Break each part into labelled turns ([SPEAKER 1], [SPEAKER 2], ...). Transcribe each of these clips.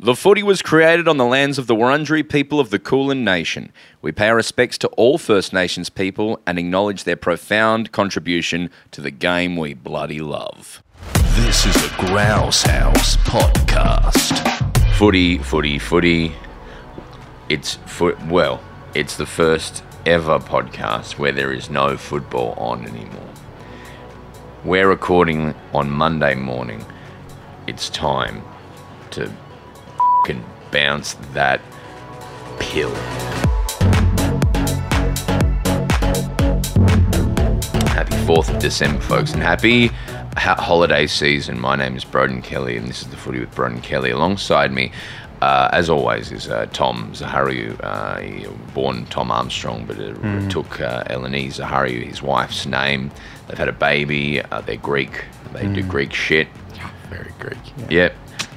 [SPEAKER 1] The footy was created on the lands of the Wurundjeri people of the Kulin Nation. We pay our respects to all First Nations people and acknowledge their profound contribution to the game we bloody love.
[SPEAKER 2] This is the Grouse House Podcast.
[SPEAKER 1] Footy, footy, footy. It's foot. Well, it's the first ever podcast where there is no football on anymore. We're recording on Monday morning. It's time to can bounce that pill. Happy 4th of December, folks, and happy ha- holiday season. My name is Broden Kelly, and this is the footy with Broden Kelly. Alongside me, uh, as always, is uh, Tom Zahariu, uh, he- born Tom Armstrong, but it took uh, Eleni Zahariu, his wife's name. They've had a baby, uh, they're Greek, they do Greek shit.
[SPEAKER 3] Very Greek.
[SPEAKER 1] Yep.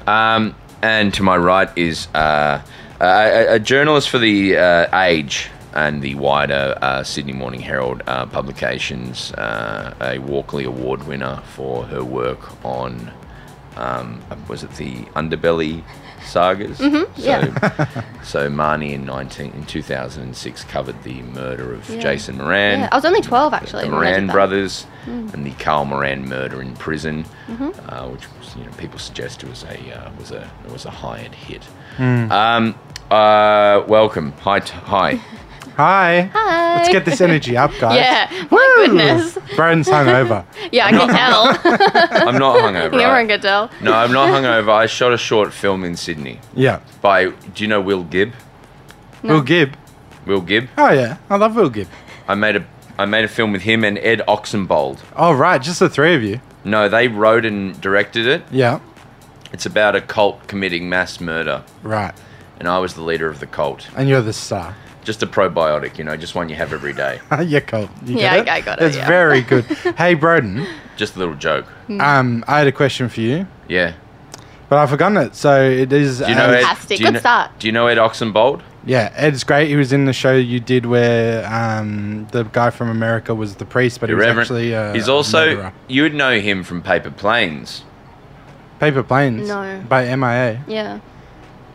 [SPEAKER 1] Um, and to my right is uh, a, a- a journalist for the uh, Age and the wider uh, Sydney Morning Herald uh, publications, uh, a Walkley Award winner for her work on. Um, was it the Underbelly sagas? Mm-hmm,
[SPEAKER 3] yeah.
[SPEAKER 1] so Marnie in 19 in 2006 covered the murder of
[SPEAKER 3] Yeah.
[SPEAKER 1] Jason Moran
[SPEAKER 3] Yeah, I was only 12 actually.
[SPEAKER 1] the
[SPEAKER 3] when I
[SPEAKER 1] Moran
[SPEAKER 3] did that. Mm.
[SPEAKER 1] brothers and the Carl Moran murder in prison,
[SPEAKER 3] Mm-hmm.
[SPEAKER 1] uh, which was, you know people suggest was a uh, was a was a hired hit. Um, uh, welcome, hi, t- hi.
[SPEAKER 4] Hi.
[SPEAKER 3] Hi.
[SPEAKER 4] Let's get this energy up, guys.
[SPEAKER 3] Yeah. My goodness.
[SPEAKER 4] Broden's hungover.
[SPEAKER 3] Yeah, I can tell.
[SPEAKER 1] I'm not hungover.
[SPEAKER 3] Everyone
[SPEAKER 1] right?
[SPEAKER 3] can tell.
[SPEAKER 1] No, I'm not hungover. I shot a short film in Sydney
[SPEAKER 4] Yeah.
[SPEAKER 1] by. Do you know Will Gibb?
[SPEAKER 4] Will Gibb.
[SPEAKER 1] Will Gibb.
[SPEAKER 4] Oh, yeah. I love Will Gibb.
[SPEAKER 1] I made a I made a film with him and Ed Oxenbold.
[SPEAKER 4] Oh, right. Just the three of you.
[SPEAKER 1] No, they wrote and directed it.
[SPEAKER 4] Yeah.
[SPEAKER 1] It's about a cult committing mass murder,
[SPEAKER 4] Right.
[SPEAKER 1] and I was the leader of the cult.
[SPEAKER 4] And you're the star.
[SPEAKER 1] Just a probiotic, you know, just one you have every day.
[SPEAKER 4] yeah, cool. You
[SPEAKER 3] Yeah,
[SPEAKER 4] get
[SPEAKER 3] I-
[SPEAKER 4] it?
[SPEAKER 3] I got it,
[SPEAKER 4] It's
[SPEAKER 3] yeah. Hmm.
[SPEAKER 4] very good. hey, Broden.
[SPEAKER 1] Just a little joke.
[SPEAKER 3] Mm.
[SPEAKER 4] Um, I had a question for you,
[SPEAKER 1] Yeah.
[SPEAKER 4] but I've forgotten it. So it is.
[SPEAKER 1] Do you know
[SPEAKER 4] uh,
[SPEAKER 1] Ed?
[SPEAKER 3] Fantastic.
[SPEAKER 1] Do you
[SPEAKER 3] Good
[SPEAKER 1] kn-
[SPEAKER 3] start.
[SPEAKER 1] Do you know Ed Oxenbold?
[SPEAKER 4] yeah, Ed's great. He was in the show you did where um, the guy from America was the priest, but he was
[SPEAKER 1] Irreverent.
[SPEAKER 4] actually. Uh,
[SPEAKER 1] He's
[SPEAKER 4] a
[SPEAKER 1] also
[SPEAKER 4] murderer.
[SPEAKER 1] you would know him from Paper Planes.
[SPEAKER 4] Paper Planes.
[SPEAKER 3] No.
[SPEAKER 4] By MIA.
[SPEAKER 3] Yeah.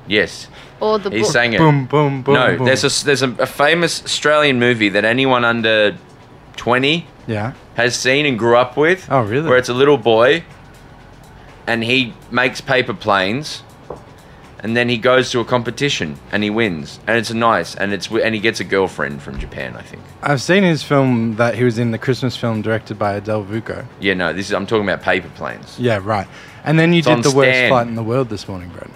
[SPEAKER 1] Yes,
[SPEAKER 3] Or the
[SPEAKER 1] he
[SPEAKER 3] book.
[SPEAKER 1] sang it.
[SPEAKER 4] Boom, boom, boom.
[SPEAKER 1] no,
[SPEAKER 4] boom.
[SPEAKER 1] there's a there's a, a famous Australian movie that anyone under twenty
[SPEAKER 4] Yeah.
[SPEAKER 1] has seen and grew up with.
[SPEAKER 4] Oh, really?
[SPEAKER 1] Where it's a little boy, and he makes paper planes, and then he goes to a competition and he wins, and it's nice, and it's and he gets a girlfriend from Japan, I think.
[SPEAKER 4] I've seen his film that he was in, the Christmas film directed by Adele Vuko.
[SPEAKER 1] Yeah, no, this is I'm talking about Paper Planes.
[SPEAKER 4] Yeah, right. And then you
[SPEAKER 1] It's on
[SPEAKER 4] did the
[SPEAKER 1] Stan.
[SPEAKER 4] worst flight in the world this morning, Brad.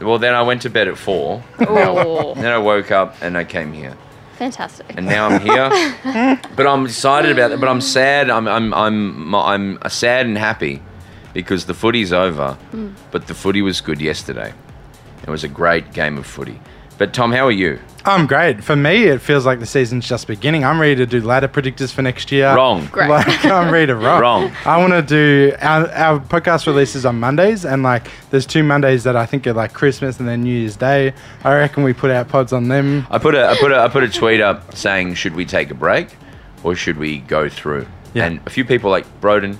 [SPEAKER 1] Well, then I went to bed at four.
[SPEAKER 3] Oh,
[SPEAKER 1] And then I woke up and I came here,
[SPEAKER 3] fantastic.
[SPEAKER 1] and now I'm here. but I'm excited about it. But I'm sad. I'm I'm I'm I'm sad and happy because the footy's over. But the footy was good yesterday. It was a great game of footy. But Tom, how are you?
[SPEAKER 4] I'm great. For me, it feels like the season's just beginning. I'm ready to do ladder predictors for next year.
[SPEAKER 1] Wrong.
[SPEAKER 3] Great.
[SPEAKER 4] Like, I'm ready to rock.
[SPEAKER 1] Wrong.
[SPEAKER 4] I want to do our, our podcast releases on Mondays, and like, there's two Mondays that I think are like Christmas and then New Year's Day. I reckon we put out pods on them.
[SPEAKER 1] I put a I put a I put a tweet up saying should we take a break or should we go through?
[SPEAKER 4] Yeah.
[SPEAKER 1] And a few people like Broden,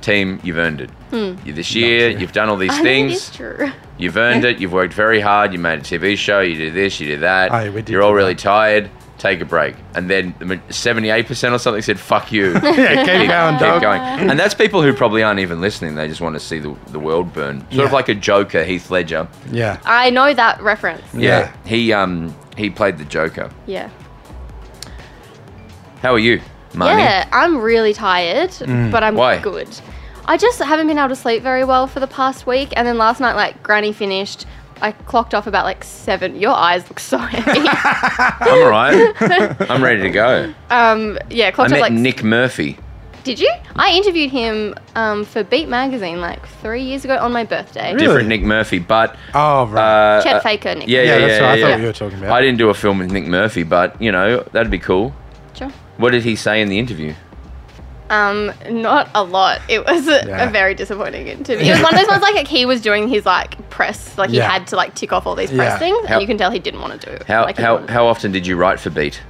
[SPEAKER 1] team, you've earned it. You this year,
[SPEAKER 4] true.
[SPEAKER 1] you've done all these
[SPEAKER 3] I think
[SPEAKER 1] things.
[SPEAKER 3] it's true.
[SPEAKER 1] You've earned it. You've worked very hard. You made a TV show. You did this. You did that.
[SPEAKER 4] Oh, yeah, we did
[SPEAKER 1] You're all
[SPEAKER 4] do
[SPEAKER 1] really
[SPEAKER 4] that.
[SPEAKER 1] tired. Take a break. And then the ma- 78% or something said, fuck you. Keep
[SPEAKER 4] Yeah, keep going, dog.
[SPEAKER 1] going. And that's people who probably aren't even listening. They just want to see the, the world burn. Sort of
[SPEAKER 4] Yeah.
[SPEAKER 1] like a Joker, Heath Ledger.
[SPEAKER 4] Yeah.
[SPEAKER 3] I know that reference.
[SPEAKER 4] Yeah.
[SPEAKER 1] He um he played the Joker.
[SPEAKER 3] Yeah.
[SPEAKER 1] How are you, Marnie?
[SPEAKER 3] Yeah, I'm really tired,
[SPEAKER 4] Mm.
[SPEAKER 3] but I'm
[SPEAKER 1] Why?
[SPEAKER 3] good. I just haven't been able to sleep very well for the past week, and then last night, like Granny finished. I clocked off about like seven. Your eyes look so heavy.
[SPEAKER 1] I'm all right. I'm ready to go.
[SPEAKER 3] um, yeah,
[SPEAKER 1] I
[SPEAKER 3] clocked
[SPEAKER 1] met
[SPEAKER 3] off like
[SPEAKER 1] Nick Murphy.
[SPEAKER 3] Did you? I interviewed him um, for Beat Magazine like three years ago on my birthday.
[SPEAKER 4] Really?
[SPEAKER 1] Different Nick Murphy, but...
[SPEAKER 4] Oh, right.
[SPEAKER 1] Uh,
[SPEAKER 3] Chet
[SPEAKER 1] uh,
[SPEAKER 3] Faker, Nick.
[SPEAKER 1] Yeah, yeah,
[SPEAKER 4] yeah, that's
[SPEAKER 1] yeah,
[SPEAKER 4] what I
[SPEAKER 1] yeah.
[SPEAKER 4] thought you were talking about.
[SPEAKER 1] I didn't do a film with Nick Murphy, but you know that'd be cool.
[SPEAKER 3] Sure.
[SPEAKER 1] What did he say in the interview?
[SPEAKER 3] Um, not a lot. It was a,
[SPEAKER 4] Yeah.
[SPEAKER 3] a very disappointing interview. It was one of those ones like he was doing his like press, like
[SPEAKER 4] Yeah.
[SPEAKER 3] he had to like tick off all these press
[SPEAKER 4] Yeah.
[SPEAKER 3] things,
[SPEAKER 1] How-
[SPEAKER 3] and you can tell he didn't want to do it.
[SPEAKER 1] How
[SPEAKER 3] like, he
[SPEAKER 1] how
[SPEAKER 3] wanted-
[SPEAKER 1] how often did you write for Beat?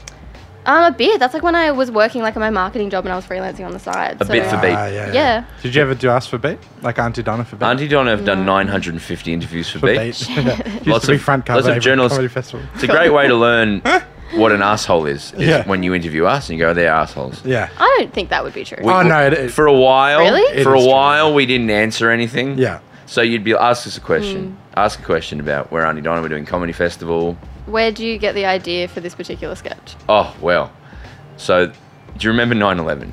[SPEAKER 3] Um, a bit. That's like when I was working like at my marketing job and I was freelancing on the side.
[SPEAKER 1] A bit for beat.
[SPEAKER 4] Ah,
[SPEAKER 3] Yeah.
[SPEAKER 4] Did you ever do us for beat? Like Auntie Donna for beat?
[SPEAKER 1] Auntie Donna have done 950 interviews for,
[SPEAKER 4] for
[SPEAKER 1] Beat.
[SPEAKER 4] beat. Used
[SPEAKER 1] Lots
[SPEAKER 4] to be
[SPEAKER 1] of-
[SPEAKER 4] front cover
[SPEAKER 1] lots of
[SPEAKER 4] every
[SPEAKER 1] journalists-
[SPEAKER 4] comedy festival.
[SPEAKER 1] It's a great way to learn what an asshole is, is
[SPEAKER 4] Yeah.
[SPEAKER 1] when you interview us and you go, they're assholes.
[SPEAKER 4] Yeah.
[SPEAKER 3] I don't think that would be true.
[SPEAKER 1] We-
[SPEAKER 4] Oh, no,
[SPEAKER 1] we-
[SPEAKER 4] it is.
[SPEAKER 1] For a while,
[SPEAKER 3] Really? It
[SPEAKER 1] for
[SPEAKER 4] is
[SPEAKER 1] a
[SPEAKER 4] true.
[SPEAKER 1] while, we didn't answer anything.
[SPEAKER 4] Yeah.
[SPEAKER 1] So you'd be ask us a question,
[SPEAKER 3] Hmm.
[SPEAKER 1] ask a question about where Auntie Donna we're doing comedy festival.
[SPEAKER 3] Where do you get the idea for this particular sketch?
[SPEAKER 1] Oh well. So do you remember 9/11?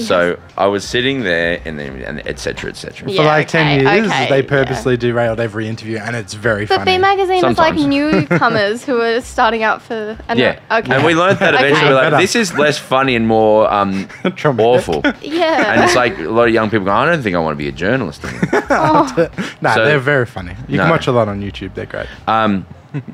[SPEAKER 1] So I was sitting there and then and et cetera, et cetera.
[SPEAKER 4] For
[SPEAKER 3] Yeah,
[SPEAKER 4] like 10
[SPEAKER 3] okay,
[SPEAKER 4] years,
[SPEAKER 3] okay,
[SPEAKER 4] they
[SPEAKER 3] yeah.
[SPEAKER 4] purposely derailed every interview, and it's very
[SPEAKER 3] But
[SPEAKER 4] funny.
[SPEAKER 3] B magazine is like
[SPEAKER 1] Sometimes.
[SPEAKER 3] newcomers who are starting out for. And
[SPEAKER 1] Yeah,
[SPEAKER 3] Okay.
[SPEAKER 1] and we learned that
[SPEAKER 3] Okay.
[SPEAKER 1] eventually. We're like,
[SPEAKER 4] Better.
[SPEAKER 1] this is less funny and more um,
[SPEAKER 4] Traumatic.
[SPEAKER 1] awful.
[SPEAKER 3] Yeah.
[SPEAKER 1] And it's like a lot of young people go, I don't think I want to be a journalist. anymore."
[SPEAKER 4] no,
[SPEAKER 1] So-
[SPEAKER 4] they're very funny. You
[SPEAKER 1] No.
[SPEAKER 4] can watch a lot on YouTube. They're great.
[SPEAKER 1] um,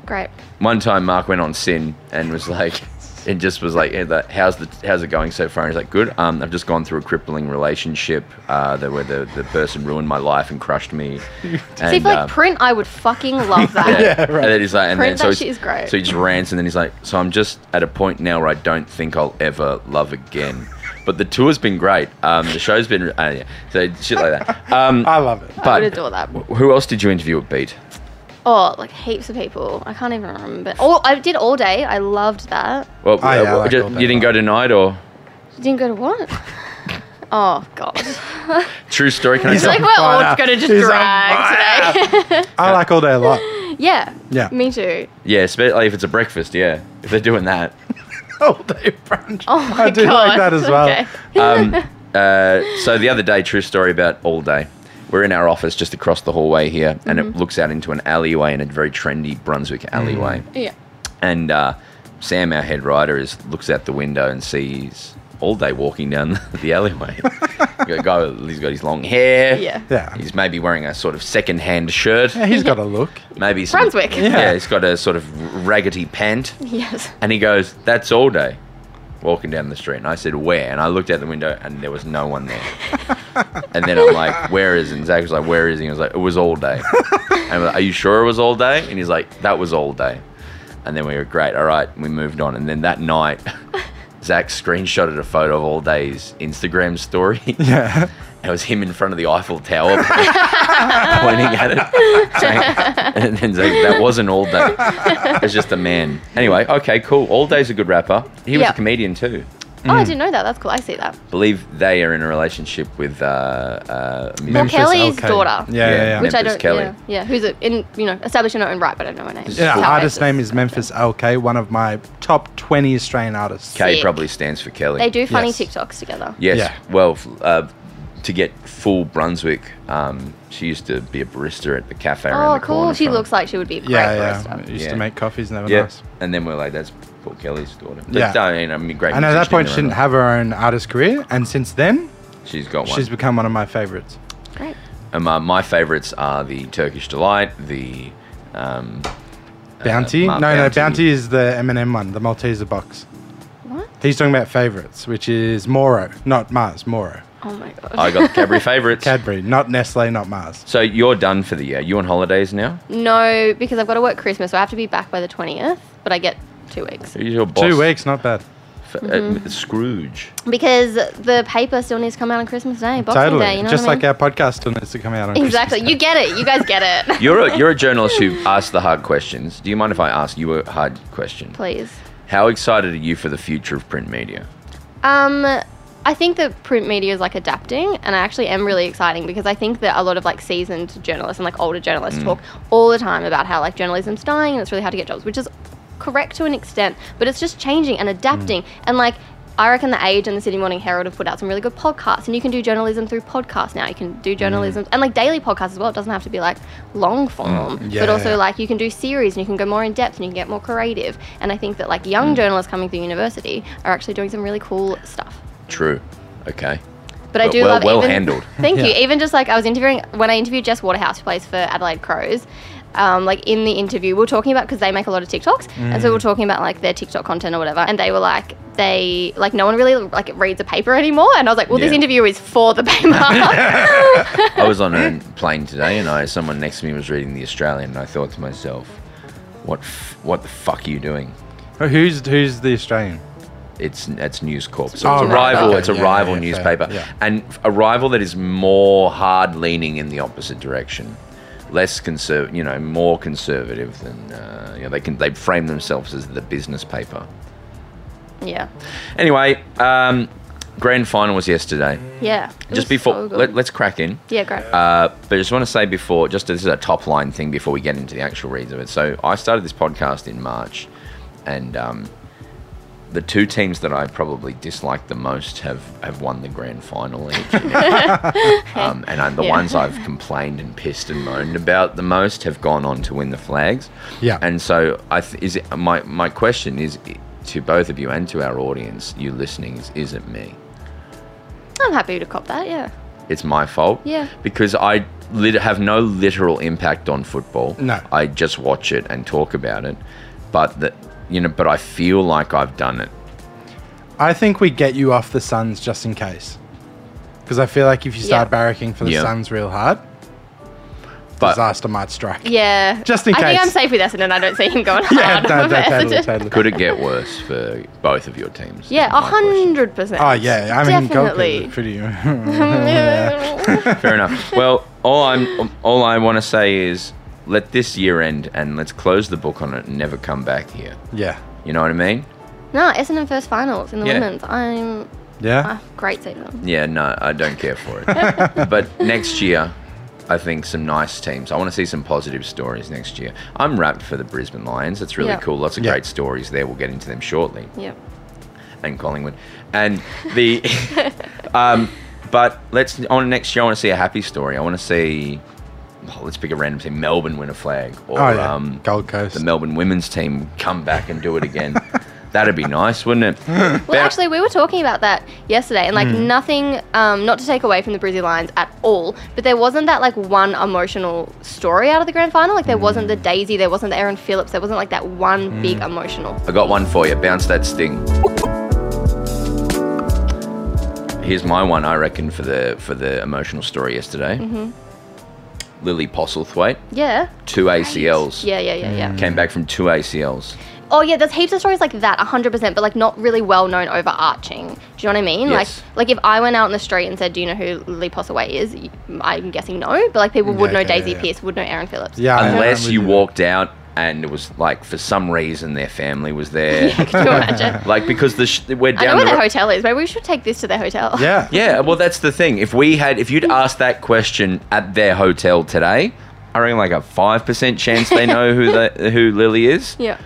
[SPEAKER 3] Great.
[SPEAKER 1] one time Mark went on Sin and was like, it just was like, hey, the- how's the how's it going so far? And he's like, good. Um, I've just gone through a crippling relationship uh, that where the, the person ruined my life and crushed me. And,
[SPEAKER 3] See, for
[SPEAKER 1] um,
[SPEAKER 3] like print, I would fucking love that.
[SPEAKER 1] yeah.
[SPEAKER 4] right.
[SPEAKER 1] And then he's like, and then
[SPEAKER 3] Print
[SPEAKER 1] so
[SPEAKER 3] that
[SPEAKER 1] he's-
[SPEAKER 3] shit is great.
[SPEAKER 1] So he just rants, and then he's like, so I'm just at a point now where I don't think I'll ever love again. But the tour's been great. Um, the show's been uh, yeah, so shit like that. Um,
[SPEAKER 4] I love it.
[SPEAKER 3] I would
[SPEAKER 1] but-
[SPEAKER 3] adore that.
[SPEAKER 1] who else did you interview at Beat?
[SPEAKER 3] Oh, like heaps of people. I can't even remember. Oh, I did all day. I loved that.
[SPEAKER 1] Well,
[SPEAKER 4] Oh, yeah, I
[SPEAKER 1] uh,
[SPEAKER 4] like
[SPEAKER 1] ju-
[SPEAKER 4] all that.
[SPEAKER 1] you didn't go tonight, or
[SPEAKER 3] You didn't go to what? Oh god.
[SPEAKER 1] true story? Can I
[SPEAKER 4] He's
[SPEAKER 3] It's
[SPEAKER 1] tell?
[SPEAKER 3] like we're all
[SPEAKER 4] fire.
[SPEAKER 3] gonna just
[SPEAKER 4] He's on
[SPEAKER 3] drag today.
[SPEAKER 4] I like all day a lot.
[SPEAKER 3] yeah.
[SPEAKER 4] Yeah.
[SPEAKER 3] Me too.
[SPEAKER 1] yeah, especially if it's a breakfast. Yeah, if they're doing that.
[SPEAKER 4] all day brunch.
[SPEAKER 3] Oh my
[SPEAKER 4] I do like
[SPEAKER 3] God.
[SPEAKER 4] that as well.
[SPEAKER 3] Okay.
[SPEAKER 1] Um, uh, so the other day, true story about all day. We're in our office just across the hallway here, and
[SPEAKER 3] Mm-hmm.
[SPEAKER 1] it looks out into an alleyway and a very trendy Brunswick
[SPEAKER 4] Mm.
[SPEAKER 1] alleyway.
[SPEAKER 3] Yeah.
[SPEAKER 1] And uh, Sam, our head writer, is looks out the window and sees all day walking down the alleyway. Got a guy, he's got his long hair.
[SPEAKER 3] Yeah.
[SPEAKER 4] Yeah.
[SPEAKER 1] He's maybe wearing a sort of second-hand shirt.
[SPEAKER 4] yeah, he's got a look.
[SPEAKER 1] Maybe some,
[SPEAKER 3] Brunswick.
[SPEAKER 1] Yeah.
[SPEAKER 3] Yeah.
[SPEAKER 1] he's got a sort of raggedy pant,
[SPEAKER 3] Yes.
[SPEAKER 1] and he goes, "That's all day." Walking down the street, and I said, "Where?" And I looked out the window, and there was no one there. and then I'm like, "Where is?" It? And Zach was like, "Where is?" He And I was like, "It was all day." and I'm like, "Are you sure it was all day?" And he's like, "That was all day." And then we were great. All right, and we moved on. And then that night, Zach screenshotted a photo of all day's Instagram story.
[SPEAKER 4] Yeah.
[SPEAKER 1] It was him in front of the Eiffel Tower pointing at it. saying- and then saying, that wasn't all day. It was just a man. Anyway, okay, cool. All day's a good rapper. He was
[SPEAKER 3] Yeah.
[SPEAKER 1] a comedian too.
[SPEAKER 3] Oh,
[SPEAKER 1] Mm.
[SPEAKER 3] I didn't know that. That's cool. I see that.
[SPEAKER 1] believe they are in a relationship with uh, uh, a
[SPEAKER 3] Well,
[SPEAKER 1] musician.
[SPEAKER 3] Kelly's
[SPEAKER 4] okay.
[SPEAKER 3] daughter.
[SPEAKER 4] Yeah, yeah, yeah.
[SPEAKER 3] Which I
[SPEAKER 1] Memphis
[SPEAKER 3] don't.
[SPEAKER 1] Kelly.
[SPEAKER 3] Yeah. Yeah. Who's a, in you know established in her own right, but I don't know her name.
[SPEAKER 4] Yeah,
[SPEAKER 3] South
[SPEAKER 4] artist
[SPEAKER 3] Texas.
[SPEAKER 4] name is Memphis LK, one of my top 20 Australian artists.
[SPEAKER 1] K
[SPEAKER 3] Sick.
[SPEAKER 1] probably stands for Kelly.
[SPEAKER 3] They do funny
[SPEAKER 4] Yes.
[SPEAKER 3] TikToks together.
[SPEAKER 1] Yes.
[SPEAKER 4] Yeah.
[SPEAKER 1] Well, f- uh, to get full Brunswick, um, she used to be a barista at the cafe.
[SPEAKER 3] Oh,
[SPEAKER 1] around the
[SPEAKER 3] cool.
[SPEAKER 1] corner
[SPEAKER 3] She
[SPEAKER 1] from-
[SPEAKER 3] looks like she would be a great
[SPEAKER 4] Yeah,
[SPEAKER 3] barista.
[SPEAKER 4] yeah. Used
[SPEAKER 1] Yeah.
[SPEAKER 4] to make coffees, never
[SPEAKER 1] Yeah.
[SPEAKER 4] nice.
[SPEAKER 1] And then we're like, that's Paul Kelly's daughter. But
[SPEAKER 4] Yeah.
[SPEAKER 1] yeah. I mean, great.
[SPEAKER 4] And at
[SPEAKER 1] musician
[SPEAKER 4] that point,
[SPEAKER 1] in
[SPEAKER 4] she
[SPEAKER 1] her own
[SPEAKER 4] didn't have her own artist career, and since then,
[SPEAKER 1] right. She's got one.
[SPEAKER 4] she's become one of my favorites.
[SPEAKER 3] Great.
[SPEAKER 1] Um, uh, my favourites are the Turkish Delight, the um,
[SPEAKER 4] Bounty?
[SPEAKER 1] Mark
[SPEAKER 4] no, no,
[SPEAKER 1] Bounty.
[SPEAKER 4] Bounty is the M&M one, the Malteser box.
[SPEAKER 3] What?
[SPEAKER 4] He's talking about favorites, which is Moro, not Mars, Moro.
[SPEAKER 3] Oh my god.
[SPEAKER 1] I got the Cadbury favourites.
[SPEAKER 4] Cadbury, not Nestle, not Mars.
[SPEAKER 1] so you're done for the year. You on holidays now?
[SPEAKER 3] No, because I've got to work Christmas, so I have to be back by the 20th, but I get two weeks.
[SPEAKER 1] Who's your boss?
[SPEAKER 4] Two weeks, not bad.
[SPEAKER 1] F- uh, Scrooge.
[SPEAKER 3] Because the paper still needs to come out on Christmas Day, Boxing
[SPEAKER 4] totally.
[SPEAKER 3] Day, you know
[SPEAKER 4] Just
[SPEAKER 3] what I
[SPEAKER 4] like
[SPEAKER 3] mean?
[SPEAKER 4] our podcast still needs to come out on Christmas
[SPEAKER 3] exactly.
[SPEAKER 4] Day.
[SPEAKER 3] You get it. You guys get it.
[SPEAKER 1] You're a, you're a journalist who asks the hard questions. Do you mind if I ask you a hard question?
[SPEAKER 3] Please.
[SPEAKER 1] How excited are you for the future of print media?
[SPEAKER 3] Um, I think that print media is like adapting, and I actually am really exciting because I think that a lot of like seasoned journalists and like older journalists talk all the time about how like journalism's dying and it's really hard to get jobs, which is correct to an extent, but it's just changing and adapting and like. I reckon the Age and the Sydney Morning Herald have put out some really good podcasts, and you can do journalism through podcasts now. You can do journalism and like daily podcasts as well. It doesn't have to be like long form, but
[SPEAKER 4] Yeah.
[SPEAKER 3] also like you can do series and you can go more in depth and you can get more creative. And I think that like young
[SPEAKER 1] Hmm.
[SPEAKER 3] journalists coming through university are actually doing some really cool stuff.
[SPEAKER 1] True. Okay.
[SPEAKER 3] But I
[SPEAKER 1] Well-
[SPEAKER 3] do
[SPEAKER 1] well-
[SPEAKER 3] love
[SPEAKER 1] well
[SPEAKER 3] even,
[SPEAKER 1] handled.
[SPEAKER 3] Thank you.
[SPEAKER 4] Yeah.
[SPEAKER 3] Even just like I was interviewing when I interviewed Jess Waterhouse, who plays for Adelaide Crows. Um, like in the interview, we are talking about because they make a lot of TikToks, and so we are
[SPEAKER 1] Hmm.
[SPEAKER 3] talking about like their TikTok content or whatever. And they were like, they like no one really like reads a paper anymore. And I was like, well, this
[SPEAKER 1] Yeah.
[SPEAKER 3] interview is for the paper.
[SPEAKER 1] I was on a plane today, and I someone next to me was reading the Australian, and I thought to myself, what f- what the fuck are you doing?
[SPEAKER 4] Oh, Who's who's the Australian?
[SPEAKER 1] It's it's News Corp. So
[SPEAKER 4] Oh,
[SPEAKER 1] it's a
[SPEAKER 4] right,
[SPEAKER 1] rival.
[SPEAKER 4] okay,
[SPEAKER 1] It's a
[SPEAKER 4] yeah,
[SPEAKER 1] rival
[SPEAKER 4] yeah, yeah, fair,
[SPEAKER 1] newspaper,
[SPEAKER 4] yeah.
[SPEAKER 1] and a rival that is more hard leaning in the opposite direction, less conservative. You know, more conservative than uh, you know. They can they frame themselves as the business paper.
[SPEAKER 3] Yeah.
[SPEAKER 1] Anyway, um, grand final was yesterday.
[SPEAKER 3] Yeah. It was
[SPEAKER 1] Just before,
[SPEAKER 3] so good.
[SPEAKER 1] let, let's crack in.
[SPEAKER 3] yeah, great.
[SPEAKER 1] Uh, but I just want to say before, just this is a top line thing before we get into the actual reads of it. So I started this podcast in March, and um, the two teams that I probably dislike the most have, have won the grand final each. um, and i the
[SPEAKER 3] Yeah.
[SPEAKER 1] ones I've complained and pissed and moaned about the most have gone on to win the flags.
[SPEAKER 4] Yeah.
[SPEAKER 1] And so I th- is it, my my question is to both of you and to our audience, you listening, is, is it me?
[SPEAKER 3] I'm happy to cop that. Yeah.
[SPEAKER 1] it's my fault.
[SPEAKER 3] Yeah.
[SPEAKER 1] Because I lit- have no literal impact on football.
[SPEAKER 4] No.
[SPEAKER 1] I just watch it and talk about it, but that you know, but I feel like I've done it.
[SPEAKER 4] I think we get you off the Suns just in case. Because I feel like if you start
[SPEAKER 3] Yeah.
[SPEAKER 4] barracking for the
[SPEAKER 1] Yeah.
[SPEAKER 4] Suns real hard,
[SPEAKER 1] But
[SPEAKER 4] disaster might strike.
[SPEAKER 3] Yeah.
[SPEAKER 4] Just in
[SPEAKER 3] I think
[SPEAKER 4] case.
[SPEAKER 3] I'm safe with Essendon. I don't see him going
[SPEAKER 4] yeah,
[SPEAKER 3] hard.
[SPEAKER 4] no,
[SPEAKER 3] on
[SPEAKER 4] no, totally,
[SPEAKER 3] Essendon.
[SPEAKER 4] totally.
[SPEAKER 1] could it get worse for both of your teams?
[SPEAKER 3] Yeah,
[SPEAKER 1] Is
[SPEAKER 3] a
[SPEAKER 1] my question.
[SPEAKER 3] hundred percent.
[SPEAKER 4] Oh yeah, I mean,
[SPEAKER 3] definitely.
[SPEAKER 4] Gold pretty.
[SPEAKER 1] Fair enough. Well, all I'm all I want to say is let this year end and let's close the book on it and never come back here.
[SPEAKER 4] yeah,
[SPEAKER 1] You know what I mean?
[SPEAKER 3] no, Essendon first finals in the
[SPEAKER 1] Yeah.
[SPEAKER 3] women's. I'm
[SPEAKER 4] yeah.
[SPEAKER 3] ah, great season.
[SPEAKER 1] Yeah, no, I don't care for it. but next year, I think some nice teams. I want to see some positive stories next year. I'm wrapped for the Brisbane Lions. That's really
[SPEAKER 3] Yeah.
[SPEAKER 1] cool. Lots of
[SPEAKER 4] Yeah.
[SPEAKER 1] great stories there. We'll get into them shortly.
[SPEAKER 3] Yep.
[SPEAKER 1] And Collingwood. And the. um, but let's. On next year, I want to see a happy story. I want to see. oh, let's pick a random team. Melbourne win a flag. Or
[SPEAKER 4] Oh yeah,
[SPEAKER 1] um,
[SPEAKER 4] Gold Coast.
[SPEAKER 1] the Melbourne women's team come back and do it again. That'd be nice, wouldn't it?
[SPEAKER 3] Well, actually, we were talking about that yesterday, and like
[SPEAKER 4] Hmm.
[SPEAKER 3] nothing, um, not to take away from the Brizzy Lions at all, but there wasn't that like one emotional story out of the grand final. Like there wasn't the
[SPEAKER 4] Hmm.
[SPEAKER 3] Daisy, there wasn't the Aaron Phillips, there wasn't like that one big emotional.
[SPEAKER 1] I got one for you. Bounce that sting. Here's my one. I reckon for the for the emotional story yesterday. Lily Postlethwaite,
[SPEAKER 3] Yeah.
[SPEAKER 1] two ACLs.
[SPEAKER 3] Mm-hmm. Yeah, yeah, yeah,
[SPEAKER 4] Hmm.
[SPEAKER 3] yeah.
[SPEAKER 1] Came back from two ACLs.
[SPEAKER 3] Oh yeah, there's heaps of stories like that, 100%, but like not really well known overarching. Do you know what I mean?
[SPEAKER 1] Yes.
[SPEAKER 3] Like like if I went out in the street and said, "Do you know who Lee Postlethwaite is?" Y- I'm guessing no, but like people would know
[SPEAKER 4] Yeah, okay, yeah,
[SPEAKER 3] Daisy
[SPEAKER 4] yeah.
[SPEAKER 3] Pierce, would know Aaron Phillips.
[SPEAKER 4] Yeah, I-
[SPEAKER 1] Unless
[SPEAKER 4] I'm
[SPEAKER 1] you
[SPEAKER 4] with
[SPEAKER 1] walked out and it was like for some reason their family was there.
[SPEAKER 3] Can you imagine?
[SPEAKER 1] Like because the sh- we're
[SPEAKER 3] I know
[SPEAKER 1] down
[SPEAKER 3] where
[SPEAKER 1] the
[SPEAKER 3] their
[SPEAKER 1] ro-
[SPEAKER 3] hotel is. Maybe we should take this to their hotel.
[SPEAKER 4] Yeah,
[SPEAKER 1] Yeah, well that's the thing. If we had if
[SPEAKER 3] Mm.
[SPEAKER 1] you'd asked that question at their hotel today, I reckon like a 5% chance they know who the, who Lily is.
[SPEAKER 3] Yeah.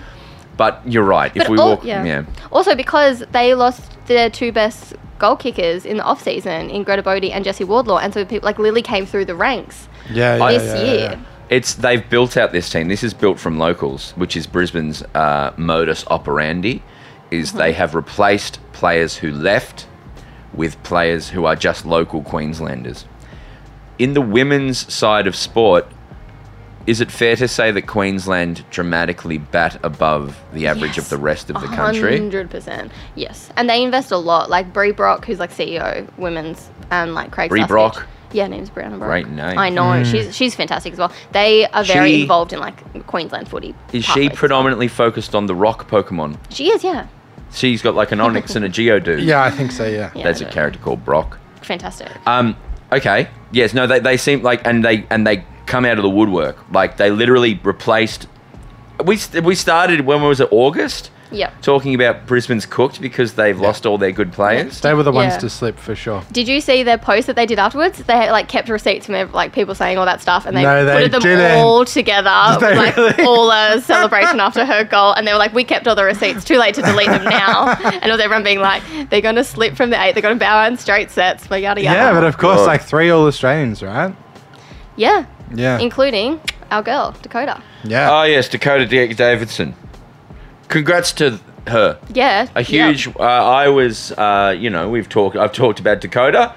[SPEAKER 1] But you're right. If
[SPEAKER 3] But
[SPEAKER 1] we
[SPEAKER 3] al-
[SPEAKER 1] walk, yeah.
[SPEAKER 3] Also, because they lost their two best goal kickers in the off season in Greta Bodie and Jesse Wardlaw, and so people like Lily came through the ranks
[SPEAKER 4] yeah, Oh, yeah.
[SPEAKER 3] this
[SPEAKER 4] yeah, yeah,
[SPEAKER 3] year.
[SPEAKER 4] yeah.
[SPEAKER 1] it's they've built out this team. This is built from locals, which is Brisbane's uh, modus operandi.
[SPEAKER 3] Mm-hmm.
[SPEAKER 1] Is they have replaced players who left with players who are just local Queenslanders. In the women's side of sport, is it fair to say that Queensland dramatically bat above the average of
[SPEAKER 3] Yes.
[SPEAKER 1] the rest of the country?
[SPEAKER 3] Hundred percent, yes. And they invest a lot. Like Bree Brock, who's like CEO women's, and like Craig.
[SPEAKER 1] Bree
[SPEAKER 3] Sussage.
[SPEAKER 1] Brock?
[SPEAKER 3] Yeah, name's Brianna Brock.
[SPEAKER 1] Great name.
[SPEAKER 3] I know she's she's fantastic as well. They are very
[SPEAKER 1] She-
[SPEAKER 3] involved in like Queensland footy.
[SPEAKER 1] Is she
[SPEAKER 3] pathways.
[SPEAKER 1] predominantly focused on the rock Pokemon?
[SPEAKER 3] She is, yeah.
[SPEAKER 1] She's got like an Onyx and a Geodude.
[SPEAKER 4] Yeah, I think so. Yeah.
[SPEAKER 3] Yeah.
[SPEAKER 1] There's
[SPEAKER 3] I
[SPEAKER 1] a
[SPEAKER 3] know.
[SPEAKER 1] character called Brock.
[SPEAKER 3] Fantastic.
[SPEAKER 1] Um, okay. Yes. No. They, they seem like and they and they come out of the woodwork. Like they literally replaced. We st- we started when was it August?
[SPEAKER 3] Yep.
[SPEAKER 1] Talking about Brisbane's cooked because they've lost all their good players.
[SPEAKER 4] They were the ones
[SPEAKER 3] Yeah.
[SPEAKER 4] to slip for sure.
[SPEAKER 3] Did you see their post that they did afterwards? They like kept receipts from ev- like people saying all that stuff, and they,
[SPEAKER 4] No, they
[SPEAKER 3] put them
[SPEAKER 4] didn't.
[SPEAKER 3] all together,
[SPEAKER 4] they
[SPEAKER 3] like
[SPEAKER 4] really?
[SPEAKER 3] all a celebration after her goal, and they were like, "We kept all the receipts. Too late to delete them now." and it was everyone being like, "They're going to slip from the eight. They're going to bow out in straight sets." But yada
[SPEAKER 4] Yeah,
[SPEAKER 3] yada.
[SPEAKER 4] but of course,
[SPEAKER 1] God.
[SPEAKER 4] like three All Australians, right?
[SPEAKER 3] yeah,
[SPEAKER 4] Yeah,
[SPEAKER 3] including our girl Dakota.
[SPEAKER 4] yeah.
[SPEAKER 1] Oh yes, Dakota D- Davidson. Congrats to her.
[SPEAKER 3] Yeah,
[SPEAKER 1] A
[SPEAKER 3] yeah.
[SPEAKER 1] huge. Uh, I was. Uh, you know, we've talked. I've talked about Dakota.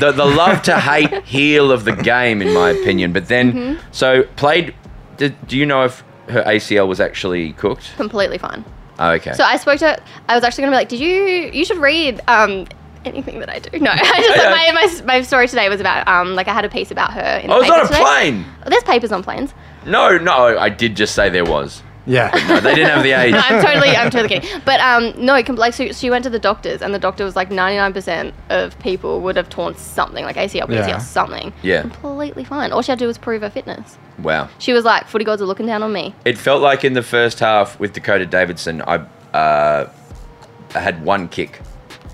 [SPEAKER 1] The, the love to hate heel of the game, in my opinion. But then, so played. Did, do you know if her ACL was actually cooked?
[SPEAKER 3] completely fine.
[SPEAKER 1] Oh, okay.
[SPEAKER 3] So I spoke to. I was actually going to be like, "Did you? You should read um, anything that I do." No, I just
[SPEAKER 1] Yeah.
[SPEAKER 3] my, my my story today was about um, like I had a piece about her. In the
[SPEAKER 1] oh, it's
[SPEAKER 3] paper
[SPEAKER 1] on a
[SPEAKER 3] today.
[SPEAKER 1] plane.
[SPEAKER 3] There's papers on planes.
[SPEAKER 1] No, no, I did just say there was.
[SPEAKER 4] Yeah.
[SPEAKER 1] No, they didn't have the age.
[SPEAKER 3] No, I'm totally, I'm totally kidding. But um, no, com- like so she went to the doctors, and the doctor was like, 99% of people would have torn something, like ACL, PCL,
[SPEAKER 4] Yeah.
[SPEAKER 3] something.
[SPEAKER 1] Yeah.
[SPEAKER 3] Completely fine. All she had to do was prove her fitness.
[SPEAKER 1] Wow.
[SPEAKER 3] She was like, footy gods are looking down on me.
[SPEAKER 1] It felt like in the first half with Dakota Davidson, I, uh, I had one kick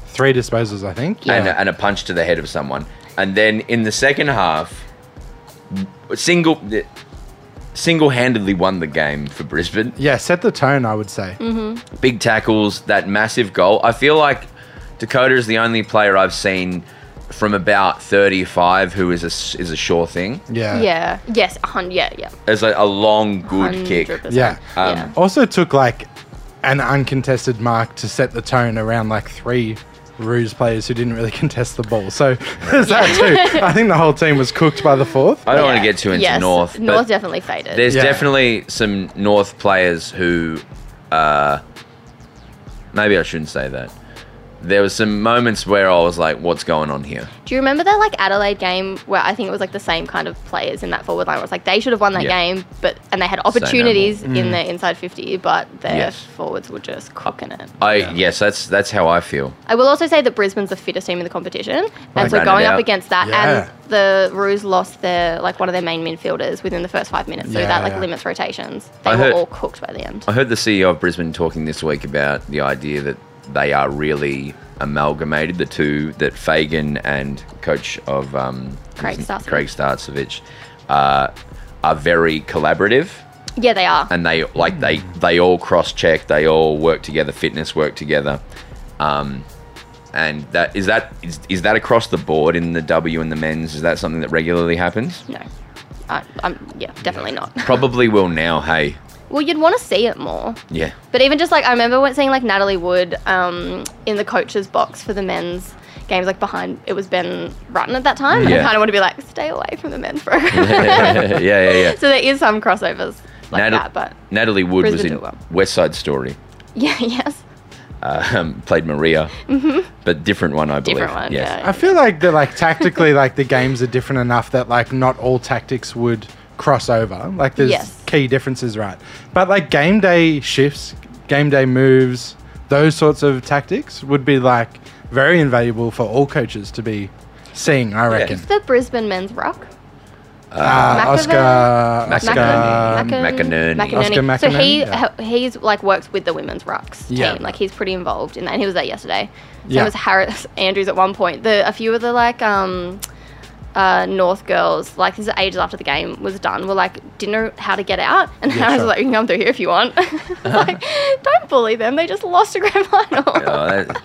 [SPEAKER 4] Three disposals, I think.
[SPEAKER 1] and, a, and a punch to the head of someone. And then in the second half, single single-handedly won the game for Brisbane.
[SPEAKER 4] yeah, set the tone, I would say.
[SPEAKER 3] Mm-hmm.
[SPEAKER 1] Big tackles, that massive goal. I feel like Dakota is the only player I've seen from about 35 who is a, s- is a sure thing.
[SPEAKER 4] Yeah.
[SPEAKER 3] yeah. Yes. a hun- yeah. Yeah.
[SPEAKER 1] It's like a long, good kick.
[SPEAKER 3] 100%.
[SPEAKER 4] Yeah.
[SPEAKER 1] Um,
[SPEAKER 3] yeah.
[SPEAKER 4] Also took like an uncontested mark to set the tone around like three Ruse players who didn't really contest the ball. So there's that too. I think the whole team was cooked by the fourth.
[SPEAKER 1] I don't want
[SPEAKER 3] Yeah.
[SPEAKER 1] to get too into
[SPEAKER 3] Yes,
[SPEAKER 1] North. but
[SPEAKER 3] North definitely faded.
[SPEAKER 1] There's
[SPEAKER 4] Yeah.
[SPEAKER 1] definitely some North players who, uh, maybe I shouldn't say that. There were some moments where I was like, "What's going on here?"
[SPEAKER 3] Do you remember that like Adelaide game where I think it was like the same kind of players in that forward line? Where it's like they should have won that
[SPEAKER 1] Yeah.
[SPEAKER 3] game, but and they had
[SPEAKER 1] no more. Mm.
[SPEAKER 3] opportunities in the inside fifty, but their
[SPEAKER 1] Yes. Uh,
[SPEAKER 3] forwards were just cooking it.
[SPEAKER 1] I yes, that's that's how I feel.
[SPEAKER 3] I will also say that Brisbane's the fittest team in the competition, and so
[SPEAKER 1] Rounded
[SPEAKER 3] going up
[SPEAKER 1] out.
[SPEAKER 3] against that,
[SPEAKER 4] Yeah.
[SPEAKER 3] and the Roos lost their like one of their main midfielders within the first five minutes, so
[SPEAKER 4] Yeah,
[SPEAKER 3] that like
[SPEAKER 4] yeah.
[SPEAKER 3] limits rotations. They
[SPEAKER 1] I
[SPEAKER 3] were
[SPEAKER 1] heard-
[SPEAKER 3] all cooked by the end.
[SPEAKER 1] I heard the CEO of Brisbane talking this week about the idea that they are really amalgamated. The two that Fagan and coach of um,
[SPEAKER 3] Craig Starcevich.
[SPEAKER 1] Craig Starcevich, uh, are very collaborative.
[SPEAKER 3] Yeah, they are.
[SPEAKER 1] and they like they
[SPEAKER 3] Hmm.
[SPEAKER 1] they all cross check they all work together fitness work together um and that is that is, is that across the board in the w and the men's is that something that regularly happens
[SPEAKER 3] no, I, I'm yeah, definitely not.
[SPEAKER 1] probably will now hey
[SPEAKER 3] well, you'd want to see it more.
[SPEAKER 1] yeah
[SPEAKER 3] But even just like I remember when seeing like Natalie Wood um, in the coach's box for the men's games, like behind it was Ben Rutten at that time. And I
[SPEAKER 1] Yeah.
[SPEAKER 3] kind of want to be like, stay away from the men's program.
[SPEAKER 1] yeah yeah yeah
[SPEAKER 3] so there is some crossovers like
[SPEAKER 1] Natal-
[SPEAKER 3] that, but
[SPEAKER 1] natalie wood was
[SPEAKER 3] Brisbane
[SPEAKER 1] in
[SPEAKER 3] do well.
[SPEAKER 1] west side story
[SPEAKER 3] yeah, yes,
[SPEAKER 1] um, played maria but different one i believe
[SPEAKER 3] Mm-hmm. different one.
[SPEAKER 1] Yes.
[SPEAKER 3] Yeah.
[SPEAKER 4] I feel like that like tactically like the games are different enough that like not all tactics would cross over. Like there's
[SPEAKER 3] Yes.
[SPEAKER 4] key differences, right? But like game day shifts, game day moves, those sorts of tactics would be like very invaluable for all coaches to be seeing, I reckon.
[SPEAKER 3] The Brisbane men's ruck.
[SPEAKER 4] Uh,
[SPEAKER 3] Macavan-
[SPEAKER 4] Oscar Oscar Um,
[SPEAKER 1] Macavan- McInerney.
[SPEAKER 3] McInerney.
[SPEAKER 4] Oscar
[SPEAKER 3] So he
[SPEAKER 4] McInerney,
[SPEAKER 3] he's like works with the women's rucks
[SPEAKER 4] Yeah.
[SPEAKER 3] team. Like he's pretty involved in that. And he was there yesterday. Yeah.
[SPEAKER 4] Yeah.
[SPEAKER 3] it was Harris Andrews at one point. The a few of the like um uh, North girls, like this is ages after the game was done, were like didn't know how to get out, and
[SPEAKER 4] Yeah,
[SPEAKER 3] Harris
[SPEAKER 4] sure.
[SPEAKER 3] was like, "You can come through here if you want." like, don't bully them; they just lost a grand final.
[SPEAKER 1] Oh, that-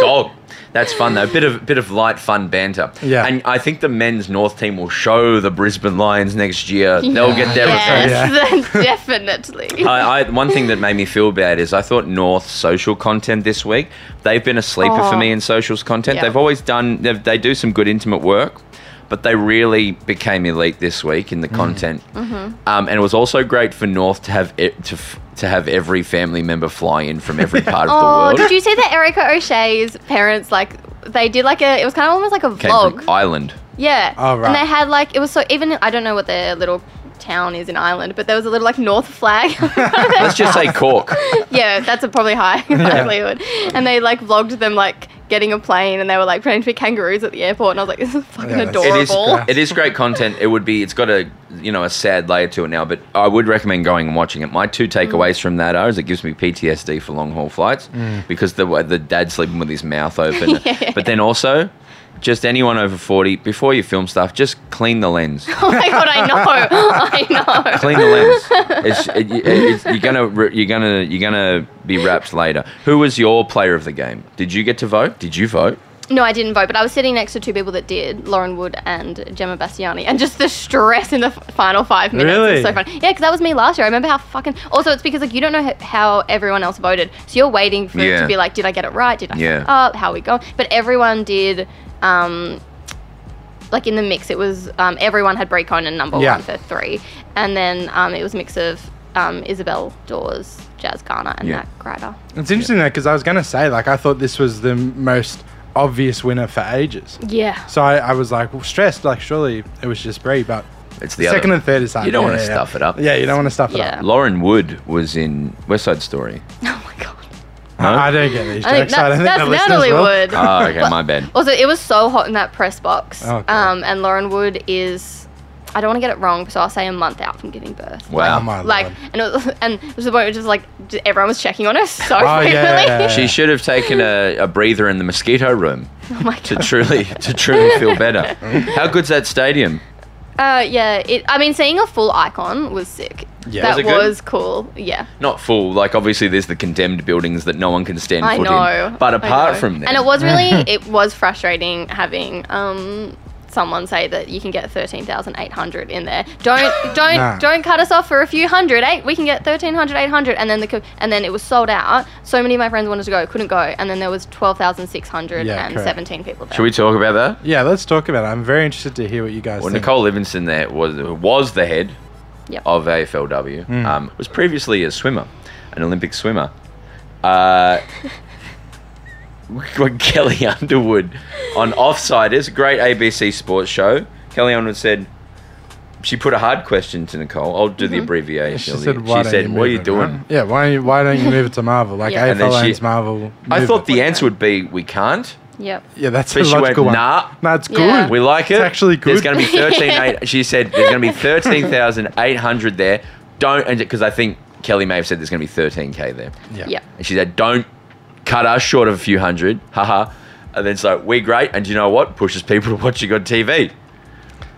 [SPEAKER 1] dog. That's fun though. Bit of bit of light fun banter.
[SPEAKER 4] Yeah.
[SPEAKER 1] And I think the men's North team will show the Brisbane Lions next year. They'll get their revenge.
[SPEAKER 3] yes, definitely.
[SPEAKER 1] I, I, one thing that made me feel bad is I thought North's social content this week they've been a sleeper for
[SPEAKER 3] Oh.
[SPEAKER 1] me in socials content.
[SPEAKER 3] Yeah.
[SPEAKER 1] They've always done they've, they do some good intimate work, but they really became elite this week in the content.
[SPEAKER 3] Mm-hmm.
[SPEAKER 1] Um, and it was also great for North to have it, to f- to have every family member fly in from every part of the
[SPEAKER 3] oh,
[SPEAKER 1] world.
[SPEAKER 3] did you see that Erica O'Shea's parents like? They did like a, it was kind of almost like a
[SPEAKER 1] Came
[SPEAKER 3] vlog.
[SPEAKER 1] from Ireland.
[SPEAKER 3] Yeah.
[SPEAKER 4] Oh, right.
[SPEAKER 3] And they had like it was so even I don't know what their little town is in Ireland, but there was a little like North flag.
[SPEAKER 1] Let's just say Cork.
[SPEAKER 3] yeah, that's a probably high likelihood. And they like vlogged them like getting a plane, and they were like pretending to be kangaroos at the airport, and I was like, this is fucking
[SPEAKER 4] Yeah, that's-
[SPEAKER 1] It is,
[SPEAKER 3] adorable.
[SPEAKER 1] it is great content. It would be. It's got a you know a sad layer to it now, but I would recommend going and watching it. My two takeaways from that are: is it gives me PTSD for long haul flights because the way the dad's sleeping with his mouth open, but then also. Just anyone over 40, before you film stuff, just clean the lens.
[SPEAKER 3] oh my god, I know, I know.
[SPEAKER 1] Clean the lens. It's, it, it- it's, you're gonna re- you're gonna you're gonna be wrapped later. Who was your player of the game? Did you get to vote? Did you vote?
[SPEAKER 3] No, I didn't vote, but I was sitting next to two people that did, Lauren Wood and Gemma Bastiani, and just the stress in the f- final five minutes
[SPEAKER 4] Really?
[SPEAKER 3] was so funny. Yeah, because that was me last year. I remember how fucking. Also, it's because like you don't know h- how everyone else voted, so you're waiting for it
[SPEAKER 1] Yeah.
[SPEAKER 3] to be like, did I get it right? Did I
[SPEAKER 1] Yeah.
[SPEAKER 3] fuck up? How we go? But everyone did. Um, like in the mix, it was um, everyone had Brie Conan number
[SPEAKER 4] Yeah.
[SPEAKER 3] one for three, and then um, it was a mix of um, Isabel Dawes, Jazz Garner, and
[SPEAKER 1] Yeah.
[SPEAKER 3] Matt Grider.
[SPEAKER 4] It's interesting though because I was going to say like I thought this was the m- most obvious winner for ages.
[SPEAKER 3] Yeah.
[SPEAKER 4] So I, I was like stressed, like surely it was just Brie, but
[SPEAKER 1] It's the
[SPEAKER 4] second
[SPEAKER 1] other.
[SPEAKER 4] and third is hard.
[SPEAKER 1] You don't
[SPEAKER 4] Yeah,
[SPEAKER 1] wanna
[SPEAKER 4] yeah, yeah.
[SPEAKER 1] stuff it up.
[SPEAKER 4] Yeah, you don't want to stuff it
[SPEAKER 3] Yeah.
[SPEAKER 4] up.
[SPEAKER 1] Lauren Wood was in West Side Story.
[SPEAKER 3] Oh my god.
[SPEAKER 1] No?
[SPEAKER 4] I don't get these jokes.
[SPEAKER 3] I think
[SPEAKER 4] I
[SPEAKER 3] that's,
[SPEAKER 4] don't
[SPEAKER 3] that's
[SPEAKER 4] think the
[SPEAKER 3] Natalie
[SPEAKER 4] listeners will.
[SPEAKER 3] Wood.
[SPEAKER 1] Oh, okay, my bad.
[SPEAKER 3] Also, it was so hot in that press box.
[SPEAKER 4] Oh, God.
[SPEAKER 3] um, and Lauren Wood is, I don't want to get it wrong, so I'll say a month out from giving birth.
[SPEAKER 1] Wow.
[SPEAKER 4] Oh my
[SPEAKER 3] Like,
[SPEAKER 4] lord.
[SPEAKER 3] and it was, and it was the point where just like j- everyone was checking on her so
[SPEAKER 4] Oh,
[SPEAKER 3] frequently.
[SPEAKER 4] yeah.
[SPEAKER 1] She should have taken a, a breather in the mosquito room
[SPEAKER 3] oh my
[SPEAKER 1] to
[SPEAKER 3] god.
[SPEAKER 1] truly to truly feel better. How good's that stadium?
[SPEAKER 3] Uh, yeah. It. I mean, seeing a full icon was sick.
[SPEAKER 4] Yeah.
[SPEAKER 3] That
[SPEAKER 1] Was it
[SPEAKER 3] was,
[SPEAKER 1] good?
[SPEAKER 3] cool. Yeah.
[SPEAKER 1] Not full. Like obviously, there's the condemned buildings that no one can stand
[SPEAKER 3] I
[SPEAKER 1] foot
[SPEAKER 3] know.
[SPEAKER 1] in. But
[SPEAKER 3] I
[SPEAKER 1] apart
[SPEAKER 3] know.
[SPEAKER 1] from that,
[SPEAKER 3] and it was really, it was frustrating having um, someone say that you can get thirteen thousand eight hundred in there. Don't, don't,
[SPEAKER 4] Nah.
[SPEAKER 3] don't cut us off for a few hundred. Eight, we can get thirteen hundred eight hundred, and then the co- and then it was sold out. So many of my friends wanted to go, couldn't go, and then there was twelve thousand six hundred
[SPEAKER 4] Yeah,
[SPEAKER 3] and
[SPEAKER 4] correct.
[SPEAKER 3] seventeen people there.
[SPEAKER 1] should we talk about that?
[SPEAKER 4] Yeah, let's talk about it. I'm very interested to hear what you guys
[SPEAKER 1] Well,
[SPEAKER 4] think.
[SPEAKER 1] Nicole Livingston there was was the head
[SPEAKER 3] Yep.
[SPEAKER 1] of AFLW.
[SPEAKER 4] Hmm.
[SPEAKER 1] Um, was previously a swimmer, an Olympic swimmer. Uh, when Kelly Underwood on Offsiders, a great ABC sports show. Kelly Underwood said she put a hard question to Nicole. I'll do the abbreviation.
[SPEAKER 4] she
[SPEAKER 1] of the-
[SPEAKER 4] said, why
[SPEAKER 1] she
[SPEAKER 4] don't
[SPEAKER 1] said
[SPEAKER 4] you
[SPEAKER 1] "What are
[SPEAKER 4] move
[SPEAKER 1] you
[SPEAKER 4] it,
[SPEAKER 1] doing?"
[SPEAKER 4] right? Yeah, why, don't you- why don't you move it to Marvel? Like
[SPEAKER 3] Yeah.
[SPEAKER 1] And then
[SPEAKER 4] AFL
[SPEAKER 1] she-
[SPEAKER 4] owns Marvel.
[SPEAKER 1] I
[SPEAKER 4] move
[SPEAKER 1] thought
[SPEAKER 4] it.
[SPEAKER 1] the answer would be, "We can't."
[SPEAKER 3] Yep.
[SPEAKER 4] Yeah, that's a
[SPEAKER 1] But she went,
[SPEAKER 4] logical one.
[SPEAKER 1] "Nah."
[SPEAKER 4] Nah, it's
[SPEAKER 3] Yeah.
[SPEAKER 4] good.
[SPEAKER 1] Hmm, We like it.
[SPEAKER 4] It's actually
[SPEAKER 1] There's
[SPEAKER 4] good.
[SPEAKER 1] going to be thirteen eight. She said there's going to be thirteen thousand eight hundred there. Don't because I think Kelly may have said there's going to be thirteen k there.
[SPEAKER 4] Yeah.
[SPEAKER 3] Yep.
[SPEAKER 1] And she said, "Don't cut us short of a few hundred, haha." And then so we're great, and you know what pushes people to watch you on TV.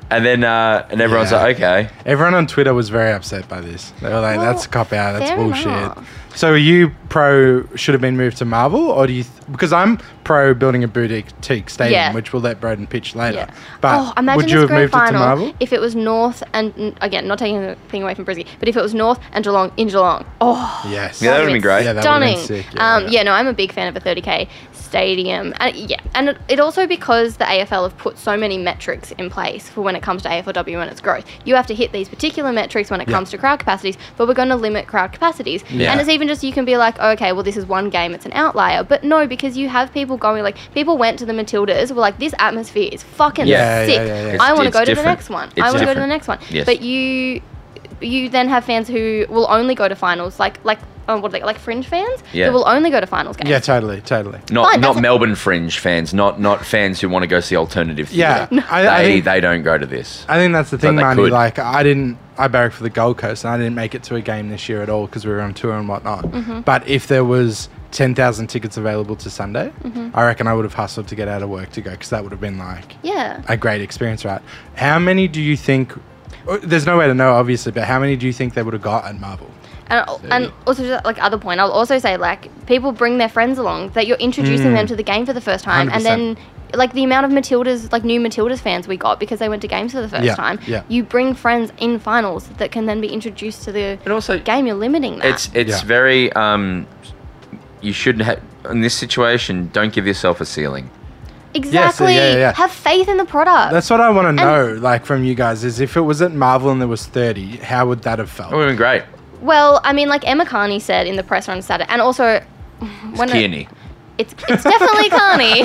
[SPEAKER 1] And then uh, and everyone's
[SPEAKER 4] Yeah.
[SPEAKER 1] like, okay.
[SPEAKER 4] Everyone on Twitter was very upset by this. They were like,
[SPEAKER 3] Well,
[SPEAKER 4] "That's a cop out. That's
[SPEAKER 3] fair
[SPEAKER 4] bullshit."
[SPEAKER 3] enough.
[SPEAKER 4] So, are you pro should have been moved to Marvel, or do you? Th- because I'm pro building a boutique teak stadium,
[SPEAKER 3] Yeah.
[SPEAKER 4] which we'll let Broden pitch later.
[SPEAKER 3] Yeah.
[SPEAKER 4] But
[SPEAKER 3] oh, imagine
[SPEAKER 4] would
[SPEAKER 3] this
[SPEAKER 4] you have
[SPEAKER 3] grand
[SPEAKER 4] moved
[SPEAKER 3] final
[SPEAKER 4] it to Marvel?
[SPEAKER 3] if it was North and n- again, not taking anything away from Brisbane, but if it was North and Geelong in Geelong. Oh,
[SPEAKER 4] Yes.
[SPEAKER 1] Yeah, that would've been great.
[SPEAKER 4] Yeah, that would've
[SPEAKER 3] Stunning.
[SPEAKER 4] been sick,
[SPEAKER 3] Yeah,
[SPEAKER 4] yeah,
[SPEAKER 3] um,
[SPEAKER 4] yeah.
[SPEAKER 3] yeah. no, I'm a big fan of a 30k stadium. And, yeah, and it, it also because the AFL have put so many metrics in place for when it comes to AFLW and its growth. You have to hit these particular metrics when it comes to crowd capacities, but we're going to limit crowd capacities.
[SPEAKER 4] Yeah.
[SPEAKER 3] And it's even just you can be like, okay, well this is one game, it's an outlier, but no, because you have people going like people went to the Matildas, were like this atmosphere is fucking
[SPEAKER 1] Yeah,
[SPEAKER 4] yeah,
[SPEAKER 3] sick.
[SPEAKER 4] yeah, yeah.
[SPEAKER 3] I
[SPEAKER 1] It's-
[SPEAKER 3] want to
[SPEAKER 1] it's
[SPEAKER 3] go to the
[SPEAKER 1] different.
[SPEAKER 3] next one.
[SPEAKER 1] It's
[SPEAKER 3] I want to go to the
[SPEAKER 1] different.
[SPEAKER 3] next one.
[SPEAKER 1] Yes.
[SPEAKER 3] But you you then have fans who will only go to finals, like like oh, what are they like fringe fans?
[SPEAKER 1] Yeah.
[SPEAKER 3] Who will only go to finals games.
[SPEAKER 4] Yeah, totally, totally.
[SPEAKER 1] Not not
[SPEAKER 3] Fine, that's-
[SPEAKER 1] Melbourne fringe fans, not not fans who want to go see alternative.
[SPEAKER 4] Yeah,
[SPEAKER 1] theatre.
[SPEAKER 4] I- I
[SPEAKER 1] they
[SPEAKER 4] think-
[SPEAKER 1] they don't go to this.
[SPEAKER 4] I think that's the thing,
[SPEAKER 1] they
[SPEAKER 4] Marnie.
[SPEAKER 1] could.
[SPEAKER 4] Like, I didn't. I barrack for the Gold Coast, and I didn't make it to a game this year at all because we were on tour and whatnot. But if there was ten thousand tickets available to Sunday, I reckon I would have hustled to get out of work to go because that would have been like
[SPEAKER 3] Yeah.
[SPEAKER 4] a great experience, right? How many do you think? oh, There's no way to know, obviously, but how many do you think they would have got at Marvel?
[SPEAKER 3] And, and also just like other point, I'll also say like people bring their friends along that you're introducing
[SPEAKER 4] Mm.
[SPEAKER 3] them to the game for the first time, and
[SPEAKER 4] 100%.
[SPEAKER 3] then like the amount of Matildas like new Matildas fans we got because they went to games for the first
[SPEAKER 4] Yeah,
[SPEAKER 3] time.
[SPEAKER 4] yeah.
[SPEAKER 3] You bring friends in finals that can then be introduced to the
[SPEAKER 1] And also-
[SPEAKER 3] game. You're limiting that.
[SPEAKER 1] It's it's
[SPEAKER 4] Yeah.
[SPEAKER 1] very um, you shouldn't have in this situation. Don't give yourself a ceiling.
[SPEAKER 3] exactly.
[SPEAKER 4] yeah, yeah.
[SPEAKER 3] Have faith in the product.
[SPEAKER 4] That's what I want to know, like from you guys, is if it was at Marvel and there was thirty, how would that have felt?
[SPEAKER 1] It would have been great.
[SPEAKER 3] Well, I mean, like Emma Carney said in the press on Saturday, and also when it-
[SPEAKER 1] Kearney.
[SPEAKER 3] it's it's definitely Carney.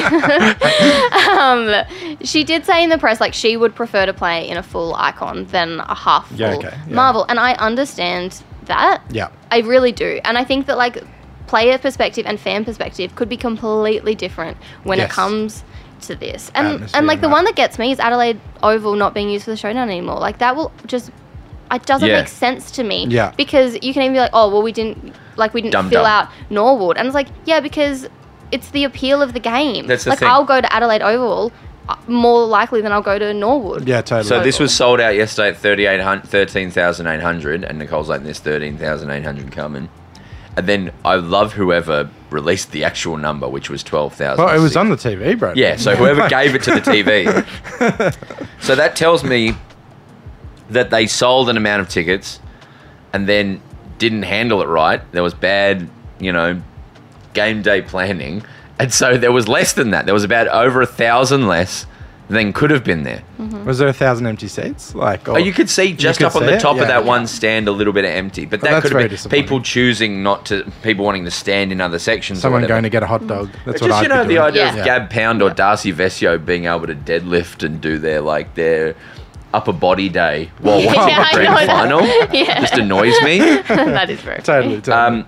[SPEAKER 3] um, she did say in the press like she would prefer to play in a full icon than a half full
[SPEAKER 4] Yeah, okay, yeah.
[SPEAKER 3] Marvel, and I understand that.
[SPEAKER 4] Yeah.
[SPEAKER 3] I really do, and I think that like player perspective and fan perspective could be completely different when
[SPEAKER 4] Yes.
[SPEAKER 3] it comes to this. And
[SPEAKER 4] Atmosphere
[SPEAKER 3] and like the
[SPEAKER 4] and that.
[SPEAKER 3] one that gets me is Adelaide Oval not being used for the showdown anymore. Like that will just it doesn't
[SPEAKER 1] Yeah.
[SPEAKER 3] make sense to me.
[SPEAKER 4] Yeah.
[SPEAKER 3] Because you can even be like, oh well, we didn't like we didn't
[SPEAKER 1] Dum
[SPEAKER 3] fill
[SPEAKER 1] dum.
[SPEAKER 3] out Norwood, and it's like yeah, because it's the appeal of the game.
[SPEAKER 1] That's the
[SPEAKER 3] like
[SPEAKER 1] thing.
[SPEAKER 3] I'll go to Adelaide Oval uh, more likely than I'll go to Norwood.
[SPEAKER 4] Yeah, totally.
[SPEAKER 1] So this was sold out yesterday at 3800 13,800 and Nicole's like there's 13,800 coming. And then I love whoever released the actual number which was 12,000.
[SPEAKER 4] well, it was on the TV, bro.
[SPEAKER 1] Yeah, so whoever gave it to the TV. so that tells me that they sold an amount of tickets and then didn't handle it right. There was bad, you know, game day planning. And so there was less than that. There was about over a thousand less than could have been there.
[SPEAKER 4] Was there a thousand empty seats? Like, or
[SPEAKER 1] Oh, you could see just
[SPEAKER 4] could
[SPEAKER 1] up on
[SPEAKER 4] see
[SPEAKER 1] the
[SPEAKER 4] it?
[SPEAKER 1] top
[SPEAKER 4] Yeah.
[SPEAKER 1] of that one stand a little bit of empty, but that
[SPEAKER 4] that's
[SPEAKER 1] could
[SPEAKER 4] very
[SPEAKER 1] have been
[SPEAKER 4] disappointing.
[SPEAKER 1] people choosing not to, people wanting to stand in other sections. or
[SPEAKER 4] someone
[SPEAKER 1] whatever.
[SPEAKER 4] going to get a hot dog. That's
[SPEAKER 1] It's
[SPEAKER 4] what
[SPEAKER 1] just
[SPEAKER 4] I'd
[SPEAKER 1] you know
[SPEAKER 4] be
[SPEAKER 1] the
[SPEAKER 4] doing.
[SPEAKER 1] idea
[SPEAKER 3] Yeah.
[SPEAKER 1] of Gab Pound or Darcy Vesio being able to deadlift and do their like their upper body day while watching
[SPEAKER 3] Yeah,
[SPEAKER 1] the
[SPEAKER 3] I
[SPEAKER 1] grand
[SPEAKER 3] know that.
[SPEAKER 1] final.
[SPEAKER 3] Yeah.
[SPEAKER 1] Just annoys me.
[SPEAKER 3] that is very
[SPEAKER 4] Totally, totally.
[SPEAKER 1] Um,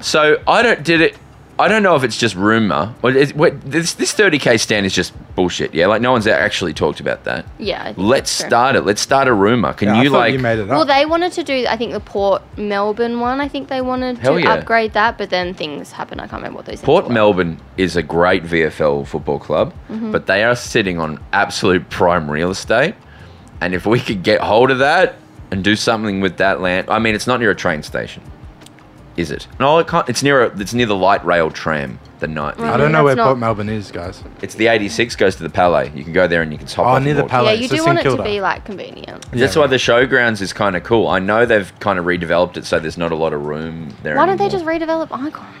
[SPEAKER 1] so I don't did it. I don't know if it's just rumor or is, what, this this 30k stand is just bullshit. Yeah, like no one's actually talked about that.
[SPEAKER 3] Yeah. I think
[SPEAKER 1] Let's
[SPEAKER 3] that's true.
[SPEAKER 1] start it. Let's start a rumor. Can
[SPEAKER 4] Yeah, I
[SPEAKER 1] you
[SPEAKER 4] thought
[SPEAKER 1] like?
[SPEAKER 4] you made it
[SPEAKER 3] Well,
[SPEAKER 4] up?
[SPEAKER 3] they wanted to do, I think, the Port Melbourne one. I think they wanted
[SPEAKER 1] Hell
[SPEAKER 3] to
[SPEAKER 1] yeah.
[SPEAKER 3] upgrade that, but then things happened. I can't remember what those things
[SPEAKER 1] Port
[SPEAKER 3] were.
[SPEAKER 1] Melbourne is a great VFL football club,
[SPEAKER 3] Mm-hmm.
[SPEAKER 1] but they are sitting on absolute prime real estate. And if we could get hold of that and do something with that land, I mean, it's not near a train station, is it? No, it can't. It's near a, It's near the light rail tram. The night.
[SPEAKER 4] I
[SPEAKER 3] I
[SPEAKER 4] don't
[SPEAKER 3] mean,
[SPEAKER 4] know where
[SPEAKER 3] that's not-
[SPEAKER 4] Port Melbourne is, guys.
[SPEAKER 1] It's the 86 goes to the Palais. You can go there and you can hop
[SPEAKER 4] Oh,
[SPEAKER 1] off
[SPEAKER 4] near
[SPEAKER 1] and
[SPEAKER 4] the
[SPEAKER 1] walk.
[SPEAKER 4] Palais.
[SPEAKER 3] Yeah,
[SPEAKER 4] Alex,
[SPEAKER 3] you
[SPEAKER 4] it's
[SPEAKER 3] do
[SPEAKER 4] in
[SPEAKER 3] want it
[SPEAKER 4] Kilda.
[SPEAKER 3] to be like convenient.
[SPEAKER 1] That's
[SPEAKER 4] Yeah,
[SPEAKER 1] why the showgrounds is kind of cool. I know they've kind of redeveloped it so there's not a lot of room there.
[SPEAKER 3] Why don't they
[SPEAKER 1] anymore.
[SPEAKER 3] just redevelop Icon?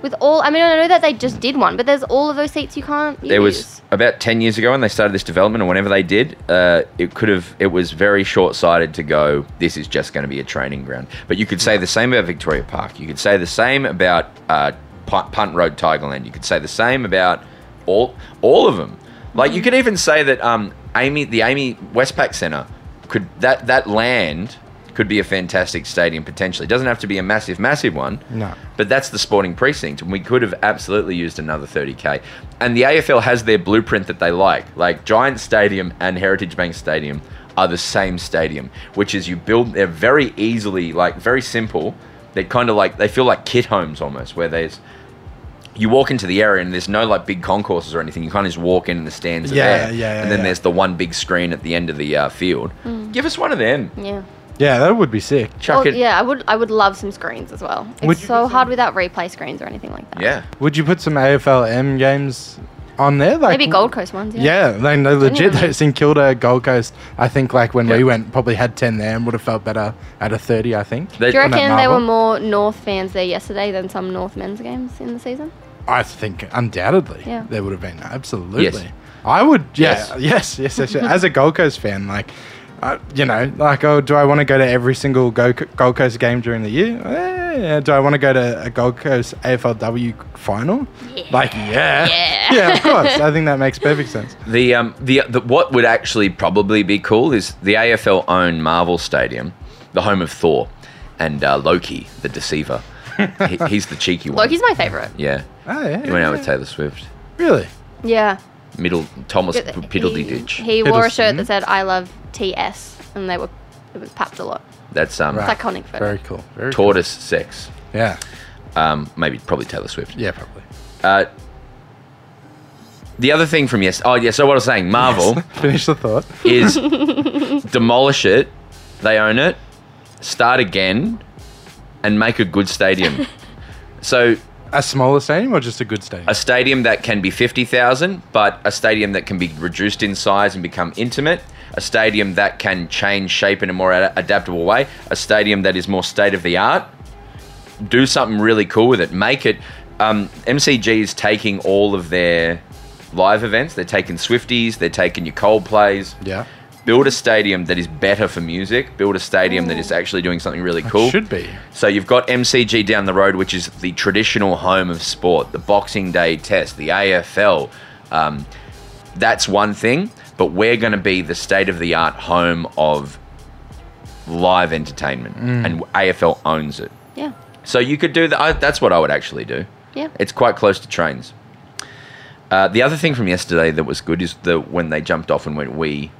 [SPEAKER 3] With all, I mean, I know that they just did one, but there's all of those seats you can't use.
[SPEAKER 1] There was about 10 years ago when they started this development, and whenever they did, uh, it could have, it was very short sighted to go, this is just going to be a training ground. But you could say the same about Victoria Park. You could say the same about uh, Punt, Punt Road Tigerland. You could say the same about all all of them. Like, you could even say that um, Amy, the Amy Westpac Centre, could that, that land could be a fantastic stadium potentially. It doesn't have to be a massive, massive one.
[SPEAKER 4] No.
[SPEAKER 1] But that's the sporting precinct, and we could have absolutely used another 30k. And the AFL has their blueprint that they like. Like Giant Stadium and Heritage Bank Stadium are the same stadium, which is you build. They're very easily, like very simple. They're kind of like they feel like kit homes almost, where there's you walk into the area and there's no like big concourses or anything. You kind of just walk in and the stands are
[SPEAKER 4] Yeah,
[SPEAKER 1] there,
[SPEAKER 4] yeah, yeah,
[SPEAKER 1] and then
[SPEAKER 4] yeah.
[SPEAKER 1] there's the one big screen at the end of the uh, field. Give us one of them.
[SPEAKER 3] Yeah.
[SPEAKER 4] Yeah, that would be sick.
[SPEAKER 1] Chuck
[SPEAKER 3] Hmm.
[SPEAKER 1] it.
[SPEAKER 3] Well, yeah, I would. I would love some screens as well. It's
[SPEAKER 4] Would you-
[SPEAKER 3] so hard without replay screens or anything like that.
[SPEAKER 1] yeah.
[SPEAKER 4] Would you put some AFLM games on there? Like,
[SPEAKER 3] Maybe Gold Coast ones. Yeah.
[SPEAKER 4] Yeah, they know legit.
[SPEAKER 3] Genuinely.
[SPEAKER 4] Those St Kilda, Gold Coast. I think like when
[SPEAKER 1] Yeah.
[SPEAKER 4] we went, probably had ten there and would have felt better at a thirty. I think.
[SPEAKER 1] They-
[SPEAKER 3] Do you
[SPEAKER 4] On that
[SPEAKER 3] reckon there were more
[SPEAKER 4] marble?
[SPEAKER 3] North fans there yesterday than some North men's games in the season?
[SPEAKER 4] I think undoubtedly
[SPEAKER 3] Yeah.
[SPEAKER 4] there would have been absolutely.
[SPEAKER 1] Yes.
[SPEAKER 4] I would.
[SPEAKER 1] Yes.
[SPEAKER 4] Yeah, yes, yes, yes, yes. As a Gold Coast fan, like, uh, you know, like, oh, do I want to go to every single Go- Gold Coast game during the year? Eh, yeah. Do I want to go to a Gold Coast AFLW final? Like, yeah,
[SPEAKER 3] Yeah.
[SPEAKER 4] yeah, of course. I think that makes perfect sense.
[SPEAKER 1] The um the, the what would actually probably be cool is the AFL own Marvel Stadium, the home of Thor, and uh, Loki, the deceiver. he, he's the cheeky one.
[SPEAKER 3] Loki's my favorite.
[SPEAKER 1] yeah.
[SPEAKER 4] Oh yeah,
[SPEAKER 1] He went out
[SPEAKER 4] yeah.
[SPEAKER 1] with Taylor Swift.
[SPEAKER 4] really.
[SPEAKER 3] Yeah.
[SPEAKER 1] Middle Thomas
[SPEAKER 3] Good-
[SPEAKER 1] Piddledy
[SPEAKER 3] he,
[SPEAKER 1] Ditch.
[SPEAKER 3] he wore a shirt
[SPEAKER 1] Mm-hmm.
[SPEAKER 4] Hiddleston.
[SPEAKER 3] that said "I love TS" and they were it was papped a lot.
[SPEAKER 1] That's um
[SPEAKER 4] Right.
[SPEAKER 3] iconic photo.
[SPEAKER 4] Very cool. Very cool.
[SPEAKER 1] tortoise sex.
[SPEAKER 4] Yeah,
[SPEAKER 1] Um, maybe probably Taylor Swift.
[SPEAKER 4] yeah, probably.
[SPEAKER 1] Uh, the other thing from yes, oh yeah. So what I was saying, Marvel.
[SPEAKER 4] Finish the thought.
[SPEAKER 1] is demolish it, they own it, start again, and make a good stadium. so
[SPEAKER 4] A smaller stadium or just a good stadium?
[SPEAKER 1] a stadium that can be 50,000, but a stadium that can be reduced in size and become intimate, a stadium that can change shape in a more ad- adaptable way, a stadium that is more state of the art. Do something really cool with it. Make it. Um, MCG is taking all of their live events. They're taking Swifties. They're taking your Coldplays
[SPEAKER 4] yeah,
[SPEAKER 1] build a stadium that is better for music, build a stadium that is actually doing something really cool.
[SPEAKER 4] should be.
[SPEAKER 1] So you've got MCG down the road, which is the traditional home of sport, the Boxing Day Test, the AFL. Um, that's one thing, but we're going to be the state of the art home of live entertainment,
[SPEAKER 4] Mm.
[SPEAKER 1] and AFL owns it.
[SPEAKER 3] Yeah.
[SPEAKER 1] So you could do that. I- That's what I would actually do.
[SPEAKER 3] Yeah.
[SPEAKER 1] It's quite close to trains. Uh, the other thing from yesterday that was good is the when they jumped off and went we.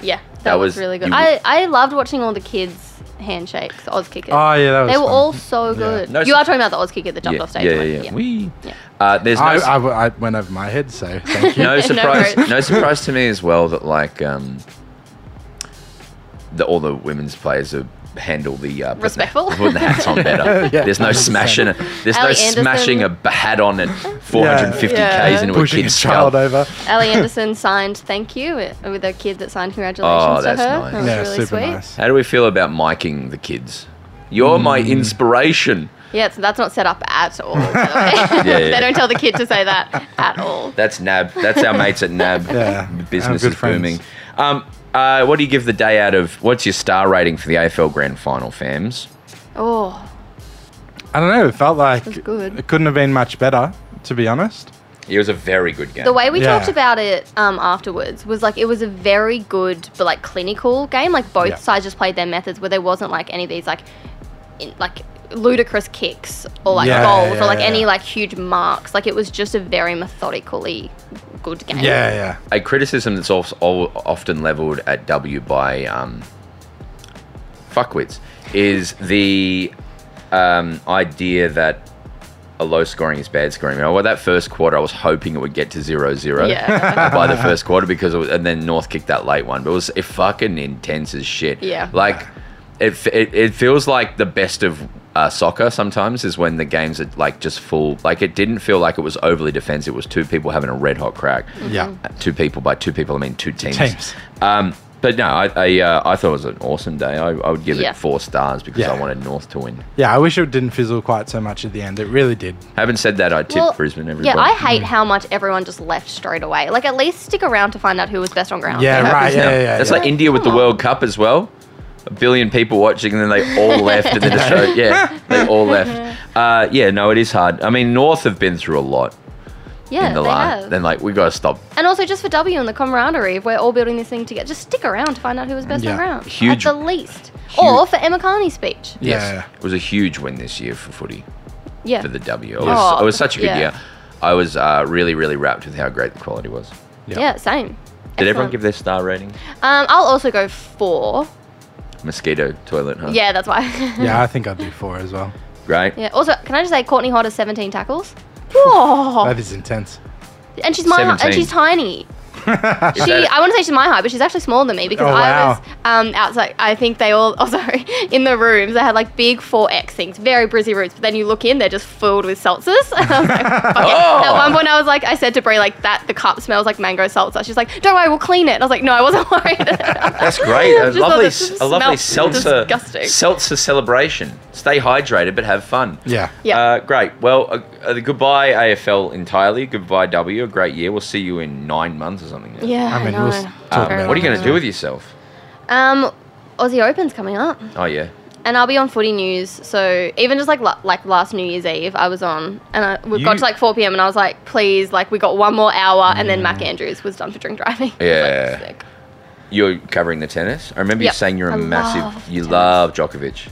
[SPEAKER 3] Yeah, that,
[SPEAKER 1] That
[SPEAKER 3] was,
[SPEAKER 1] was-
[SPEAKER 3] really good.
[SPEAKER 1] you-
[SPEAKER 3] I, I loved watching all the kids handshakes, Oz kickers.
[SPEAKER 1] Ah,
[SPEAKER 4] Oh, yeah, that was
[SPEAKER 3] they were
[SPEAKER 4] fun.
[SPEAKER 3] all so good.
[SPEAKER 1] No,
[SPEAKER 3] you
[SPEAKER 1] so-
[SPEAKER 3] are talking about the Oz kicker that jumped off stage.
[SPEAKER 1] Yeah,
[SPEAKER 3] right?
[SPEAKER 1] yeah, yeah. Wee.
[SPEAKER 3] Yeah.
[SPEAKER 1] Uh, there's no,
[SPEAKER 4] I, I- I went over my head, so thank you.
[SPEAKER 1] no
[SPEAKER 3] No
[SPEAKER 1] surprise. no,
[SPEAKER 3] worries.
[SPEAKER 1] surprise to me as well that like um, the, all the women's players are handle the uh, putting the-
[SPEAKER 3] Respectful.
[SPEAKER 1] putting the hats on better.
[SPEAKER 4] Yeah,
[SPEAKER 1] there's no
[SPEAKER 4] 100%.
[SPEAKER 1] smashing. A, there's no
[SPEAKER 3] Ally Anderson.
[SPEAKER 1] smashing a b- hat on at 450 k's
[SPEAKER 3] Yeah.
[SPEAKER 1] into a
[SPEAKER 4] Pushing a
[SPEAKER 1] kid's
[SPEAKER 4] child
[SPEAKER 1] skull.
[SPEAKER 4] over.
[SPEAKER 3] Ellie Anderson signed "Thank You" with- with a kid that signed
[SPEAKER 1] Oh,
[SPEAKER 3] "Congratulations" to
[SPEAKER 1] that's
[SPEAKER 3] her.
[SPEAKER 1] nice.
[SPEAKER 3] That was
[SPEAKER 4] Yeah,
[SPEAKER 3] really
[SPEAKER 4] super
[SPEAKER 3] sweet.
[SPEAKER 4] nice.
[SPEAKER 1] How do we feel about miking the kids? You're my
[SPEAKER 4] Mm.
[SPEAKER 1] inspiration.
[SPEAKER 3] Yeah, so that's not set up at all. by the way.
[SPEAKER 1] Yeah, yeah.
[SPEAKER 3] they don't tell the kid to say that at all.
[SPEAKER 1] That's Nab. That's our mates at Nab.
[SPEAKER 4] Yeah,
[SPEAKER 1] The business
[SPEAKER 4] our
[SPEAKER 1] is
[SPEAKER 4] good friends.
[SPEAKER 1] booming. Um, uh, what do you give the day out of? What's your star rating for the AFL Grand Final, fams?
[SPEAKER 3] Oh,
[SPEAKER 4] I don't know. It felt like
[SPEAKER 3] That's good.
[SPEAKER 4] it couldn't have been much better, to be honest.
[SPEAKER 1] It was a very good game.
[SPEAKER 3] The way we
[SPEAKER 4] Yeah.
[SPEAKER 3] talked about it um, afterwards was like it was a very good but like clinical game. Like both
[SPEAKER 4] Yeah.
[SPEAKER 3] sides just played their methods where there wasn't like any of these like in, like ludicrous kicks or like
[SPEAKER 4] Yeah,
[SPEAKER 3] goals
[SPEAKER 4] yeah,
[SPEAKER 3] or like
[SPEAKER 4] yeah.
[SPEAKER 3] any like huge marks. Like it was just a very methodically good game.
[SPEAKER 4] Yeah, yeah.
[SPEAKER 1] a criticism that's also often leveled at W by um, fuckwits is the um, idea that a low scoring is bad scoring. You know, well, that first quarter, I was hoping it would get to zero zero
[SPEAKER 3] Yeah.
[SPEAKER 1] by the first quarter because, it was, and then North kicked that late one, but it was it fucking intense as shit.
[SPEAKER 3] Yeah.
[SPEAKER 1] like it, f- it, it feels like the best of uh, soccer sometimes is when the games are like just full. Like it didn't feel like it was overly defensive. It was two people having a red hot crack Uh,
[SPEAKER 4] Yeah.
[SPEAKER 1] two people by two people i mean two teams,
[SPEAKER 4] Mm-hmm. Teams.
[SPEAKER 1] Um, but no i I, uh, I thought it was an awesome day i, I would give
[SPEAKER 3] Yeah.
[SPEAKER 1] it four stars because i
[SPEAKER 4] Yeah.
[SPEAKER 1] wanted north to win
[SPEAKER 4] Yeah, I wish it didn't fizzle quite so much at the end. It really did.
[SPEAKER 1] having said that i tipped
[SPEAKER 3] Well,
[SPEAKER 1] brisbane every
[SPEAKER 3] yeah, I
[SPEAKER 4] Mm.
[SPEAKER 3] hate how much everyone just left straight away. Like, at least stick around to find out who was best on ground.
[SPEAKER 4] Yeah,
[SPEAKER 3] Like,
[SPEAKER 4] right. Yeah, yeah, yeah.
[SPEAKER 1] that's
[SPEAKER 4] yeah.
[SPEAKER 1] like india with the
[SPEAKER 3] Come on.
[SPEAKER 1] world cup as well a billion people watching and then they all left and then the show yeah they all left uh, yeah no it is hard i mean north have been through a lot
[SPEAKER 3] Yeah,
[SPEAKER 1] in the
[SPEAKER 3] they
[SPEAKER 1] last
[SPEAKER 3] have.
[SPEAKER 1] then like we gotta stop
[SPEAKER 3] And also just for W and the camaraderie, if we're all building this thing together, just stick around to find out who was best
[SPEAKER 4] Yeah.
[SPEAKER 3] on ground.
[SPEAKER 1] Huge-
[SPEAKER 3] At the least. Or for Emma Carney's speech.
[SPEAKER 4] Yeah,
[SPEAKER 1] yes
[SPEAKER 4] yeah.
[SPEAKER 1] it was a huge win this year for footy
[SPEAKER 3] Yeah.
[SPEAKER 1] for the w it
[SPEAKER 3] Yeah.
[SPEAKER 1] was,
[SPEAKER 3] Oh,
[SPEAKER 1] it was such a good year
[SPEAKER 3] yeah.
[SPEAKER 1] i was uh, really really wrapped with how great the quality was
[SPEAKER 3] yeah. same.
[SPEAKER 1] Did everyone
[SPEAKER 3] Excellent.
[SPEAKER 1] give their star rating?
[SPEAKER 3] Um, I'll also go four.
[SPEAKER 1] Mosquito toilet, huh?
[SPEAKER 3] Yeah, that's why.
[SPEAKER 4] Yeah, I think I'd do four as well.
[SPEAKER 1] Right?
[SPEAKER 3] Yeah. Also, can I just say Courtney Hodder, 17 tackles? Whoa.
[SPEAKER 4] That is intense.
[SPEAKER 3] and she's my and
[SPEAKER 1] 17.
[SPEAKER 3] she's tiny.
[SPEAKER 1] Is
[SPEAKER 3] She,
[SPEAKER 1] that-
[SPEAKER 3] I want to say she's my height, but she's actually smaller than me because
[SPEAKER 4] Oh,
[SPEAKER 3] I
[SPEAKER 4] wow.
[SPEAKER 3] was um, outside. I think they all, oh sorry, in the rooms they had like big four X things, very brizzy rooms. But then you look in, they're just filled with seltzers. And I was like, fuck it.
[SPEAKER 1] Oh!
[SPEAKER 3] At one point, I was like, I said to Brie like that the cup smells like mango seltzer. She's like, don't worry, we'll clean it. And I was like, no, I wasn't worried.
[SPEAKER 1] that's great. A
[SPEAKER 3] Just thought
[SPEAKER 1] lovely,
[SPEAKER 3] this
[SPEAKER 1] a lovely
[SPEAKER 3] smelled
[SPEAKER 1] seltzer,
[SPEAKER 3] disgusting.
[SPEAKER 1] seltzer celebration. Stay hydrated, but have fun.
[SPEAKER 4] Yeah.
[SPEAKER 3] Yeah.
[SPEAKER 1] Uh, great. Well, uh, uh, goodbye AFL entirely. Goodbye W. A great year. We'll see you in nine months or something.
[SPEAKER 3] yeah,
[SPEAKER 4] I
[SPEAKER 3] I
[SPEAKER 4] mean,
[SPEAKER 3] know.
[SPEAKER 4] we'll s- talk
[SPEAKER 1] Um,
[SPEAKER 4] about
[SPEAKER 1] what are you going
[SPEAKER 4] it.
[SPEAKER 1] to do with yourself?
[SPEAKER 3] Um, Aussie Open's coming up.
[SPEAKER 1] Oh yeah.
[SPEAKER 3] and I'll be on Footy News. So even just like la- like last New Year's Eve, I was on, and I, we got
[SPEAKER 1] You-
[SPEAKER 3] to like four p.m. and I was like, please, like we got one more hour, and then Mac Andrews was done for drink driving. I was
[SPEAKER 1] Yeah.
[SPEAKER 3] like, sick.
[SPEAKER 1] You're covering the tennis. I remember
[SPEAKER 3] Yep.
[SPEAKER 1] you saying you're a
[SPEAKER 3] I
[SPEAKER 1] massive.
[SPEAKER 3] love
[SPEAKER 1] you
[SPEAKER 3] tennis.
[SPEAKER 1] love Djokovic.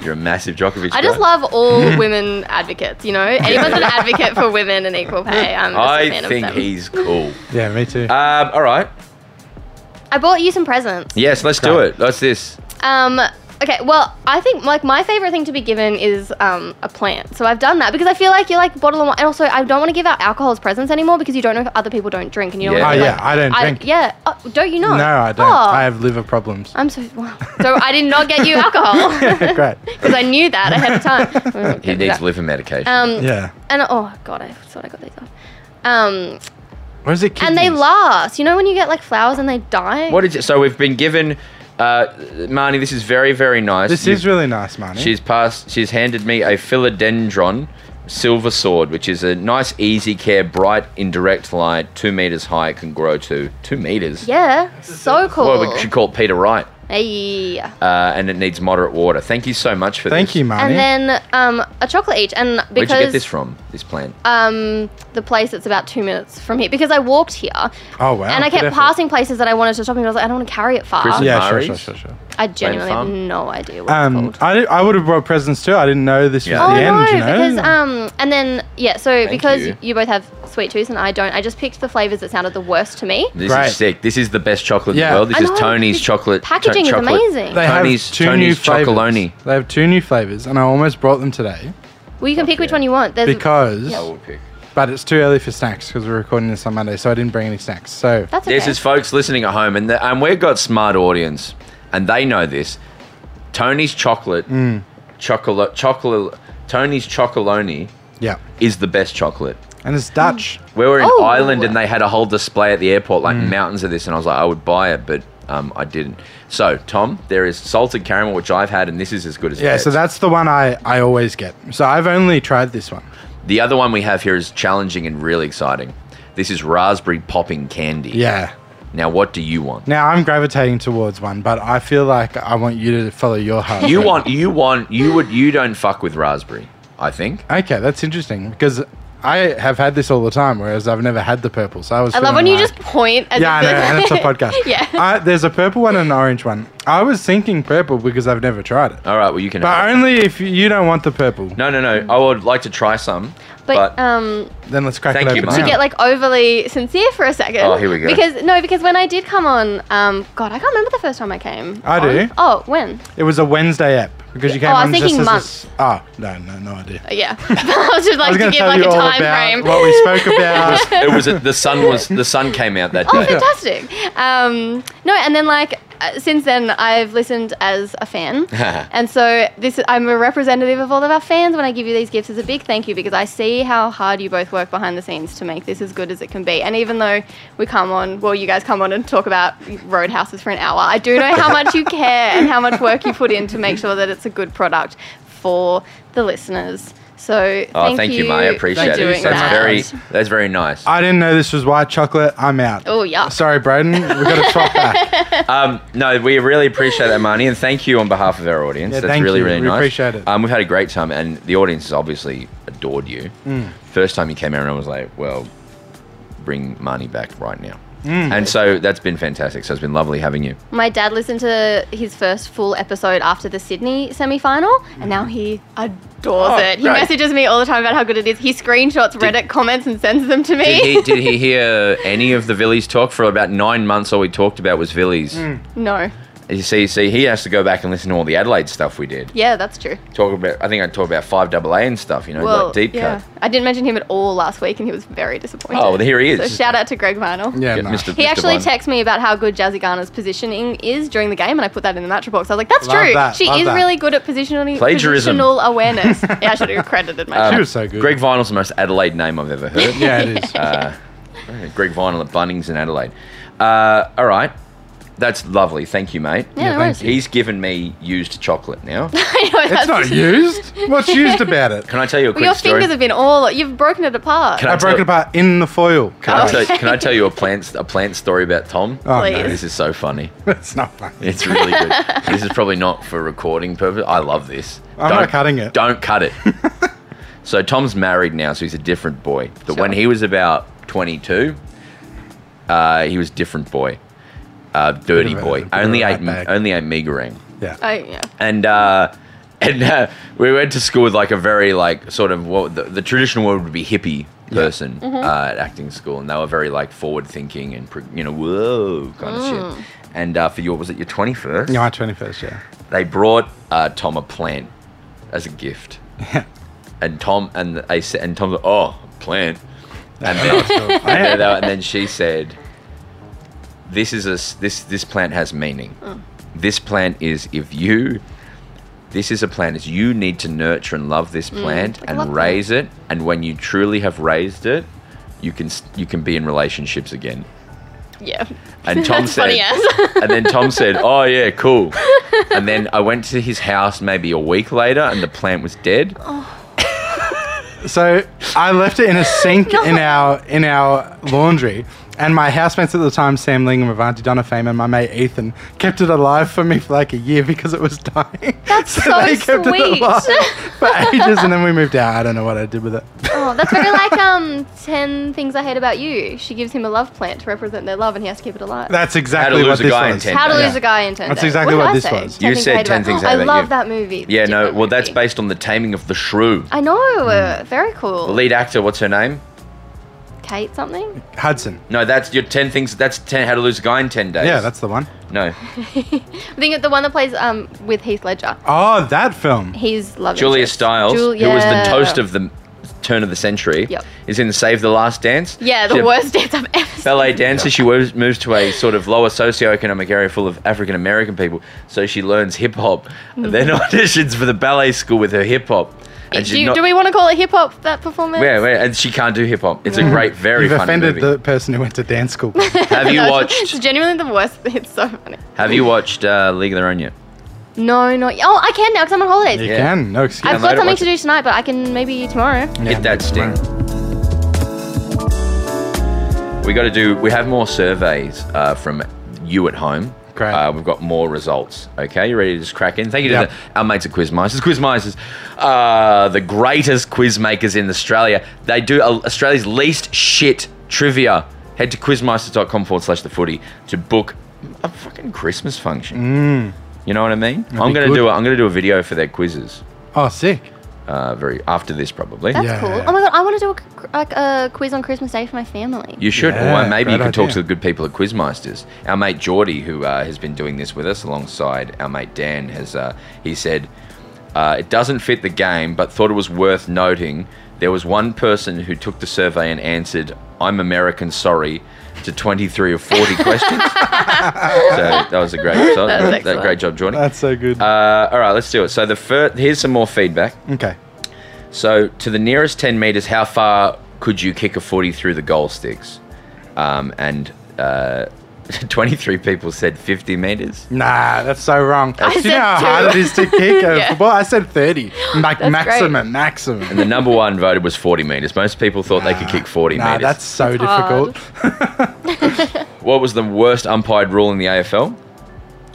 [SPEAKER 1] you're a massive Djokovic.
[SPEAKER 3] I just
[SPEAKER 1] guy.
[SPEAKER 3] love all women advocates. You know, anyone's an advocate for women and equal pay. I'm just a
[SPEAKER 1] I
[SPEAKER 3] fan
[SPEAKER 1] think
[SPEAKER 3] of them.
[SPEAKER 1] he's cool.
[SPEAKER 4] Yeah, me too.
[SPEAKER 1] Um, all right.
[SPEAKER 3] I bought you some presents.
[SPEAKER 1] Yes, let's do
[SPEAKER 4] Great.
[SPEAKER 1] it. Let's this.
[SPEAKER 3] Um, okay, well, I think like my favorite thing to be given is um, a plant. So I've done that because I feel like you're like bottle of wine, and also I don't want to give out alcohol as presents anymore because you don't know if other people don't drink and you don't.
[SPEAKER 1] Yeah.
[SPEAKER 3] want
[SPEAKER 1] Oh,
[SPEAKER 3] to,
[SPEAKER 4] yeah,
[SPEAKER 3] like,
[SPEAKER 4] I don't drink.
[SPEAKER 3] Yeah, oh, don't you know?
[SPEAKER 4] no, I don't.
[SPEAKER 3] Oh,
[SPEAKER 4] I have liver problems.
[SPEAKER 3] I'm so wow. so I did not get you alcohol
[SPEAKER 4] Great.
[SPEAKER 3] because I knew that ahead of time. We won't
[SPEAKER 1] He
[SPEAKER 3] get to
[SPEAKER 1] needs
[SPEAKER 3] that.
[SPEAKER 1] liver medication.
[SPEAKER 3] Um,
[SPEAKER 4] Yeah.
[SPEAKER 3] and oh god, I thought I got these off. Um,
[SPEAKER 4] Where's it?
[SPEAKER 3] and they
[SPEAKER 4] kidneys?
[SPEAKER 3] last. You know when you get like flowers and they die.
[SPEAKER 1] What did you? So we've been given, uh, Marnie. This is very, very nice.
[SPEAKER 4] This
[SPEAKER 1] You've-
[SPEAKER 4] is really nice, Marnie.
[SPEAKER 1] She's passed. She's handed me a philodendron silver sword, which is a nice, easy care, bright in direct light, two meters high. It can grow to two meters.
[SPEAKER 3] Yeah, so cool.
[SPEAKER 1] Well, we should call it Peter Wright,
[SPEAKER 3] hey.
[SPEAKER 1] uh, and it needs moderate water. Thank you so much for
[SPEAKER 4] Thank
[SPEAKER 1] this.
[SPEAKER 4] you, Marnie.
[SPEAKER 3] and then um, a chocolate each. And
[SPEAKER 1] Where'd
[SPEAKER 3] because
[SPEAKER 1] you get this from? This plant.
[SPEAKER 3] um, the place that's about two minutes from here, because I walked here.
[SPEAKER 4] oh wow.
[SPEAKER 3] and I
[SPEAKER 4] good
[SPEAKER 3] kept
[SPEAKER 4] effort.
[SPEAKER 3] passing places that I wanted to stop and I was like, I don't want to carry it far.
[SPEAKER 1] Christmas.
[SPEAKER 4] Yeah, sure,
[SPEAKER 1] Maris.
[SPEAKER 4] sure, sure, sure.
[SPEAKER 3] I genuinely have
[SPEAKER 1] Farm.
[SPEAKER 3] no idea what
[SPEAKER 4] Um,
[SPEAKER 3] it's called.
[SPEAKER 4] I, di- I would have brought presents too. I didn't know this
[SPEAKER 1] Yeah.
[SPEAKER 4] was
[SPEAKER 3] Oh
[SPEAKER 4] the end.
[SPEAKER 3] no!
[SPEAKER 4] you know?
[SPEAKER 3] Because um, and then yeah, so because
[SPEAKER 1] you.
[SPEAKER 3] you. both have sweet tooth and I don't, I just picked the flavors that sounded the worst to me.
[SPEAKER 1] This
[SPEAKER 4] Great.
[SPEAKER 1] is sick. This is the best chocolate in
[SPEAKER 4] Yeah.
[SPEAKER 1] the world. This
[SPEAKER 3] I
[SPEAKER 1] is
[SPEAKER 3] know,
[SPEAKER 1] Tony's
[SPEAKER 3] this
[SPEAKER 1] chocolate.
[SPEAKER 3] packaging is
[SPEAKER 1] chocolate.
[SPEAKER 3] amazing.
[SPEAKER 4] they
[SPEAKER 1] Tony's-
[SPEAKER 4] have two
[SPEAKER 1] Tony's
[SPEAKER 4] new flavors.
[SPEAKER 1] chocolony.
[SPEAKER 4] They have two new flavors, and I almost brought them today
[SPEAKER 3] Well, you can pick which one you want. There's
[SPEAKER 4] because.
[SPEAKER 1] I will pick.
[SPEAKER 4] But it's too early for snacks because we're recording this on Monday, so I didn't bring any snacks. So
[SPEAKER 3] that's okay.
[SPEAKER 1] This is folks listening at home, and the, and we've got smart audience, and they know this. Tony's chocolate,
[SPEAKER 4] Mm.
[SPEAKER 1] chocolate, chocolate. Tony's chocoloni
[SPEAKER 4] yeah,
[SPEAKER 1] is the best chocolate.
[SPEAKER 4] and it's Dutch.
[SPEAKER 1] We were in
[SPEAKER 3] Oh.
[SPEAKER 1] Ireland, and they had a whole display at the airport, like
[SPEAKER 4] Mm.
[SPEAKER 1] mountains of this, and I was like, I would buy it, but um, I didn't. So Tom, there is salted caramel, which I've had, and this is as good as it
[SPEAKER 4] Yeah, so
[SPEAKER 1] gets.
[SPEAKER 4] that's the one I, I always get. So I've only tried this one.
[SPEAKER 1] the other one we have here is challenging and really exciting. This is raspberry popping candy.
[SPEAKER 4] Yeah.
[SPEAKER 1] Now, what do you want?
[SPEAKER 4] Now I'm gravitating towards one, but I feel like I want you to follow your heart.
[SPEAKER 1] You want, you want, you would, you don't fuck with raspberry. I think.
[SPEAKER 4] Okay, that's interesting because I have had this all the time, whereas I've never had the purple. So I was.
[SPEAKER 3] I love
[SPEAKER 4] feeling
[SPEAKER 3] when you
[SPEAKER 4] like-
[SPEAKER 3] just point. As
[SPEAKER 4] Yeah, I
[SPEAKER 3] if
[SPEAKER 4] know, and it's a podcast.
[SPEAKER 3] yeah.
[SPEAKER 4] I, there's a purple one and an orange one. I was thinking purple because I've never tried it,
[SPEAKER 1] All right, well you can.
[SPEAKER 4] but
[SPEAKER 1] have it.
[SPEAKER 4] only if you don't want the purple.
[SPEAKER 1] no, no, no. I would like to try some,
[SPEAKER 3] but
[SPEAKER 1] but,
[SPEAKER 3] um,
[SPEAKER 4] Then let's crack
[SPEAKER 1] Thank
[SPEAKER 4] it
[SPEAKER 1] you,
[SPEAKER 4] open.
[SPEAKER 1] Mike.
[SPEAKER 3] to
[SPEAKER 1] Yeah.
[SPEAKER 4] now.
[SPEAKER 3] get like overly sincere for a second.
[SPEAKER 1] Oh, here we go.
[SPEAKER 3] Because no, because when I did come on, um, God, I can't remember the first time I came.
[SPEAKER 4] I
[SPEAKER 3] on.
[SPEAKER 4] do.
[SPEAKER 3] Oh, when?
[SPEAKER 4] It was a Wednesday app because you
[SPEAKER 3] Yeah,
[SPEAKER 4] came
[SPEAKER 3] oh, I
[SPEAKER 4] on
[SPEAKER 3] was thinking
[SPEAKER 4] just as this- Ah, no, no, no idea.
[SPEAKER 3] Uh, Yeah, I was just
[SPEAKER 4] I
[SPEAKER 3] like
[SPEAKER 4] was
[SPEAKER 3] to
[SPEAKER 4] going to
[SPEAKER 3] give
[SPEAKER 4] tell
[SPEAKER 3] like
[SPEAKER 4] you
[SPEAKER 3] a
[SPEAKER 4] all
[SPEAKER 3] time
[SPEAKER 4] about
[SPEAKER 3] frame.
[SPEAKER 4] what we spoke about.
[SPEAKER 1] it was the sun was the sun came out that
[SPEAKER 3] Oh,
[SPEAKER 1] day.
[SPEAKER 3] fantastic! Um, no, and then like uh, since then, I've listened as a fan, and so this I'm a representative of all of our fans. When I give you these gifts, as a big thank you because I see how hard you both work behind the scenes to make this as good as it can be. And even though we come on, well, you guys come on and talk about roadhouses for an hour, I do know how much you care and how much work you put in to make sure that it's a good product for the listeners. So
[SPEAKER 1] Oh,
[SPEAKER 3] thank,
[SPEAKER 1] thank you, May. I appreciate
[SPEAKER 3] for
[SPEAKER 1] it.
[SPEAKER 3] doing
[SPEAKER 4] so
[SPEAKER 1] That's
[SPEAKER 4] much.
[SPEAKER 3] that.
[SPEAKER 1] very that's very nice.
[SPEAKER 4] I didn't know this was white chocolate. I'm out.
[SPEAKER 3] Oh, yuck.
[SPEAKER 4] Sorry, Braden. We've got to swap that.
[SPEAKER 1] Um, no, we really appreciate that, Marnie, and thank you on behalf of our audience.
[SPEAKER 4] Yeah,
[SPEAKER 1] That's
[SPEAKER 4] thank
[SPEAKER 1] really,
[SPEAKER 4] you.
[SPEAKER 1] really
[SPEAKER 4] We
[SPEAKER 1] nice.
[SPEAKER 4] appreciate it.
[SPEAKER 1] Um, we've had a great time, and the audience has obviously adored you.
[SPEAKER 4] Mm.
[SPEAKER 1] First time you came out, and I was like, well, bring Marnie back right now.
[SPEAKER 4] Mm.
[SPEAKER 1] And so that's been fantastic. So it's been lovely having you.
[SPEAKER 3] My dad listened to his first full episode after the Sydney semi final, and now he adores
[SPEAKER 1] Oh,
[SPEAKER 3] it. He
[SPEAKER 1] great.
[SPEAKER 3] messages me all the time about how good it is. He screenshots Reddit comments and sends them to me.
[SPEAKER 1] Did he, did he hear any of the Villies talk? For about nine months, all we talked about was Villies.
[SPEAKER 3] Hmm. no.
[SPEAKER 1] You see, see, he has to go back and listen to all the Adelaide stuff we did.
[SPEAKER 3] Yeah, that's true.
[SPEAKER 1] Talk about, I think I talked about 5AA and stuff, you know, like deep cut.
[SPEAKER 3] I didn't mention him at all last week, and he was very disappointed.
[SPEAKER 1] Oh, well, here he is.
[SPEAKER 3] So shout out to Greg Vinal.
[SPEAKER 4] Yeah,
[SPEAKER 1] Yeah,
[SPEAKER 4] nice.
[SPEAKER 1] Mr.
[SPEAKER 3] He
[SPEAKER 1] Mr.
[SPEAKER 3] actually
[SPEAKER 1] Vine.
[SPEAKER 3] texted me about how good Jazzy Garner's positioning is during the game, and I put that in the match box. I was like, "That's
[SPEAKER 4] Love
[SPEAKER 3] true.
[SPEAKER 4] that,
[SPEAKER 3] she
[SPEAKER 4] love
[SPEAKER 3] is
[SPEAKER 4] that.
[SPEAKER 3] really good at positioning,
[SPEAKER 1] Plagiarism.
[SPEAKER 3] positional awareness." yeah, I should have credited myself.
[SPEAKER 4] She was so good.
[SPEAKER 1] Um, Greg Vinal's the most Adelaide name I've ever heard.
[SPEAKER 4] yeah, it is.
[SPEAKER 1] Uh, Greg Vinyl at Bunnings in Adelaide. Uh, all right. That's lovely. Thank you, mate.
[SPEAKER 3] yeah,
[SPEAKER 4] yeah,
[SPEAKER 3] no
[SPEAKER 4] thank
[SPEAKER 3] worries.
[SPEAKER 4] you.
[SPEAKER 1] He's given me used chocolate now.
[SPEAKER 3] I know
[SPEAKER 4] it's
[SPEAKER 3] that's-
[SPEAKER 4] not used. What's used about it?
[SPEAKER 1] Can I tell you a quick
[SPEAKER 3] Well, your
[SPEAKER 1] story?
[SPEAKER 3] fingers have been all. You've broken it apart.
[SPEAKER 1] Can
[SPEAKER 4] I
[SPEAKER 1] I tell-
[SPEAKER 4] broke it apart in the foil.
[SPEAKER 1] can, I
[SPEAKER 3] Oh.
[SPEAKER 1] tell, can I tell you a plant a plant story about Tom?
[SPEAKER 4] Oh,
[SPEAKER 3] Please.
[SPEAKER 1] This is so funny.
[SPEAKER 4] That's not fun.
[SPEAKER 1] It's really good. this is probably not for recording purpose. I love this.
[SPEAKER 4] I'm not cutting it.
[SPEAKER 1] Don't cut it. so Tom's married now, so he's a different boy. But when he was about 22, uh, he was different boy, uh, dirty
[SPEAKER 4] Bit of a-
[SPEAKER 1] boy.
[SPEAKER 4] bit of a
[SPEAKER 1] Only ate
[SPEAKER 4] rat
[SPEAKER 1] m-
[SPEAKER 4] bag.
[SPEAKER 1] only ate meagering
[SPEAKER 4] Yeah.
[SPEAKER 3] Oh, yeah.
[SPEAKER 1] and uh, and uh, we went to school with like a very like sort of what the, the traditional word would be hippie person uh, at acting school, and they were very like forward thinking and pro- you know whoa kind of shit. And uh, for your was it your twenty first?
[SPEAKER 4] Yeah, my 21st, yeah.
[SPEAKER 1] They brought uh, Tom a plant as a gift, and Tom and they said, and Tom's like oh plant, and then, and, then, and then she said, "This is a s- this this plant has meaning.
[SPEAKER 3] Oh.
[SPEAKER 1] This plant is if you." This is a plant. Is you need to nurture and love this plant
[SPEAKER 3] like a Mm, love
[SPEAKER 1] and
[SPEAKER 3] plant.
[SPEAKER 1] raise it. And when you truly have raised it, you can s- you can be in relationships again.
[SPEAKER 3] Yeah.
[SPEAKER 1] And Tom
[SPEAKER 3] That's
[SPEAKER 1] said,
[SPEAKER 3] funny as.
[SPEAKER 1] and then Tom said, "Oh yeah, cool." And then I went to his house maybe a week later, and the plant was dead.
[SPEAKER 3] Oh,
[SPEAKER 4] So I left it in a sink in our in our laundry, and my housemates at the time, Sam Lingham of Auntie Donna fame, and my mate Ethan, kept it alive for me for like a year because it was dying.
[SPEAKER 3] That's so sweet.
[SPEAKER 4] for ages, and then we moved out. I don't know what I did with it.
[SPEAKER 3] oh, that's very like um ten things I hate about you. She gives him a love plant to represent their love, and he has to keep it alive.
[SPEAKER 4] That's exactly
[SPEAKER 1] Lose
[SPEAKER 4] what
[SPEAKER 1] a
[SPEAKER 4] this
[SPEAKER 1] Guy in
[SPEAKER 4] was.
[SPEAKER 1] 10
[SPEAKER 3] How to
[SPEAKER 1] Yeah.
[SPEAKER 3] Lose a Guy in Ten
[SPEAKER 4] That's
[SPEAKER 3] Days.
[SPEAKER 4] exactly
[SPEAKER 3] did
[SPEAKER 4] what
[SPEAKER 3] I
[SPEAKER 4] this
[SPEAKER 3] say?
[SPEAKER 4] was.
[SPEAKER 1] You
[SPEAKER 3] I
[SPEAKER 1] said
[SPEAKER 3] hate
[SPEAKER 1] 10 things I hate
[SPEAKER 3] I
[SPEAKER 1] about
[SPEAKER 3] love
[SPEAKER 1] you.
[SPEAKER 3] that movie. It's a
[SPEAKER 1] Yeah, no.
[SPEAKER 3] different
[SPEAKER 1] Well, that's Hmm.
[SPEAKER 3] movie.
[SPEAKER 1] based on the taming of the shrew.
[SPEAKER 3] I know. uh, very cool.
[SPEAKER 1] The lead actor, what's her name?
[SPEAKER 3] Kate something.
[SPEAKER 4] Hudson.
[SPEAKER 1] No, that's your ten things. That's ten. How to lose a guy in ten days.
[SPEAKER 4] Yeah, that's the one.
[SPEAKER 1] no.
[SPEAKER 3] I think the one that plays um with Heath Ledger.
[SPEAKER 4] Oh, that film.
[SPEAKER 3] He's love.
[SPEAKER 1] Julia
[SPEAKER 3] interest.
[SPEAKER 1] Stiles,
[SPEAKER 3] Jul-
[SPEAKER 1] who was the
[SPEAKER 3] yeah.
[SPEAKER 1] toast of the turn of the century,
[SPEAKER 3] Yep.
[SPEAKER 1] is in Save the Last Dance.
[SPEAKER 3] Yeah,
[SPEAKER 1] She's
[SPEAKER 3] the
[SPEAKER 1] a
[SPEAKER 3] worst dance I've ever seen.
[SPEAKER 1] Ballet dancer, she moves, moves to a sort of lower socioeconomic area full of African American people, so she learns hip hop, and then auditions for the ballet school with her hip hop. And
[SPEAKER 3] Mm. Do,
[SPEAKER 1] she's
[SPEAKER 3] you-
[SPEAKER 1] not,
[SPEAKER 3] do we want to call it hip hop that performance?
[SPEAKER 1] yeah, yeah, and she can't do hip hop. It's
[SPEAKER 3] Mm.
[SPEAKER 1] a great, very
[SPEAKER 4] You've
[SPEAKER 1] funny
[SPEAKER 4] offended
[SPEAKER 1] movie.
[SPEAKER 4] the person who went to dance school.
[SPEAKER 1] Have you
[SPEAKER 3] No, It's
[SPEAKER 1] watched?
[SPEAKER 3] genuinely the worst. It's so funny.
[SPEAKER 1] Have you watched uh, League of Their Own yet?
[SPEAKER 3] No, not oh, I can now because I'm on holidays.
[SPEAKER 4] You
[SPEAKER 1] Yeah.
[SPEAKER 4] can. No excuse.
[SPEAKER 3] I've
[SPEAKER 1] later
[SPEAKER 3] got something
[SPEAKER 1] watch
[SPEAKER 3] to do tonight, but I can maybe tomorrow.
[SPEAKER 4] Yeah,
[SPEAKER 1] Hit that sting.
[SPEAKER 4] right.
[SPEAKER 1] We got to do. We have more surveys uh, from you at home.
[SPEAKER 4] Great.
[SPEAKER 1] Uh, we've got more results. Okay, you ready to just crack in? Thank you to
[SPEAKER 4] Yep.
[SPEAKER 1] the, our mates at Quizmasters. Quizmasters, uh, the greatest quiz makers in Australia. They do uh, Australia's least shit trivia. Head to quizmasters.com forward slash the footy to book a fucking Christmas function. You know what I mean? I'm
[SPEAKER 4] Mm. be
[SPEAKER 1] gonna
[SPEAKER 4] good.
[SPEAKER 1] do. A, I'm gonna do a video for their quizzes.
[SPEAKER 4] Oh, sick.
[SPEAKER 1] Uh, very after this probably.
[SPEAKER 3] That's
[SPEAKER 4] Yeah.
[SPEAKER 3] cool. Oh my god, I want to do a, cr- like a quiz on Christmas Day for my family.
[SPEAKER 1] You should.
[SPEAKER 4] Yeah,
[SPEAKER 1] or maybe you
[SPEAKER 4] great
[SPEAKER 1] could talk
[SPEAKER 4] idea.
[SPEAKER 1] to the good people at Quizmasters. Our mate Geordie, who uh, has been doing this with us alongside our mate Dan, has uh, he said uh, it doesn't fit the game, but thought it was worth noting. There was one person who took the survey and answered, "I'm American, sorry." To 23 or 40 questions. so that was a great result.
[SPEAKER 3] That was
[SPEAKER 1] That- that- great
[SPEAKER 3] excellent.
[SPEAKER 1] job, Geordie.
[SPEAKER 4] That's so good.
[SPEAKER 1] Uh, all right, let's do it. So the first, here's some more feedback.
[SPEAKER 4] okay.
[SPEAKER 1] So, to the nearest 10 metres, how far could you kick a 40 through the goal sticks? Um, and uh, 23 people said 50 metres.
[SPEAKER 4] Nah, that's so wrong. Do you
[SPEAKER 3] said
[SPEAKER 4] know how
[SPEAKER 3] two.
[SPEAKER 4] hard it is to kick a
[SPEAKER 3] Yeah.
[SPEAKER 4] football? I said 30. Like
[SPEAKER 3] That's
[SPEAKER 4] maximum,
[SPEAKER 3] great.
[SPEAKER 4] maximum.
[SPEAKER 1] The number one voted was 40 metres. Most people thought they could kick 40
[SPEAKER 4] Nah,
[SPEAKER 1] metres.
[SPEAKER 4] that's so
[SPEAKER 3] hard.
[SPEAKER 4] difficult.
[SPEAKER 1] What was the worst umpired rule in the AFL?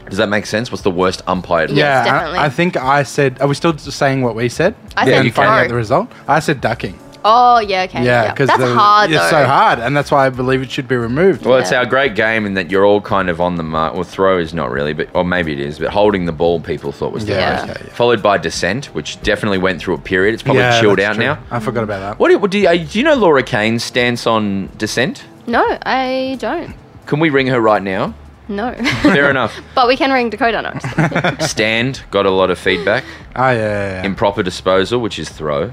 [SPEAKER 1] Does that make sense? What's the worst umpired rule?
[SPEAKER 4] Yeah, I-
[SPEAKER 3] definitely.
[SPEAKER 4] I think I said. Are we still saying what we said?
[SPEAKER 3] I
[SPEAKER 1] Yeah,
[SPEAKER 4] and
[SPEAKER 1] you
[SPEAKER 3] said
[SPEAKER 1] can.
[SPEAKER 4] finding out the
[SPEAKER 3] no.
[SPEAKER 4] result. I said ducking.
[SPEAKER 3] Oh yeah, okay.
[SPEAKER 4] Yeah, because
[SPEAKER 3] that's hard
[SPEAKER 4] It's
[SPEAKER 3] though.
[SPEAKER 4] so hard, and that's why I believe it should be removed.
[SPEAKER 1] Well, it's
[SPEAKER 3] Yeah.
[SPEAKER 1] our great game in that you're all kind of on the mark. Well, throw is not really, but or maybe it is. But holding the ball, people thought was the
[SPEAKER 4] Yeah,
[SPEAKER 1] worst.
[SPEAKER 4] okay, yeah.
[SPEAKER 1] Followed by descent, which definitely went through a period. It's probably
[SPEAKER 4] Yeah,
[SPEAKER 1] chilled
[SPEAKER 4] that's
[SPEAKER 1] out
[SPEAKER 4] true.
[SPEAKER 1] now.
[SPEAKER 4] I forgot about that.
[SPEAKER 1] What do, what do you, uh, do you know Laura Kane's stance on dissent?
[SPEAKER 3] No, I don't.
[SPEAKER 1] Can we ring her right now?
[SPEAKER 3] No.
[SPEAKER 1] Fair enough.
[SPEAKER 3] but we can ring Dakota Knox.
[SPEAKER 1] Stand got a lot of feedback.
[SPEAKER 4] Oh yeah, yeah, yeah.
[SPEAKER 1] Improper disposal, which is throw,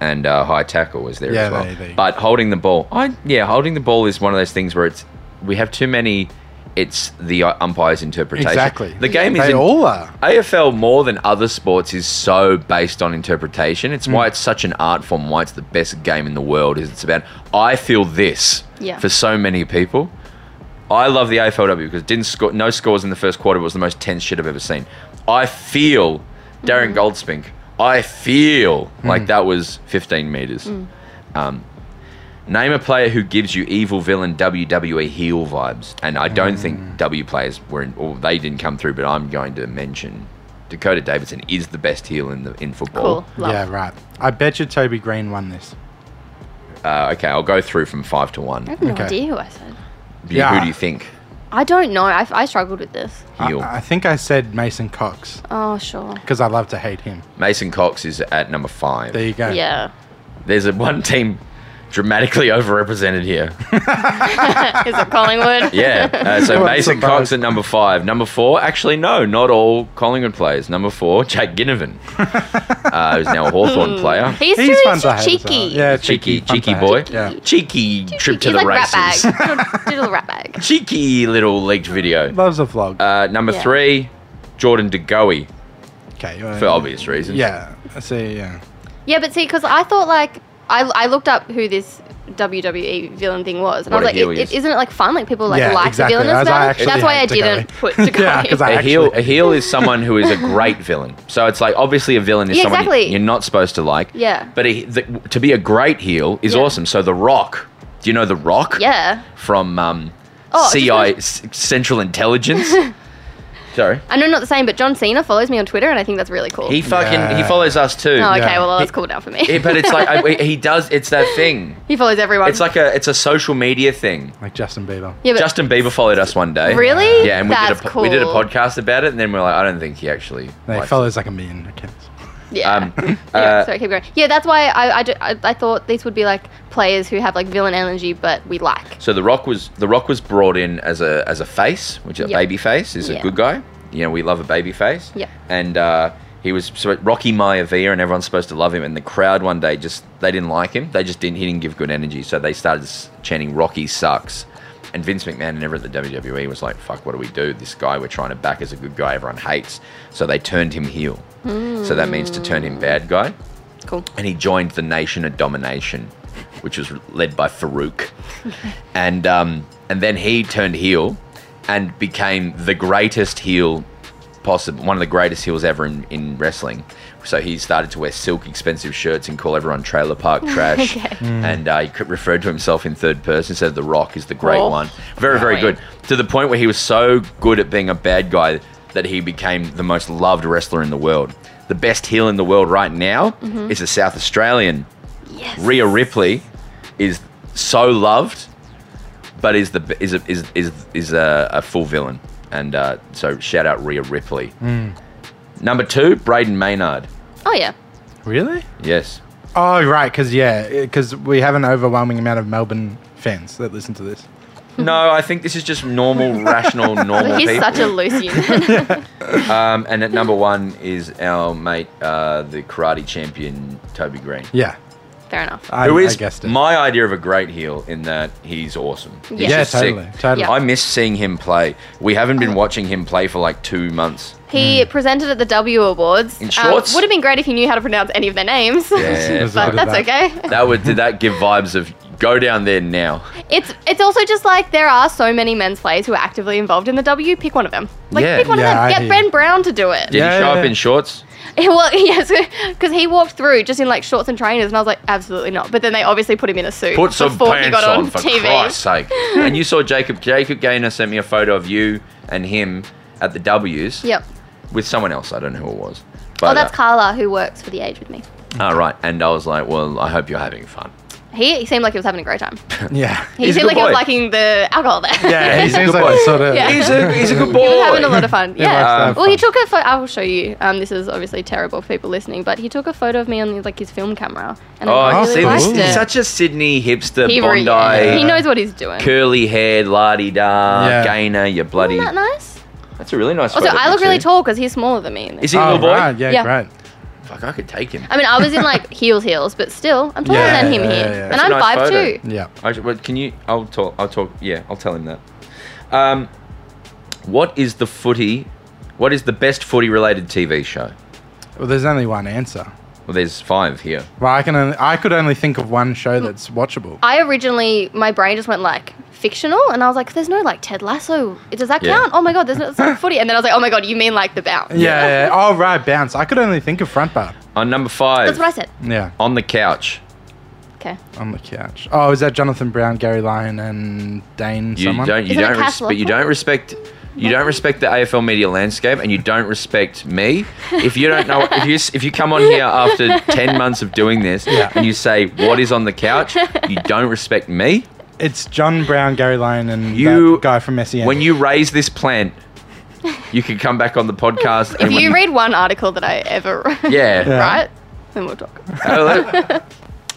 [SPEAKER 1] and uh, high tackle was there
[SPEAKER 4] Yeah,
[SPEAKER 1] as well.
[SPEAKER 4] they- they-
[SPEAKER 1] But holding the ball, I yeah, holding the ball is one of those things where it's we have too many. It's the uh, umpire's interpretation.
[SPEAKER 4] exactly.
[SPEAKER 1] The game is
[SPEAKER 4] They
[SPEAKER 1] in-
[SPEAKER 4] all are.
[SPEAKER 1] AFL more than other sports is so based on interpretation. It's why it's such an art form. Why it's the best game in the world is it's about I feel this
[SPEAKER 3] Yeah.
[SPEAKER 1] for so many people. I love the AFLW because it didn't score no scores in the first quarter was the most tense shit I've ever seen. I feel Darren Goldspink. I feel like that was 15 meters. Um, name a player who gives you evil villain WWE heel vibes, and I don't
[SPEAKER 4] Mm.
[SPEAKER 1] think W players were in, or they didn't come through. But I'm going to mention Dakota Davidson is the best heel in the in football.
[SPEAKER 3] Cool. Love.
[SPEAKER 4] Yeah, right. I bet you Toby Green won this.
[SPEAKER 1] Uh, okay, I'll go through from five to one.
[SPEAKER 3] I have no
[SPEAKER 4] Okay.
[SPEAKER 3] idea who I said.
[SPEAKER 1] You- Who
[SPEAKER 4] Yeah.
[SPEAKER 1] do you think
[SPEAKER 3] I don't know. I, I struggled with this.
[SPEAKER 4] I,
[SPEAKER 1] heel?
[SPEAKER 4] I think I said Mason Cox
[SPEAKER 3] Oh sure.
[SPEAKER 4] because I love to hate him.
[SPEAKER 1] Mason Cox is at number five.
[SPEAKER 4] There you go.
[SPEAKER 3] Yeah.
[SPEAKER 1] There's a one team dramatically overrepresented here.
[SPEAKER 3] Is it Collingwood?
[SPEAKER 1] Yeah. Uh, so
[SPEAKER 4] Well,
[SPEAKER 1] Mason
[SPEAKER 4] surprised.
[SPEAKER 1] Cox at number five. Number four, actually, no, not all Collingwood players. Number four, Jack Ginnivan, uh, who's now a Hawthorn player.
[SPEAKER 3] He's,
[SPEAKER 4] He's
[SPEAKER 3] too
[SPEAKER 4] fun to hate as
[SPEAKER 3] cheeky.
[SPEAKER 4] well. Yeah,
[SPEAKER 1] Cheeky,
[SPEAKER 4] fun
[SPEAKER 1] cheeky
[SPEAKER 4] to hate.
[SPEAKER 1] boy.
[SPEAKER 4] Yeah.
[SPEAKER 1] Cheeky trip to
[SPEAKER 3] He's
[SPEAKER 1] the
[SPEAKER 3] like
[SPEAKER 1] races.
[SPEAKER 3] rat bag. Little- little rat bag.
[SPEAKER 1] cheeky little leaked video.
[SPEAKER 4] Loves a vlog.
[SPEAKER 1] Uh, number
[SPEAKER 3] Yeah.
[SPEAKER 1] three, Jordan De Goey
[SPEAKER 4] okay.
[SPEAKER 1] for obvious reasons.
[SPEAKER 4] Mm-hmm. Yeah. I see. Yeah.
[SPEAKER 3] Yeah, but see, because I thought like I, I looked up who this WWE villain thing was, and
[SPEAKER 1] What a
[SPEAKER 3] I was
[SPEAKER 1] heel
[SPEAKER 3] like,
[SPEAKER 1] he
[SPEAKER 3] it,
[SPEAKER 1] is.
[SPEAKER 3] it, isn't it like fun? Like people like
[SPEAKER 4] Yeah,
[SPEAKER 3] like
[SPEAKER 4] exactly.
[SPEAKER 3] the villain
[SPEAKER 4] I
[SPEAKER 3] and
[SPEAKER 4] was- I
[SPEAKER 3] stuff.
[SPEAKER 4] actually
[SPEAKER 3] That's why I
[SPEAKER 4] hate Dakota.
[SPEAKER 3] didn't put Dakota.
[SPEAKER 4] Yeah, 'cause I
[SPEAKER 1] A
[SPEAKER 4] actually
[SPEAKER 1] heel, a
[SPEAKER 4] hate
[SPEAKER 1] heel is someone who is a great villain. So it's like obviously a villain is
[SPEAKER 3] Yeah,
[SPEAKER 1] someone
[SPEAKER 3] exactly.
[SPEAKER 1] you're not supposed to like.
[SPEAKER 3] Yeah.
[SPEAKER 1] But a, the, to be a great heel is
[SPEAKER 3] Yeah.
[SPEAKER 1] awesome. So The Rock, do you know The Rock?
[SPEAKER 3] yeah,
[SPEAKER 1] From um,
[SPEAKER 3] Oh,
[SPEAKER 1] CI
[SPEAKER 3] just
[SPEAKER 1] S- Central Intelligence. Sorry,
[SPEAKER 3] I know not the same, but John Cena follows me on Twitter, and I think that's really cool.
[SPEAKER 1] he fucking he
[SPEAKER 4] Yeah.
[SPEAKER 1] follows us too.
[SPEAKER 3] oh, okay,
[SPEAKER 4] Yeah.
[SPEAKER 3] well that's cool now for me.
[SPEAKER 1] Yeah, but it's like I, he does. It's that thing.
[SPEAKER 3] he follows everyone.
[SPEAKER 1] It's like a it's a social media thing.
[SPEAKER 4] Like Justin Bieber.
[SPEAKER 3] yeah, but
[SPEAKER 1] Justin Bieber followed us one day.
[SPEAKER 3] Really?
[SPEAKER 1] Yeah, and we
[SPEAKER 3] That's
[SPEAKER 1] did a po- we did a
[SPEAKER 3] cool.
[SPEAKER 1] podcast about it, and then we are like, I don't think he actually.
[SPEAKER 4] They
[SPEAKER 1] likes
[SPEAKER 4] follows like a million accounts.
[SPEAKER 3] yeah.
[SPEAKER 1] Um,
[SPEAKER 3] Anyway,
[SPEAKER 1] uh,
[SPEAKER 3] sorry, keep going. Yeah, that's why I, I, ju- I, I thought these would be like players who have like villain energy, but we like.
[SPEAKER 1] So the Rock was the Rock was brought in as a as a face, which a
[SPEAKER 3] Yeah.
[SPEAKER 1] baby face is a
[SPEAKER 3] Yeah.
[SPEAKER 1] good guy. You know, we love a baby face.
[SPEAKER 3] Yeah.
[SPEAKER 1] And uh, he was so Rocky Maivia, and everyone's supposed to love him. And the crowd one day just they didn't like him. They just didn't. He didn't give good energy, so they started s- chanting "Rocky sucks." And Vince McMahon and everyone at the WWE was like, "Fuck, what do we do? This guy we're trying to back is a good guy. Everyone hates." So they turned him heel.
[SPEAKER 3] Hmm.
[SPEAKER 1] So that means to turn him bad guy
[SPEAKER 3] Cool.
[SPEAKER 1] and he joined the Nation of Domination, which was led by Farouk, and um, and then he turned heel and became the greatest heel possible one of the greatest heels ever in, in wrestling. So he started to wear silk, expensive shirts and call everyone trailer park trash.
[SPEAKER 3] Okay.
[SPEAKER 1] And uh, he c- referred to himself in third person. Said the Rock is the great
[SPEAKER 3] Oh.
[SPEAKER 1] one. Very very
[SPEAKER 3] Right.
[SPEAKER 1] good. To the point where he was so good at being a bad guy that he became the most loved wrestler in the world. The best heel in the world right now
[SPEAKER 3] Mm-hmm.
[SPEAKER 1] is a South Australian
[SPEAKER 3] Yes.
[SPEAKER 1] Rhea Ripley is so loved, but is the is a, is is is a, a full villain. And uh, so shout out Rhea Ripley.
[SPEAKER 3] Hmm.
[SPEAKER 1] Number two, Braden Maynard.
[SPEAKER 3] Oh yeah.
[SPEAKER 4] Really?
[SPEAKER 1] Yes,
[SPEAKER 4] Oh, right. Because, yeah, because we have an overwhelming amount of Melbourne fans that listen to this.
[SPEAKER 1] No, I think this is just normal, rational, normal
[SPEAKER 3] He's
[SPEAKER 1] people.
[SPEAKER 3] such a loose unit.
[SPEAKER 1] um, and at number one is our mate, uh, the karate champion, Toby Green.
[SPEAKER 4] Yeah.
[SPEAKER 3] Fair enough.
[SPEAKER 4] I,
[SPEAKER 1] who
[SPEAKER 4] I
[SPEAKER 1] is
[SPEAKER 4] guessed it.
[SPEAKER 1] my idea of a great heel in that he's awesome. He's
[SPEAKER 3] Yeah.
[SPEAKER 4] Yeah,
[SPEAKER 1] just sick.
[SPEAKER 4] totally, totally.
[SPEAKER 3] Yeah.
[SPEAKER 1] I miss seeing him play. We haven't been watching him play for like two months.
[SPEAKER 3] He presented at the W Awards.
[SPEAKER 1] In shorts?
[SPEAKER 3] would have been great if he knew how to pronounce any of their names.
[SPEAKER 1] Yeah.
[SPEAKER 4] As a
[SPEAKER 3] but
[SPEAKER 4] bit of
[SPEAKER 3] that's
[SPEAKER 4] that.
[SPEAKER 3] okay.
[SPEAKER 1] That would did that give vibes of go down there now?
[SPEAKER 3] It's it's also just like there are so many men's players who are actively involved in the W. Pick one of them. Like
[SPEAKER 1] Yeah.
[SPEAKER 3] pick one
[SPEAKER 4] Yeah, I
[SPEAKER 3] of them. Get
[SPEAKER 4] hear
[SPEAKER 3] Ben
[SPEAKER 4] you.
[SPEAKER 3] Brown to do it.
[SPEAKER 1] Did
[SPEAKER 4] Yeah,
[SPEAKER 1] he show
[SPEAKER 4] yeah,
[SPEAKER 1] up
[SPEAKER 4] yeah.
[SPEAKER 1] in shorts?
[SPEAKER 3] Well, yes, because he walked through just in like shorts and trainers, and I was like, absolutely not. But then they obviously put him in a suit
[SPEAKER 1] Put some
[SPEAKER 3] before
[SPEAKER 1] pants
[SPEAKER 3] he got
[SPEAKER 1] on,
[SPEAKER 3] on
[SPEAKER 1] for
[SPEAKER 3] TV.
[SPEAKER 1] Christ's sake! and you saw Jacob. Jacob Gaynor sent me a photo of you and him at the W's
[SPEAKER 3] Yep.
[SPEAKER 1] with someone else. I don't know who it was.
[SPEAKER 3] oh, that's
[SPEAKER 1] uh,
[SPEAKER 3] Carla who works for the Age with me.
[SPEAKER 1] Ah, right. And I was like, well, I hope you're having fun.
[SPEAKER 3] He, he seemed like he was having a great time.
[SPEAKER 4] Yeah.
[SPEAKER 3] He
[SPEAKER 1] He's a
[SPEAKER 3] seemed
[SPEAKER 1] good
[SPEAKER 3] like he
[SPEAKER 1] boy.
[SPEAKER 3] was liking the alcohol there.
[SPEAKER 4] Yeah, he
[SPEAKER 1] He's a
[SPEAKER 4] seems
[SPEAKER 1] good
[SPEAKER 4] like
[SPEAKER 1] boy.
[SPEAKER 4] the sort of.
[SPEAKER 3] Yeah.
[SPEAKER 1] He's a he's a good boy.
[SPEAKER 3] He was having a lot of fun.
[SPEAKER 4] He likes to
[SPEAKER 3] Yeah.
[SPEAKER 4] have
[SPEAKER 3] well, he
[SPEAKER 4] fun.
[SPEAKER 3] took a photo. I will show you. Um, this is obviously terrible for people listening, but he took a photo of me on like his film camera, and
[SPEAKER 1] Oh,
[SPEAKER 3] I
[SPEAKER 1] you
[SPEAKER 3] really
[SPEAKER 1] see,
[SPEAKER 3] liked
[SPEAKER 1] this
[SPEAKER 4] liked
[SPEAKER 1] he's
[SPEAKER 3] it.
[SPEAKER 1] such a Sydney hipster,
[SPEAKER 3] he,
[SPEAKER 1] Bondi,
[SPEAKER 3] really- he knows what he's doing.
[SPEAKER 1] curly haired, la di da,
[SPEAKER 4] Yeah.
[SPEAKER 1] Gaynor, you bloody.
[SPEAKER 3] Isn't that nice?
[SPEAKER 1] That's a really nice.
[SPEAKER 3] Also,
[SPEAKER 1] photo
[SPEAKER 3] I look
[SPEAKER 1] picture.
[SPEAKER 3] really tall because he's smaller than me. In this.
[SPEAKER 1] Is he a
[SPEAKER 4] Oh,
[SPEAKER 1] little boy?
[SPEAKER 4] right. Yeah,
[SPEAKER 3] Yeah.
[SPEAKER 4] great.
[SPEAKER 1] Fuck, I could take him.
[SPEAKER 3] I mean, I was in like heels, heels, but still, I'm taller
[SPEAKER 4] Yeah,
[SPEAKER 3] than him
[SPEAKER 4] yeah,
[SPEAKER 3] here,
[SPEAKER 4] yeah, yeah.
[SPEAKER 3] and
[SPEAKER 1] That's a
[SPEAKER 3] I'm
[SPEAKER 1] nice
[SPEAKER 3] five
[SPEAKER 1] photo.
[SPEAKER 3] two.
[SPEAKER 4] Yeah.
[SPEAKER 1] I, but can you? I'll talk. I'll talk. Yeah, I'll tell him that. Um, what is the footy? What is the best footy-related TV show?
[SPEAKER 4] Well, there's only one answer.
[SPEAKER 1] Well, there's five here.
[SPEAKER 4] Well, I can only, I could only think of one show that's watchable.
[SPEAKER 3] I originally, my brain just went like fictional, and I was like, "There's no like Ted Lasso. Does that
[SPEAKER 1] Yeah.
[SPEAKER 3] count? Oh my god, there's no it's like footy." And then I was like, "Oh my god, you mean like the bounce?"
[SPEAKER 4] Yeah, yeah. Oh, right, bounce. I could only think of front bar.
[SPEAKER 1] On Uh, number five,
[SPEAKER 3] that's what I said.
[SPEAKER 4] Yeah,
[SPEAKER 1] on the couch.
[SPEAKER 3] Okay.
[SPEAKER 4] on the couch. Oh, is that Jonathan Brown, Gary Lyon, and Dane?
[SPEAKER 1] You
[SPEAKER 4] someone?
[SPEAKER 1] don't. You
[SPEAKER 3] Isn't it
[SPEAKER 1] don't. Res-
[SPEAKER 3] Castle
[SPEAKER 1] but you
[SPEAKER 3] Rock?
[SPEAKER 1] don't respect. You don't respect the AFL media landscape, and you don't respect me. If you don't know, if you s- if you come on here after ten months of doing this, and you say what is on the couch, you don't respect me.
[SPEAKER 4] It's John Brown, Gary Lyon, and
[SPEAKER 1] You-
[SPEAKER 4] that guy from E SEN.
[SPEAKER 1] When you raise this plant, you can come back on the podcast.
[SPEAKER 3] If
[SPEAKER 1] and when
[SPEAKER 3] you read one article that I ever
[SPEAKER 1] yeah,
[SPEAKER 4] Yeah.
[SPEAKER 3] right, then we'll talk.
[SPEAKER 1] Hello.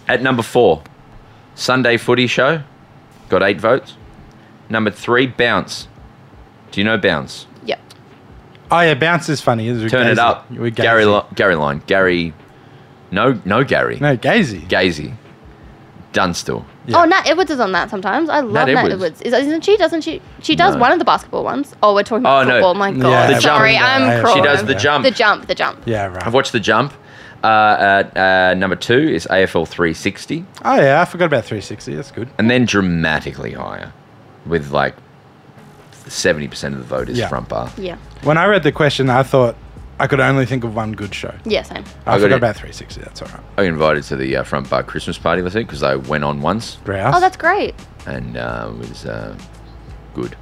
[SPEAKER 1] At number four, Sunday Footy Show got eight votes. Number three, Bounce. Do you know Bounce?
[SPEAKER 3] Yep.
[SPEAKER 4] oh yeah, bounce is funny. It's with
[SPEAKER 1] Turn it
[SPEAKER 4] Gazy.
[SPEAKER 1] up,
[SPEAKER 4] With Gazy.
[SPEAKER 1] Gary. Li- Gary Line. Gary. No, no, Gary.
[SPEAKER 4] No, Gazy.
[SPEAKER 1] Gazy. Dunstall.
[SPEAKER 4] Yeah.
[SPEAKER 3] Oh, Nat Edwards is on that sometimes. I love Nat,
[SPEAKER 1] Edwards.
[SPEAKER 3] Edwards. Is, isn't she? Doesn't she? She does
[SPEAKER 1] No.
[SPEAKER 3] one of the basketball ones. Oh, we're talking about
[SPEAKER 1] Oh, no.
[SPEAKER 3] football. My
[SPEAKER 4] Yeah,
[SPEAKER 3] God.
[SPEAKER 4] The jump.
[SPEAKER 3] Sorry,
[SPEAKER 4] Yeah,
[SPEAKER 3] I'm
[SPEAKER 4] yeah.
[SPEAKER 3] crawling.
[SPEAKER 1] She does the
[SPEAKER 4] Yeah.
[SPEAKER 1] jump.
[SPEAKER 3] The jump. The jump.
[SPEAKER 4] yeah, right.
[SPEAKER 1] I've watched the jump. Uh, at uh, number two is AFL 360,
[SPEAKER 4] oh yeah, I forgot about 360. That's good.
[SPEAKER 1] and then dramatically higher, with like 70% of the vote is
[SPEAKER 4] Yeah.
[SPEAKER 1] front bar.
[SPEAKER 3] Yeah.
[SPEAKER 4] When I read the question, I thought I could only think of one good show.
[SPEAKER 3] Yeah, same.
[SPEAKER 4] I,
[SPEAKER 1] I got
[SPEAKER 4] forgot
[SPEAKER 1] it.
[SPEAKER 4] about 360. That's all right.
[SPEAKER 1] I got invited to the uh, front bar Christmas party last week because I went on once
[SPEAKER 4] Rouse.
[SPEAKER 3] Oh, that's great.
[SPEAKER 1] and uh, it was uh, good.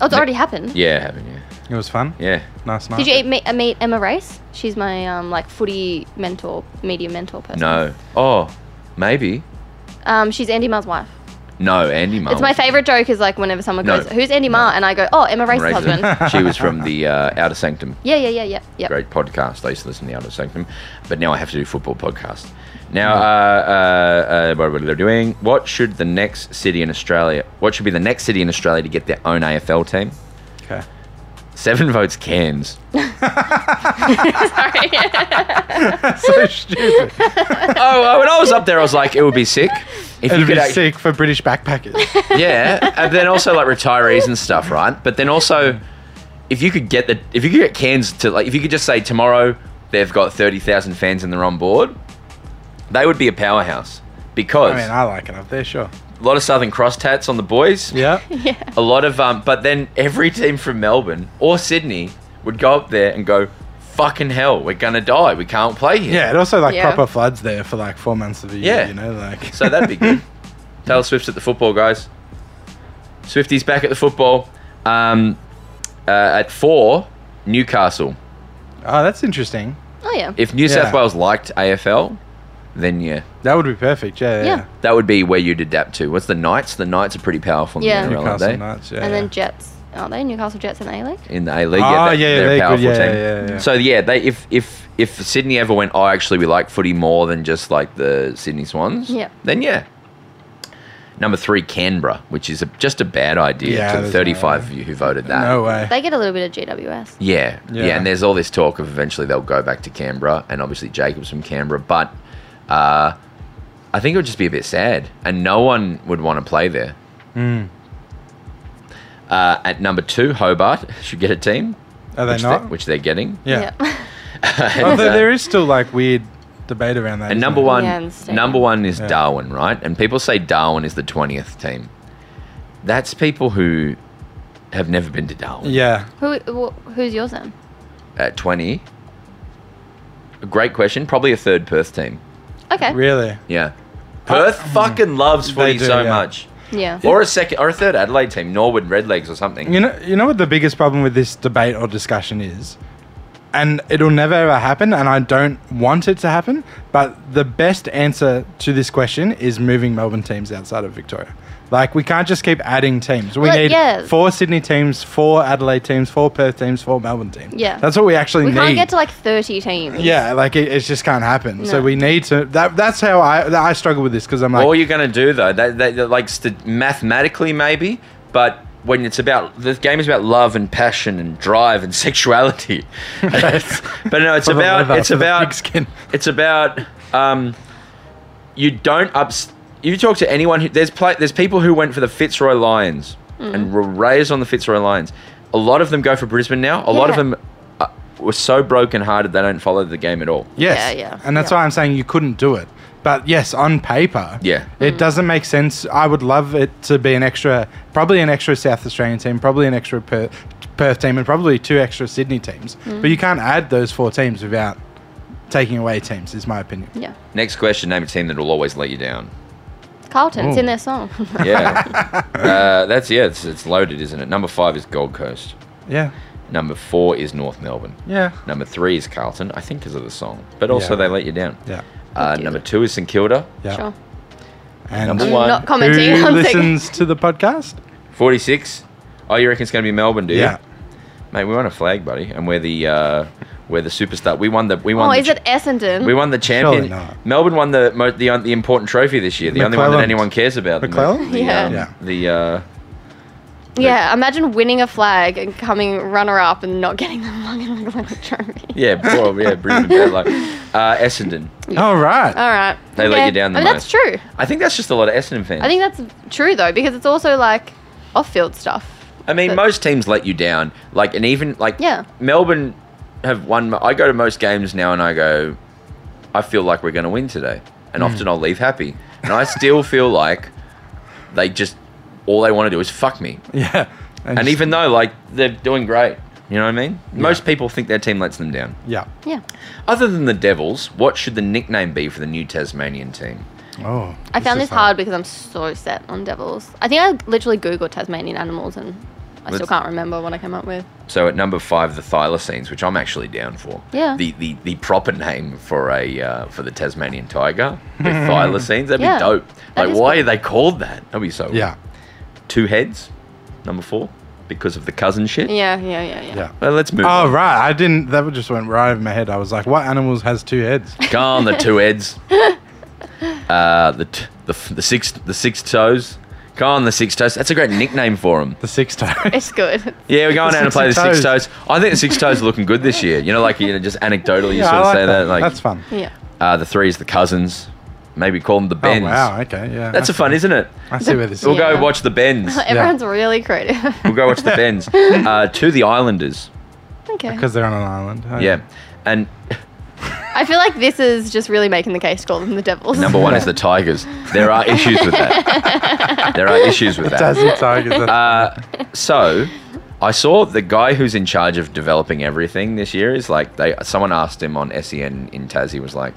[SPEAKER 3] Oh, it's already happened.
[SPEAKER 1] Yeah, having yeah,
[SPEAKER 4] it was fun.
[SPEAKER 1] yeah.
[SPEAKER 4] Nice night.
[SPEAKER 3] Did you meet, meet Emma Race? She's my um, like footy mentor, media mentor person.
[SPEAKER 1] No, oh, maybe
[SPEAKER 3] Um, she's Andy Ma's wife.
[SPEAKER 1] no. Andy Ma.
[SPEAKER 3] It's my favorite joke is like whenever someone
[SPEAKER 1] Oh. No.
[SPEAKER 3] goes, "Who's Andy Ma?" and I go, "Oh, Emma Race's
[SPEAKER 1] Raised
[SPEAKER 3] husband."
[SPEAKER 1] them. she was from the uh, Outer Sanctum.
[SPEAKER 3] yeah, yeah, yeah, yeah, yeah.
[SPEAKER 1] Great podcast. I used to listen to the Outer Sanctum, but now I have to do football podcast. Now, uh, uh, uh, what are we doing? What should the next city in Australia? What should be the next city in Australia to get their own AFL team?
[SPEAKER 4] Okay.
[SPEAKER 1] Seven votes, Cairns.
[SPEAKER 3] Sorry.
[SPEAKER 4] so stupid.
[SPEAKER 1] oh, when I was up there, I was like, it would be sick. If
[SPEAKER 4] It'd be
[SPEAKER 1] act-
[SPEAKER 4] sick for British backpackers.
[SPEAKER 1] Yeah, and then also like retirees and stuff, right? But then also, if you could get the if you could get Cairns to like if you could just say tomorrow they've got thirty thousand fans and they're on board, they would be a powerhouse because
[SPEAKER 4] I mean, I like it up there, sure.
[SPEAKER 1] a lot of Southern Cross tats on the boys,
[SPEAKER 4] Yeah.
[SPEAKER 3] yeah.
[SPEAKER 1] a lot of um, but then every team from Melbourne or Sydney would go up there and go, fucking hell, we're gonna die. We can't play here.
[SPEAKER 4] Yeah, it also like
[SPEAKER 3] Yeah.
[SPEAKER 4] proper floods there for like four months of the year.
[SPEAKER 1] Yeah.
[SPEAKER 4] you know, like
[SPEAKER 1] So that'd be good. Taylor Swift's at the football, guys. Swifty's back at the football. Um, uh, at four, Newcastle.
[SPEAKER 4] oh, that's interesting.
[SPEAKER 3] Oh yeah.
[SPEAKER 1] If New South
[SPEAKER 4] Yeah.
[SPEAKER 1] Wales liked AFL, then yeah,
[SPEAKER 4] That would be perfect. Yeah, yeah.
[SPEAKER 3] Yeah.
[SPEAKER 4] yeah.
[SPEAKER 1] that would be where you'd adapt to. What's the Knights? The Knights are pretty powerful in
[SPEAKER 3] Yeah.
[SPEAKER 1] the NRL, aren't
[SPEAKER 4] Newcastle
[SPEAKER 1] they?
[SPEAKER 4] Knights. Yeah,
[SPEAKER 3] and
[SPEAKER 4] yeah.
[SPEAKER 3] then Jets, aren't they? Newcastle Jets and A League.
[SPEAKER 1] in the A League.
[SPEAKER 4] Oh,
[SPEAKER 1] they-
[SPEAKER 4] yeah, yeah,
[SPEAKER 1] they're,
[SPEAKER 4] they're
[SPEAKER 1] a
[SPEAKER 4] good.
[SPEAKER 1] powerful
[SPEAKER 4] Yeah,
[SPEAKER 1] team.
[SPEAKER 4] yeah, yeah.
[SPEAKER 1] So yeah, they if if if Sydney ever went, oh, actually, we like footy more than just like the Sydney Swans.
[SPEAKER 3] Yep.
[SPEAKER 1] Then yeah. Number three, Canberra, which is a, just a bad idea
[SPEAKER 4] Yeah,
[SPEAKER 1] to the
[SPEAKER 4] there's
[SPEAKER 1] 35
[SPEAKER 4] no
[SPEAKER 1] of you who voted that.
[SPEAKER 4] no way.
[SPEAKER 3] They get a little bit of GWS.
[SPEAKER 1] Yeah, yeah,
[SPEAKER 4] Yeah.
[SPEAKER 1] and there's all this talk of eventually they'll go back to Canberra, and obviously Jacob's from Canberra, but uh, I think it would just be a bit sad, and no one would want to play there.
[SPEAKER 4] Hmm.
[SPEAKER 1] Uh, at number two, Hobart should get a team,
[SPEAKER 4] Are they
[SPEAKER 1] which,
[SPEAKER 4] not?
[SPEAKER 1] which they're getting.
[SPEAKER 4] yeah.
[SPEAKER 3] Yeah.
[SPEAKER 1] And,
[SPEAKER 4] Although
[SPEAKER 1] uh,
[SPEAKER 4] there is still like weird debate around that.
[SPEAKER 1] and
[SPEAKER 4] isn't
[SPEAKER 1] number
[SPEAKER 4] there?
[SPEAKER 1] one,
[SPEAKER 3] Yeah, and stadium.
[SPEAKER 1] number one is
[SPEAKER 4] Yeah.
[SPEAKER 1] Darwin, right? And people say Darwin is the twentieth team. That's people who have never been to Darwin.
[SPEAKER 4] Yeah.
[SPEAKER 3] Who, wh- who's yours then?
[SPEAKER 1] At twenty, a great question. Probably a third Perth team.
[SPEAKER 3] Okay.
[SPEAKER 4] Really.
[SPEAKER 1] Yeah. Perth fucking loves footy
[SPEAKER 4] Uh, do,
[SPEAKER 1] so
[SPEAKER 4] yeah.
[SPEAKER 1] much.
[SPEAKER 3] Yeah.
[SPEAKER 1] Or a second or a third Adelaide team, Norwood Redlegs or something.
[SPEAKER 4] You know, you know what the biggest problem with this debate or discussion is, and it'll never ever happen, and I don't want it to happen. But the best answer to this question is moving Melbourne teams outside of Victoria. Like we can't just keep adding teams. We
[SPEAKER 3] Well,
[SPEAKER 4] need
[SPEAKER 3] yeah.
[SPEAKER 4] four Sydney teams, four Adelaide teams, four Perth teams, four Melbourne teams.
[SPEAKER 3] Yeah.
[SPEAKER 4] that's what we actually
[SPEAKER 3] We
[SPEAKER 4] need.
[SPEAKER 3] can't get to like 30 teams.
[SPEAKER 4] yeah, like it, it just can't happen. So
[SPEAKER 3] No.
[SPEAKER 4] we need to. That, that's how I I struggle with this because I'm like,
[SPEAKER 1] all you're going to do though, that, that, that- like st- mathematically maybe, but when it's about the game is about love and passion and drive and sexuality. but no, it's
[SPEAKER 4] For the
[SPEAKER 1] about
[SPEAKER 4] leather,
[SPEAKER 1] it's
[SPEAKER 4] for the
[SPEAKER 1] about
[SPEAKER 4] pigskin.
[SPEAKER 1] it's about um, you don't ups. You talk to anyone who there's play, there's people who went for the Fitzroy Lions and were raised on the Fitzroy Lions. A lot of them go for Brisbane now. A lot of
[SPEAKER 3] Yeah.
[SPEAKER 1] them uh, were so broken hearted they don't follow the game at all.
[SPEAKER 4] Yes.
[SPEAKER 3] Yeah, yeah.
[SPEAKER 4] And that's
[SPEAKER 3] Yeah.
[SPEAKER 4] why I'm saying you couldn't do it. But yes, on paper,
[SPEAKER 1] Yeah.
[SPEAKER 4] it doesn't make sense. I would love it to be an extra, probably an extra South Australian team, probably an extra Perth, Perth team, and probably two extra Sydney teams.
[SPEAKER 3] Hmm.
[SPEAKER 4] But you can't add those four teams without taking away teams, is my opinion.
[SPEAKER 3] Yeah.
[SPEAKER 1] Next question: Name a team that will always let you down.
[SPEAKER 3] Carlton, it's
[SPEAKER 4] Ooh.
[SPEAKER 3] in their song.
[SPEAKER 1] Yeah. uh, that's yeah. It's, it's loaded, isn't it? Number five is Gold Coast.
[SPEAKER 4] Yeah.
[SPEAKER 1] Number four is North Melbourne.
[SPEAKER 4] Yeah.
[SPEAKER 1] Number three is Carlton. I think because of the song, but also
[SPEAKER 4] Yeah.
[SPEAKER 1] they let you down.
[SPEAKER 4] Yeah.
[SPEAKER 1] Uh, number two is St Kilda.
[SPEAKER 4] Yeah.
[SPEAKER 3] Sure.
[SPEAKER 4] And
[SPEAKER 1] Number
[SPEAKER 3] I'm
[SPEAKER 1] One.
[SPEAKER 3] not commenting
[SPEAKER 4] who
[SPEAKER 3] on things.
[SPEAKER 4] listens to the podcast?
[SPEAKER 1] Forty-six. Oh, you reckon it's going to be Melbourne, do you?
[SPEAKER 4] Yeah.
[SPEAKER 1] Mate, we won a flag, buddy, and we're the uh, we're the superstar. We won the we won.
[SPEAKER 3] Oh,
[SPEAKER 1] the
[SPEAKER 3] is
[SPEAKER 1] cha-
[SPEAKER 3] it Essendon?
[SPEAKER 1] We won the champion.
[SPEAKER 4] not.
[SPEAKER 1] Melbourne won the mo- the the important trophy this year. The only one that
[SPEAKER 4] McClelland.
[SPEAKER 1] anyone cares about. The-
[SPEAKER 4] McClelland?
[SPEAKER 1] The,
[SPEAKER 3] Yeah.
[SPEAKER 1] um,
[SPEAKER 4] Yeah.
[SPEAKER 1] The uh,
[SPEAKER 3] yeah, imagine winning a flag and coming runner up and not getting the fucking Olympic trophy.
[SPEAKER 1] yeah, poor, yeah, Brisbane bad luck. Uh, Essendon.
[SPEAKER 4] All right.
[SPEAKER 3] All right.
[SPEAKER 1] They let you down the
[SPEAKER 3] I mean, that's
[SPEAKER 1] most.
[SPEAKER 3] true.
[SPEAKER 1] I think that's just a lot of Essendon fans.
[SPEAKER 3] I think that's true though, because it's also like off field stuff.
[SPEAKER 1] I mean,
[SPEAKER 3] But-
[SPEAKER 1] most teams let you down. Like, and even like,
[SPEAKER 3] Yeah.
[SPEAKER 1] Melbourne have won. I go to most games now, and I go, I feel like we're going to win today, and
[SPEAKER 3] Hmm.
[SPEAKER 1] often I'll leave happy, and I still feel like they just all they want to do is fuck me.
[SPEAKER 4] Yeah.
[SPEAKER 1] And even though like they're doing great, you know what I mean? Most people think their team lets them down.
[SPEAKER 4] Yeah.
[SPEAKER 3] Yeah.
[SPEAKER 1] Other than the Devils, what should the nickname be for the new Tasmanian team?
[SPEAKER 4] Oh.
[SPEAKER 3] I found
[SPEAKER 4] is
[SPEAKER 3] this hard because I'm so set on devils. I think I literally googled Tasmanian animals and I still
[SPEAKER 1] Let's-
[SPEAKER 3] can't remember what I came up with.
[SPEAKER 1] So at number five, the thylacines, which I'm actually down for.
[SPEAKER 3] Yeah.
[SPEAKER 1] The the, the proper name for a uh, for the Tasmanian tiger, the thylacines. That'd
[SPEAKER 3] Yeah.
[SPEAKER 1] be dope.
[SPEAKER 3] That
[SPEAKER 1] Like,
[SPEAKER 3] is
[SPEAKER 1] why
[SPEAKER 3] cool.
[SPEAKER 1] are they called that? That'd be so.
[SPEAKER 4] Yeah.
[SPEAKER 1] Two heads. Number four, because of the cousin shit.
[SPEAKER 3] Yeah, yeah, yeah, yeah.
[SPEAKER 4] Yeah.
[SPEAKER 1] Well, let's move.
[SPEAKER 4] Oh
[SPEAKER 1] on.
[SPEAKER 4] right, I didn't. That just went right over my head. I was like, "What animals has two heads?"
[SPEAKER 1] Go on, the two heads. Uh, the, t- the f- the six the six toes. Go on, the six toes. That's a great nickname for them.
[SPEAKER 4] The six toes.
[SPEAKER 3] It's good.
[SPEAKER 1] Yeah, we're going
[SPEAKER 4] The
[SPEAKER 1] down and
[SPEAKER 4] six
[SPEAKER 1] play the six
[SPEAKER 4] toes.
[SPEAKER 1] toes. I think the six toes are looking good this year. You know, like you know, just anecdotally, you
[SPEAKER 4] Yeah, I
[SPEAKER 1] sort of
[SPEAKER 4] like
[SPEAKER 1] say that. Like
[SPEAKER 4] that's fun.
[SPEAKER 3] Yeah.
[SPEAKER 1] Uh, the three is the cousins. Maybe call them the
[SPEAKER 4] Oh
[SPEAKER 1] Bens.
[SPEAKER 4] wow, okay, yeah.
[SPEAKER 1] That's a
[SPEAKER 4] I
[SPEAKER 1] fun, isn't it?
[SPEAKER 4] see- I see where this
[SPEAKER 1] We'll
[SPEAKER 4] is.
[SPEAKER 3] Yeah.
[SPEAKER 1] go watch the Bens.
[SPEAKER 3] Everyone's really creative.
[SPEAKER 1] We'll go watch the Bens. Uh, to the Islanders.
[SPEAKER 3] okay.
[SPEAKER 4] because they're on an island. Oh,
[SPEAKER 1] Yeah. And
[SPEAKER 3] I feel like this is just really making the case to call them the devils.
[SPEAKER 1] number one is the Tigers. There are issues with that. Uh, There are issues with that.
[SPEAKER 4] Tassie tigers. that's-
[SPEAKER 1] Uh, so I saw the guy who's in charge of developing everything this year is like they. Someone asked him on SEN in Tassie was like,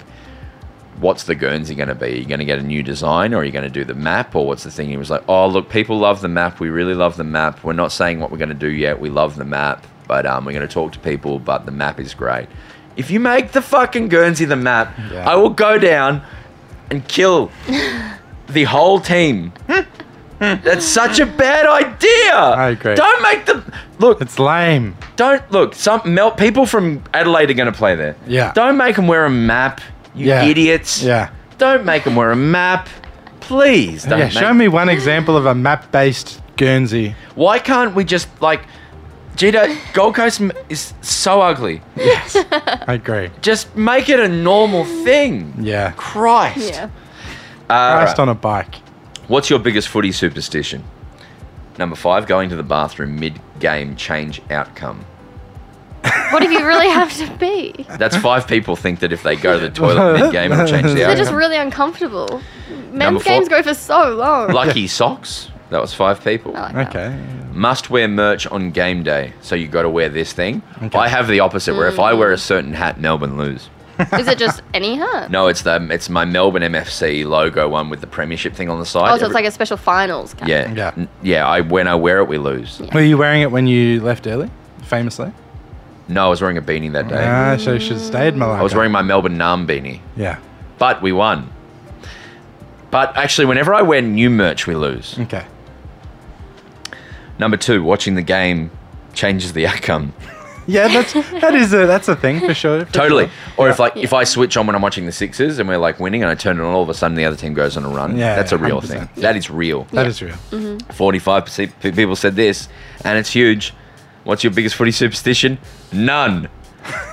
[SPEAKER 1] "What's the Guernsey going to be? Are you going to get a new design, or are you going to do the map, or what's the thing?" He was like, "Oh, look, people love the map. We really love the map. We're not saying what we're going to do yet. We love the map, but um, we're going to talk to people. But the map is great. If you make the fucking Guernsey the map,
[SPEAKER 4] Yeah.
[SPEAKER 1] I will go down and kill the whole team." That's such a bad idea. I
[SPEAKER 4] agree.
[SPEAKER 1] Don't make the look.
[SPEAKER 4] It's lame.
[SPEAKER 1] Don't look. Some melt people from Adelaide are going to play there.
[SPEAKER 4] Yeah.
[SPEAKER 1] Don't make them wear a map. You
[SPEAKER 4] Yeah.
[SPEAKER 1] idiots.
[SPEAKER 4] Yeah.
[SPEAKER 1] Don't make them wear a map. Please. Don't
[SPEAKER 4] yeah,
[SPEAKER 1] make-
[SPEAKER 4] show me one example of a map based Guernsey.
[SPEAKER 1] Why can't we just like? Gita, Gold Coast m- is so ugly.
[SPEAKER 4] I agree.
[SPEAKER 1] Just make it a normal thing.
[SPEAKER 4] Yeah.
[SPEAKER 1] Christ. Uh,
[SPEAKER 3] Yeah.
[SPEAKER 1] All
[SPEAKER 4] Christ
[SPEAKER 1] right.
[SPEAKER 4] on a bike.
[SPEAKER 1] What's your biggest footy superstition? Number five, going to the bathroom mid-game change outcome.
[SPEAKER 3] What if you really have to be?
[SPEAKER 1] That's five people think that if they go to the toilet mid game, it'll change the
[SPEAKER 3] They're just
[SPEAKER 1] outcome.
[SPEAKER 3] really uncomfortable.
[SPEAKER 1] Number
[SPEAKER 3] Men's
[SPEAKER 1] four.
[SPEAKER 3] games go for so long.
[SPEAKER 1] Lucky socks. That was five people.
[SPEAKER 3] I like that.
[SPEAKER 4] Okay.
[SPEAKER 1] Must wear merch on game day, so you got to wear this thing.
[SPEAKER 4] Okay.
[SPEAKER 1] I have the opposite, where if I wear
[SPEAKER 3] Mm.
[SPEAKER 1] a certain hat, Melbourne lose.
[SPEAKER 3] Is it just any hat?
[SPEAKER 1] No, it's the it's my Melbourne MFC logo one with the premiership thing on the side.
[SPEAKER 3] Oh, so it's
[SPEAKER 1] Every-
[SPEAKER 3] like a special finals cap.
[SPEAKER 1] yeah,
[SPEAKER 4] Yeah.
[SPEAKER 1] yeah, yeah. I when I wear it, we lose.
[SPEAKER 4] Were you wearing it when you left early? Famously?
[SPEAKER 1] No, I was wearing a beanie that day.
[SPEAKER 4] Ah, so you should have stayed, Malaka.
[SPEAKER 1] I was wearing my Melbourne Nam beanie,
[SPEAKER 4] Yeah.
[SPEAKER 1] but we won. But actually, whenever I wear new merch, we lose.
[SPEAKER 4] Okay.
[SPEAKER 1] Number two, watching the game changes the outcome.
[SPEAKER 4] Yeah, that's that is a that's a thing for sure. for
[SPEAKER 1] Totally.
[SPEAKER 4] sure.
[SPEAKER 1] Or if like if I switch on when I'm watching the Sixers and we're like winning and I turn it on, all of a sudden the other team goes on a run.
[SPEAKER 4] Yeah,
[SPEAKER 1] that's a real
[SPEAKER 4] 100%.
[SPEAKER 1] thing. That is real.
[SPEAKER 4] that is
[SPEAKER 3] Mm-hmm.
[SPEAKER 4] real.
[SPEAKER 1] Forty-five percent people said this, and it's huge. What's your biggest footy superstition? None.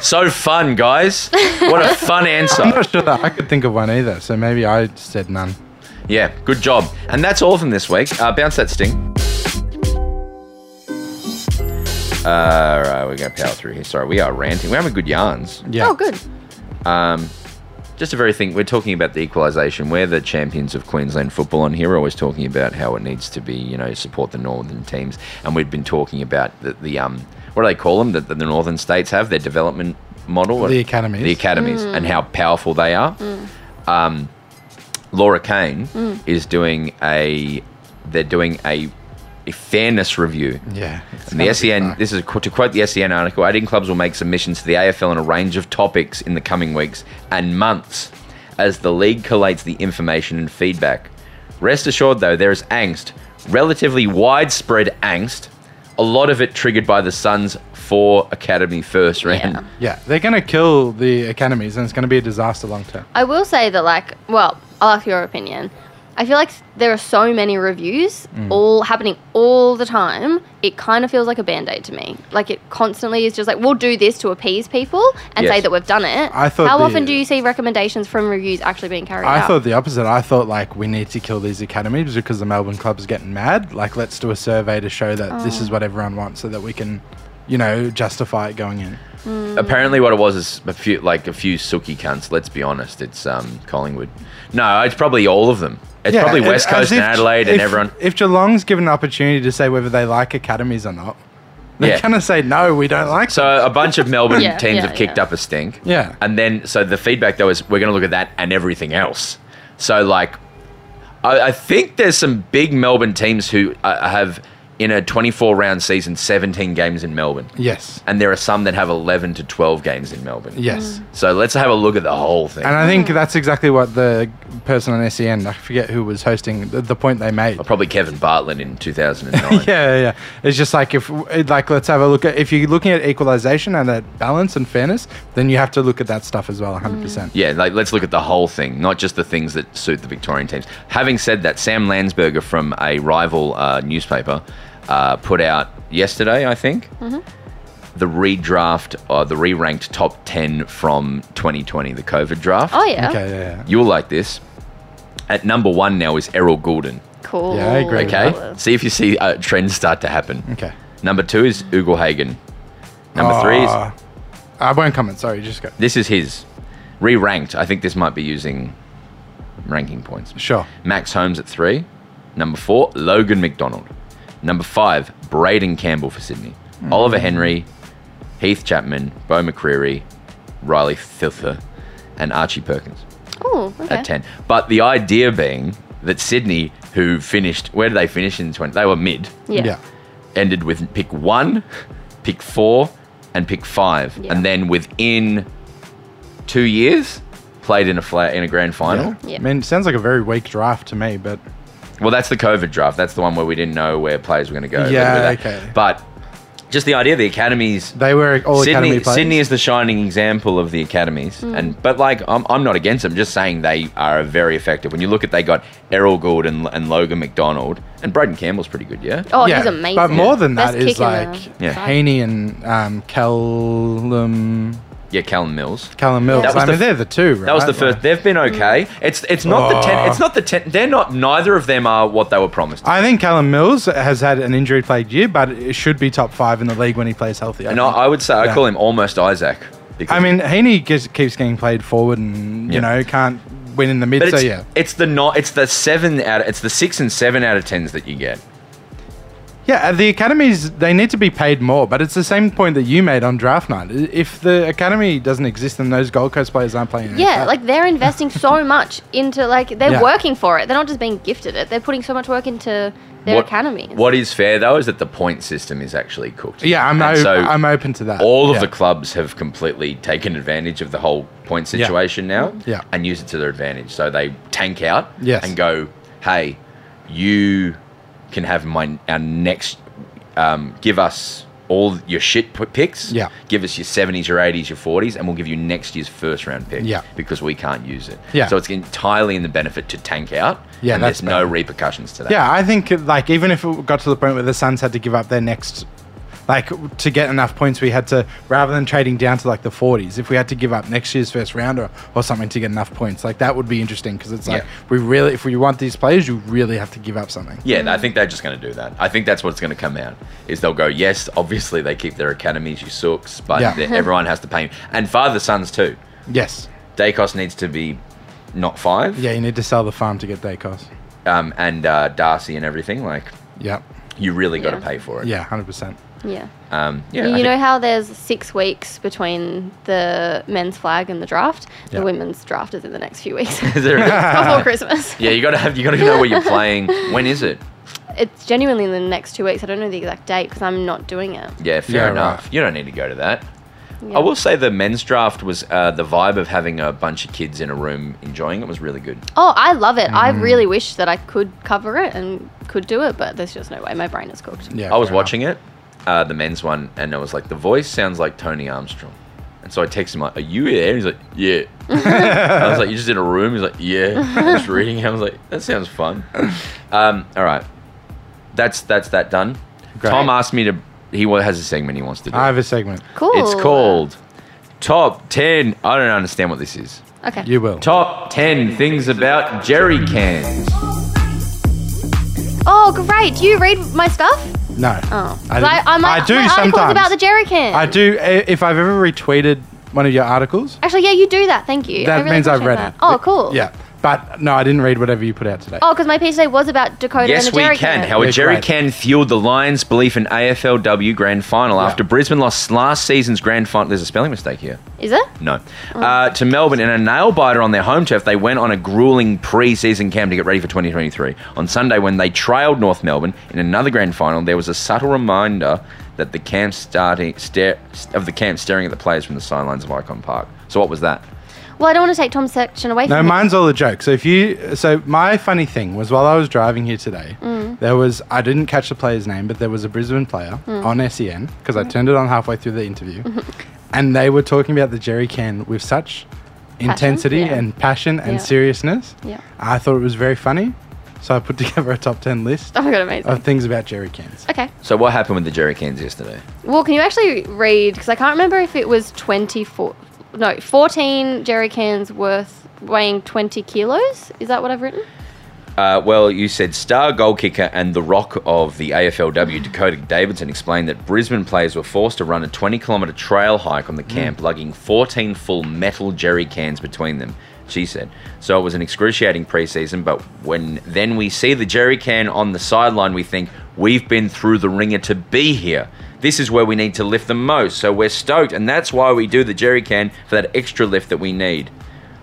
[SPEAKER 1] So fun, guys. What a fun
[SPEAKER 4] I'm
[SPEAKER 1] answer.
[SPEAKER 4] not sure that I could think of one either, so maybe I said none.
[SPEAKER 1] Yeah, good job. And that's all from this week. Uh, bounce that sting. all right, we're going to power through here. Sorry, we are ranting. We're having good yarns.
[SPEAKER 4] Yeah.
[SPEAKER 3] Oh, good.
[SPEAKER 1] just a very thing. We're talking about the equalisation. We're the champions of Queensland football on here. We're always talking about how it needs to be, you know, support the northern teams. And we've been talking about the, the um, what do they call them? That the, the northern states have their development model,
[SPEAKER 4] The academies.
[SPEAKER 1] the academies, and how powerful they are. Um, Laura Kane is doing a, they're doing a, a fairness review.
[SPEAKER 4] Yeah. it's
[SPEAKER 1] And the E
[SPEAKER 4] gotta be
[SPEAKER 1] SEN,
[SPEAKER 4] fun.
[SPEAKER 1] this is qu- to quote the SEN article, 18 clubs will make submissions to the AFL on a range of topics in the coming weeks and months as the league collates the information and feedback. Rest assured, though, there is angst, relatively widespread angst, a lot of it triggered by the Suns' four Academy first round.
[SPEAKER 4] Yeah, they're going to kill the academies and it's going to be a disaster long term.
[SPEAKER 3] I will say that, like, well, I'll ask your opinion. I feel like there are so many reviews
[SPEAKER 4] Mm.
[SPEAKER 3] all happening all the time. It kind of feels like a band aid to me. Like, it constantly is just like, we'll do this to appease people and say
[SPEAKER 1] Yes.
[SPEAKER 3] that we've done it.
[SPEAKER 4] I thought
[SPEAKER 3] How
[SPEAKER 4] the-
[SPEAKER 3] often do you see recommendations from reviews actually being carried
[SPEAKER 4] I
[SPEAKER 3] out?
[SPEAKER 4] thought the opposite. I thought like we need to kill these academies because the Melbourne club's getting mad. Like let's do a survey to show that this
[SPEAKER 3] Oh.
[SPEAKER 4] is what everyone wants, so that we can, you know, justify it going in.
[SPEAKER 1] Apparently, what it was is a few, like a few sookie cunts. Let's be honest, it's um, Collingwood. No, it's probably all of them. It's probably
[SPEAKER 4] and-
[SPEAKER 1] West
[SPEAKER 4] as
[SPEAKER 1] Coast
[SPEAKER 4] if-
[SPEAKER 1] and Adelaide and
[SPEAKER 4] if-
[SPEAKER 1] everyone.
[SPEAKER 4] If Geelong's given an opportunity to say whether they like academies or not, they're
[SPEAKER 1] Yeah.
[SPEAKER 4] gonna say no, we don't like. them."
[SPEAKER 1] So a bunch of Melbourne
[SPEAKER 3] Yeah,
[SPEAKER 1] teams
[SPEAKER 3] yeah,
[SPEAKER 1] have kicked
[SPEAKER 3] yeah.
[SPEAKER 1] up a stink.
[SPEAKER 4] Yeah.
[SPEAKER 1] And then, so the feedback though is we're going to look at that and everything else. So like, I, I think there's some big Melbourne teams who uh, have in a 24 round season 17 games in Melbourne,
[SPEAKER 4] yes,
[SPEAKER 1] and there are some that have 11 to 12 games in Melbourne.
[SPEAKER 4] yes.
[SPEAKER 3] Mm.
[SPEAKER 1] So let's have a look at the whole thing.
[SPEAKER 4] And I think that's exactly what the person on SEN, I forget who was hosting, the, the point they made.
[SPEAKER 3] Oh,
[SPEAKER 1] Probably Kevin Bartlett in 2009.
[SPEAKER 4] Yeah, yeah, yeah. It's just like if, like, let's have a look at if you're looking at equalization and that balance and fairness, then you have to look at that stuff as well, 100.
[SPEAKER 3] Mm.
[SPEAKER 4] percent
[SPEAKER 1] Yeah, like let's look at the whole thing, not just the things that suit the Victorian teams. Having said that, Sam Landsberger from a rival uh, newspaper uh, put out yesterday, I think,
[SPEAKER 3] Mm-hmm.
[SPEAKER 1] the redraft or the re-ranked top ten from 2020, the COVID draft.
[SPEAKER 3] oh, yeah.
[SPEAKER 4] Okay, yeah, yeah.
[SPEAKER 1] You'll like this. At number one now is Errol Goulden.
[SPEAKER 3] Cool.
[SPEAKER 4] Yeah, I agree with
[SPEAKER 1] Okay, see if you see uh, trends start to happen.
[SPEAKER 4] okay.
[SPEAKER 1] Number two is Ugo Hagen. Number three is
[SPEAKER 4] Ah, I won't comment. Sorry, just go.
[SPEAKER 1] this is his re-ranked. I think this might be using ranking points.
[SPEAKER 4] Sure.
[SPEAKER 1] Max Holmes at three. Number four, Logan McDonald. Number five, Braden Campbell for Sydney. Oliver Henry, Heath Chapman, Bo McCreary, Riley Thither, and Archie Perkins
[SPEAKER 3] Oh, okay.
[SPEAKER 1] at 10. But the idea being that Sydney, who finished, where did they finish in 20? They were mid,
[SPEAKER 3] Yeah.
[SPEAKER 4] Yeah.
[SPEAKER 1] ended with pick one, pick four, and pick five.
[SPEAKER 3] Yeah.
[SPEAKER 1] And then within two years, played in a fla- in a grand final.
[SPEAKER 3] Yeah.
[SPEAKER 4] I mean, it sounds like a very weak draft to me, but
[SPEAKER 1] Well, that's the COVID draft. That's the one where we didn't know where players were going to go.
[SPEAKER 4] Yeah,
[SPEAKER 1] Remember that?
[SPEAKER 4] okay.
[SPEAKER 1] But just the idea, the academies.
[SPEAKER 4] they were all
[SPEAKER 1] Sydney,
[SPEAKER 4] academy players.
[SPEAKER 1] Sydney is the shining example of the academies,
[SPEAKER 3] Hmm.
[SPEAKER 1] and but like I'm, I'm not against them. Just saying they are very effective. When you look at they got Errol Gould and, and Logan McDonald, and Braden Campbell's pretty good, yeah.
[SPEAKER 3] Oh, he's amazing.
[SPEAKER 4] But more than
[SPEAKER 3] Best
[SPEAKER 4] that is
[SPEAKER 3] kick in the
[SPEAKER 4] like
[SPEAKER 1] Yeah. side.
[SPEAKER 4] Haney and um, Callum
[SPEAKER 1] Yeah, Callum Mills.
[SPEAKER 4] Callum Mills.
[SPEAKER 1] That was
[SPEAKER 4] I mean,
[SPEAKER 1] the-
[SPEAKER 4] they're the two. Right?
[SPEAKER 1] That was the first. They've been okay. It's it's not the ten.
[SPEAKER 4] Oh.
[SPEAKER 1] It's not the ten. They're not. Neither of them are what they were promised.
[SPEAKER 4] I think Callum Mills has had an injury-plagued year, but it should be top five in the league when he plays healthy. I
[SPEAKER 1] And I,
[SPEAKER 4] think.
[SPEAKER 1] I would say I
[SPEAKER 4] Yeah.
[SPEAKER 1] call him almost Isaac. Because
[SPEAKER 4] I mean, Heaney gets, keeps getting played forward, and
[SPEAKER 1] Yeah.
[SPEAKER 4] you know can't win in the mid.
[SPEAKER 1] But
[SPEAKER 4] So
[SPEAKER 1] it's,
[SPEAKER 4] yeah,
[SPEAKER 1] it's the not. It's the seven out. It's the six and seven out of tens that you get.
[SPEAKER 4] yeah. uh, The academies they need to be paid more, but it's the same point that you made on draft night. I- If the academy doesn't exist, then those Gold Coast players aren't playing.
[SPEAKER 3] Yeah, like they're investing so much into like they're
[SPEAKER 4] Yeah.
[SPEAKER 3] working for it. They're not just being gifted it. They're putting so much work into their
[SPEAKER 1] what,
[SPEAKER 3] academy.
[SPEAKER 1] What is fair though is that the point system is actually cooked.
[SPEAKER 4] yeah. I'm
[SPEAKER 1] And
[SPEAKER 4] o-
[SPEAKER 1] so
[SPEAKER 4] I'm open to that.
[SPEAKER 1] all of
[SPEAKER 4] Yeah.
[SPEAKER 1] the clubs have completely taken advantage of the whole point situation now
[SPEAKER 4] Yeah.
[SPEAKER 1] and use it to their advantage. So they tank out
[SPEAKER 4] Yes.
[SPEAKER 1] and go, hey, you can have my our next, um, give us all your shit p- picks.
[SPEAKER 4] Yeah.
[SPEAKER 1] Give us your 70s, your 80s, your 40s, and we'll give you next year's first round pick
[SPEAKER 4] Yeah.
[SPEAKER 1] because we can't use it.
[SPEAKER 4] Yeah.
[SPEAKER 1] So it's entirely in the benefit to tank out.
[SPEAKER 4] Yeah,
[SPEAKER 1] and
[SPEAKER 4] that's
[SPEAKER 1] there's no repercussions to that.
[SPEAKER 4] Yeah, I think like even if it got to the point where the Suns had to give up their next, like to get enough points, we had to rather than trading down to like the forties, if we had to give up next year's first round or, or something to get enough points, like that would be interesting because it's like
[SPEAKER 1] Yeah.
[SPEAKER 4] we really, if we want these players, you really have to give up something.
[SPEAKER 1] Yeah, I think they're just going to do that. I think that's what's going to come out is they'll go, yes, obviously they keep their academies, you sooks, but
[SPEAKER 4] Yeah.
[SPEAKER 1] the- everyone has to pay. And father sons too.
[SPEAKER 4] Yes.
[SPEAKER 1] Dacos needs to be not five,
[SPEAKER 4] Yeah, you need to sell the farm to get Dacos.
[SPEAKER 1] um, and uh, Darcy and everything. Like
[SPEAKER 4] Yeah.
[SPEAKER 1] you really got to
[SPEAKER 3] Yeah.
[SPEAKER 1] pay for it.
[SPEAKER 4] Yeah, hundred percent.
[SPEAKER 3] yeah.
[SPEAKER 1] um, yeah.
[SPEAKER 3] you
[SPEAKER 1] I
[SPEAKER 3] know
[SPEAKER 1] think-
[SPEAKER 3] how there's six weeks between the men's flag and the draft?
[SPEAKER 4] Yeah.
[SPEAKER 3] The women's draft is in the next few weeks
[SPEAKER 1] Is there-
[SPEAKER 3] before Christmas.
[SPEAKER 1] yeah, you got to have you got to know where you're playing. When is it?
[SPEAKER 3] It's genuinely in the next two weeks. I don't know the exact date because I'm not doing it.
[SPEAKER 1] Yeah, fair
[SPEAKER 4] Yeah,
[SPEAKER 1] enough.
[SPEAKER 4] right.
[SPEAKER 1] You don't need to go to that.
[SPEAKER 3] Yeah.
[SPEAKER 1] I will say the men's draft was uh, the vibe of having a bunch of kids in a room enjoying it was really good.
[SPEAKER 3] Oh, I love it.
[SPEAKER 4] Mm.
[SPEAKER 3] I really wish that I could cover it and could do it, but there's just no way. My brain is cooked.
[SPEAKER 4] Yeah.
[SPEAKER 1] I was
[SPEAKER 4] fair enough.
[SPEAKER 1] watching it, uh, the men's one, and I was like, the voice sounds like Tony Armstrong. And so I texted him, like, are you there? And he's like, yeah. I was like, you just in a room? He's like, yeah. I was reading. it. I was like, that sounds fun. Um, all right. That's that's that done.
[SPEAKER 4] Great.
[SPEAKER 1] Tom asked me to, he wa- has a segment he wants to do.
[SPEAKER 4] I have a segment.
[SPEAKER 3] Cool.
[SPEAKER 1] It's called Top 10. I don't understand what this is.
[SPEAKER 3] Okay.
[SPEAKER 4] You will.
[SPEAKER 1] Top 10 things about jerry cans.
[SPEAKER 3] Oh, great. Do you read my stuff? Oh.
[SPEAKER 4] No. I,
[SPEAKER 3] 'Cause
[SPEAKER 4] didn't-
[SPEAKER 3] I, I, my,
[SPEAKER 4] I do
[SPEAKER 3] my article's
[SPEAKER 4] sometimes.
[SPEAKER 3] about the jerry can.
[SPEAKER 4] I do. i- If I've ever retweeted one of your articles,
[SPEAKER 3] Actually, yeah, you do that. Thank you. I
[SPEAKER 4] that
[SPEAKER 3] really
[SPEAKER 4] means I've
[SPEAKER 3] appreciate
[SPEAKER 4] read
[SPEAKER 3] that.
[SPEAKER 4] it.
[SPEAKER 3] Oh, cool.
[SPEAKER 4] Yeah. But no, I didn't read whatever you put out today.
[SPEAKER 3] Oh, because my piece today was about Dakota
[SPEAKER 1] Yes,
[SPEAKER 3] and the
[SPEAKER 1] we
[SPEAKER 3] jerry
[SPEAKER 1] can.
[SPEAKER 3] can.
[SPEAKER 1] How a
[SPEAKER 4] Yeah,
[SPEAKER 1] jerry
[SPEAKER 4] great.
[SPEAKER 1] can fueled the Lions' belief in AFLW grand final after Brisbane lost last season's grand final. There's a spelling mistake here.
[SPEAKER 3] Is it?
[SPEAKER 1] No.
[SPEAKER 3] Mm.
[SPEAKER 1] Uh, to Melbourne in a nail biter on their home turf, they went on a grueling pre season camp to get ready for 2023. On Sunday, when they trailed North Melbourne in another grand final, there was a subtle reminder that the camp starting stare, of the camp staring at the players from the sidelines of Icon Park. So what was that?
[SPEAKER 3] Well, I don't want to take Tom's section away
[SPEAKER 4] No,
[SPEAKER 3] from
[SPEAKER 4] mine's all a joke. So if you, so my funny thing was while I was driving here today,
[SPEAKER 3] Mm.
[SPEAKER 4] there was I didn't catch the player's name, but there was a Brisbane player
[SPEAKER 3] Mm.
[SPEAKER 4] on SEN because I turned it on halfway through the interview, and they were talking about the jerry can with such intensity
[SPEAKER 3] yeah.
[SPEAKER 4] and passion and
[SPEAKER 3] Yeah.
[SPEAKER 4] seriousness.
[SPEAKER 3] Yeah.
[SPEAKER 4] I thought it was very funny, so I put together a top ten list
[SPEAKER 3] Oh my god, amazing.
[SPEAKER 4] of things about jerry cans.
[SPEAKER 3] okay.
[SPEAKER 1] So what happened with the jerry cans yesterday?
[SPEAKER 3] Well, can you actually read? Because I can't remember if it was 24, no, 14 jerry cans worth weighing 20 kilos. Is that what I've written?
[SPEAKER 1] Uh, well, you said star goal kicker and the rock of the AFLW, Dakota Davidson, explained that Brisbane players were forced to run a 20 kilometre trail hike on the camp,
[SPEAKER 4] Hmm.
[SPEAKER 1] lugging 14 full metal jerry cans between them. She said, "So it was an excruciating preseason, but when then we see the jerry can on the sideline, we think We've been through the ringer to be here. This is where we need to lift the most. So we're stoked, and that's why we do the jerry can for that extra lift that we need.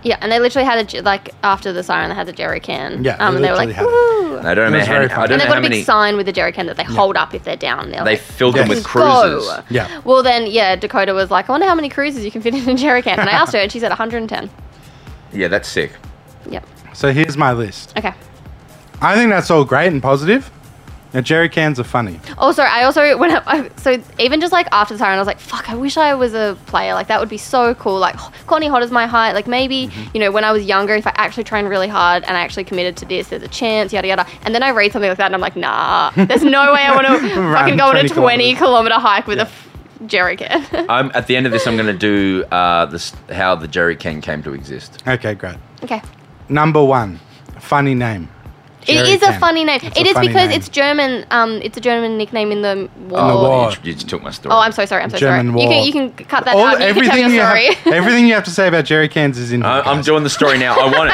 [SPEAKER 3] Yeah, and they literally had a ge- like after the siren, they had the jerry can.
[SPEAKER 4] Yeah,
[SPEAKER 3] um, and
[SPEAKER 4] they
[SPEAKER 3] they were
[SPEAKER 4] literally
[SPEAKER 3] like,
[SPEAKER 4] had it.
[SPEAKER 3] woo.
[SPEAKER 1] And I don't know
[SPEAKER 4] was
[SPEAKER 1] how,
[SPEAKER 4] very
[SPEAKER 1] I
[SPEAKER 4] fun.
[SPEAKER 1] don't
[SPEAKER 3] And
[SPEAKER 1] know
[SPEAKER 3] they've got
[SPEAKER 1] how
[SPEAKER 3] a big
[SPEAKER 1] many
[SPEAKER 3] sign with the jerry can that they hold up if they're down. They're
[SPEAKER 1] they
[SPEAKER 3] like,
[SPEAKER 1] filled them
[SPEAKER 4] Yes.
[SPEAKER 1] with
[SPEAKER 3] "Go."
[SPEAKER 1] cruises.
[SPEAKER 4] Yeah.
[SPEAKER 3] Well, then, yeah, Dakota was like, I wonder how many cruises you can fit in a jerry can. And I asked her, and she said 110.
[SPEAKER 1] Yeah, that's sick.
[SPEAKER 3] Yep.
[SPEAKER 4] So here's my list.
[SPEAKER 3] Okay.
[SPEAKER 4] I think that's all great and positive. Now, jerry cans are funny.
[SPEAKER 3] Also, I also when I, I so even just like after the siren, I was like, "Fuck! I wish I was a player. Like that would be so cool. Like Courtney Hodder's my height. Like maybe
[SPEAKER 1] Mm-hmm.
[SPEAKER 3] you know when I was younger, if I actually trained really hard and I actually committed to this, there's a chance. Yada yada. And then I read something like that, and I'm like, nah, there's no way I want to fucking go on a 20
[SPEAKER 4] 20 kilometers.
[SPEAKER 3] kilometer hike with a f- jerry can.
[SPEAKER 1] I'm at the end of this. I'm going to do uh, this how the jerry can came to exist.
[SPEAKER 4] Okay, great.
[SPEAKER 3] okay.
[SPEAKER 4] Number one, funny name.
[SPEAKER 3] it
[SPEAKER 4] Jerry
[SPEAKER 3] is a
[SPEAKER 4] can.
[SPEAKER 3] funny name.
[SPEAKER 4] It's a
[SPEAKER 3] It is
[SPEAKER 4] funny
[SPEAKER 3] because
[SPEAKER 4] name.
[SPEAKER 3] it's German. Um, it's a German nickname in the war.
[SPEAKER 4] war.
[SPEAKER 1] Oh,
[SPEAKER 4] Oh.
[SPEAKER 1] you, you just took my story.
[SPEAKER 3] Oh, I'm so sorry. I'm so
[SPEAKER 4] German
[SPEAKER 3] sorry. You
[SPEAKER 4] war.
[SPEAKER 3] can you can cut that out. You can tell
[SPEAKER 4] everything
[SPEAKER 3] your
[SPEAKER 4] you
[SPEAKER 3] story.
[SPEAKER 4] have, everything you have to say about jerry cans is in here.
[SPEAKER 1] I- Uh, I'm
[SPEAKER 4] guys.
[SPEAKER 1] doing the story now. I want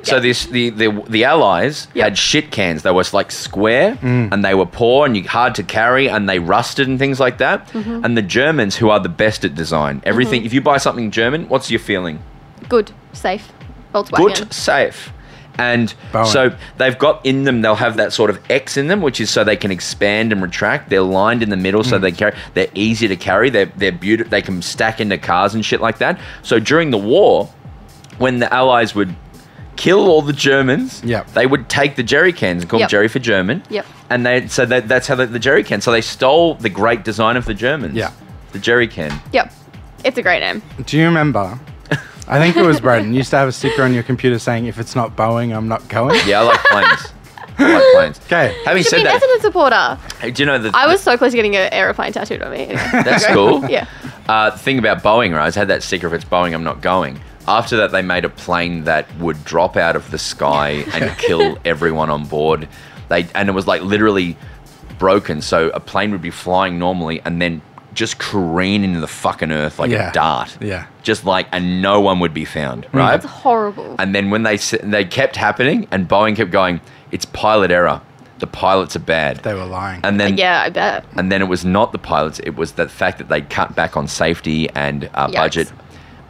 [SPEAKER 1] it. so this the the, the allies had shit cans. They were like square and they were poor and you, hard to carry and they rusted and things like that.
[SPEAKER 3] Mm-hmm.
[SPEAKER 1] And the Germans, who are the best at design, everything. If you buy something German, what's your feeling?
[SPEAKER 3] Good, safe, Volkswagen.
[SPEAKER 1] Good, safe. And
[SPEAKER 4] Bowen.
[SPEAKER 1] so they've got in them, they'll have that sort of X in them, which is so they can expand and retract. They're lined in the middle,
[SPEAKER 4] Hmm.
[SPEAKER 1] so they carry. They're easy to carry. They're they're beautiful. They can stack into cars and shit like that. So during the war, when the Allies would kill all the Germans,
[SPEAKER 4] Yep.
[SPEAKER 1] they would take the jerry cans and call
[SPEAKER 3] Yep.
[SPEAKER 1] them jerry for German.
[SPEAKER 3] Yep.
[SPEAKER 1] And they so that, that's how they, the jerry can. So they stole the great design of the Germans.
[SPEAKER 4] Yeah.
[SPEAKER 1] The jerry can.
[SPEAKER 3] Yep. It's a great name.
[SPEAKER 4] Do you remember? I think it was Broden. You used to have a sticker on your computer saying, if it's not Boeing, I'm not going.
[SPEAKER 1] Yeah, I like planes. I like planes.
[SPEAKER 4] 'Kay.
[SPEAKER 1] Having
[SPEAKER 3] Should be
[SPEAKER 1] said
[SPEAKER 3] an
[SPEAKER 1] that,
[SPEAKER 3] Essendon supporter.
[SPEAKER 1] Hey, do you know that
[SPEAKER 3] I was so close to getting an aeroplane tattooed on me. Anyway.
[SPEAKER 1] that's cool.
[SPEAKER 3] yeah.
[SPEAKER 1] Uh, the thing about Boeing, right? I had that sticker. If it's Boeing, I'm not going. After that, they made a plane that would drop out of the sky and kill everyone on board. They and it was like literally broken. So a plane would be flying normally and then just careen into the fucking earth like
[SPEAKER 4] Yeah.
[SPEAKER 1] a dart.
[SPEAKER 4] Yeah. Hmm.
[SPEAKER 1] Just like and no one would be found. Right.
[SPEAKER 3] It's horrible.
[SPEAKER 1] And then when they s- they kept happening, and Boeing kept going, it's pilot error. The pilots are bad.
[SPEAKER 4] They were lying.
[SPEAKER 1] and then
[SPEAKER 3] yeah, I bet.
[SPEAKER 1] and then it was not the pilots; it was the fact that they cut back on safety and uh,
[SPEAKER 3] Yikes.
[SPEAKER 1] budget.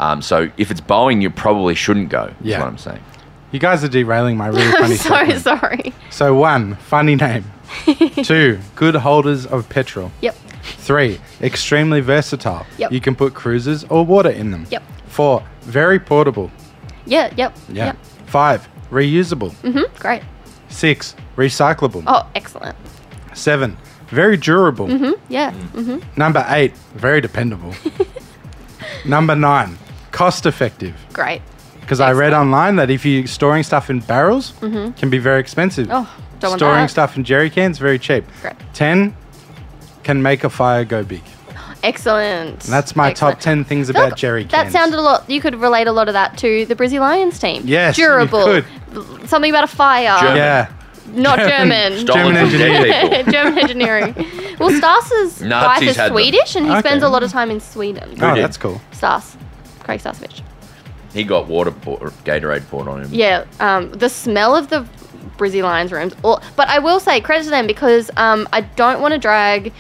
[SPEAKER 1] Um, so if it's Boeing, you probably shouldn't go. Yeah.
[SPEAKER 4] Yeah.
[SPEAKER 1] Is what I'm saying.
[SPEAKER 4] you guys are derailing my really funny
[SPEAKER 3] I'm so
[SPEAKER 4] segment.
[SPEAKER 3] sorry.
[SPEAKER 4] So one, funny name. Two, good holders of petrol.
[SPEAKER 3] Yep.
[SPEAKER 4] Three, extremely versatile.
[SPEAKER 3] Yep.
[SPEAKER 4] You can put cruisers or water in them.
[SPEAKER 3] Yep.
[SPEAKER 4] Four, very portable.
[SPEAKER 3] Yeah, yep.
[SPEAKER 4] Yeah.
[SPEAKER 3] Yep.
[SPEAKER 4] Five, reusable.
[SPEAKER 3] Mm, great.
[SPEAKER 4] Six, recyclable.
[SPEAKER 3] Oh, excellent.
[SPEAKER 4] Seven, very durable.
[SPEAKER 3] Yeah. hmm
[SPEAKER 4] Number eight, very dependable. Number nine, cost effective.
[SPEAKER 3] Great.
[SPEAKER 4] Because I read online that if you're storing stuff in barrels, can be very expensive.
[SPEAKER 3] Mm-hmm. Oh, don't want
[SPEAKER 4] storing
[SPEAKER 3] that.
[SPEAKER 4] stuff in jerry cans very cheap.
[SPEAKER 3] Great.
[SPEAKER 4] Ten can make a fire go big.
[SPEAKER 3] Excellent.
[SPEAKER 4] And that's my
[SPEAKER 3] Excellent.
[SPEAKER 4] top ten things
[SPEAKER 3] Look,
[SPEAKER 4] about jerry
[SPEAKER 3] That
[SPEAKER 4] cans.
[SPEAKER 3] sounded a lot. You could relate a lot of that to the Brizzy Lions team.
[SPEAKER 4] Yes, you
[SPEAKER 3] Durable.
[SPEAKER 4] could.
[SPEAKER 3] L- Something about a fire.
[SPEAKER 1] German.
[SPEAKER 4] yeah.
[SPEAKER 3] Not German.
[SPEAKER 4] German
[SPEAKER 1] Stolen from dead people.
[SPEAKER 3] German engineering. Well, Stas's wife
[SPEAKER 1] Nazis
[SPEAKER 3] is
[SPEAKER 1] had them.
[SPEAKER 3] Swedish, and he
[SPEAKER 4] Okay.
[SPEAKER 3] spends a lot of time in Sweden.
[SPEAKER 4] Oh,
[SPEAKER 1] did?
[SPEAKER 4] that's cool.
[SPEAKER 3] Stas, Craig Stasovich.
[SPEAKER 1] He got water pour- or Gatorade poured on him.
[SPEAKER 3] Yeah, um, the smell of the Brizzy Lions rooms. Or, but I will say credit to them because um, I don't want to drag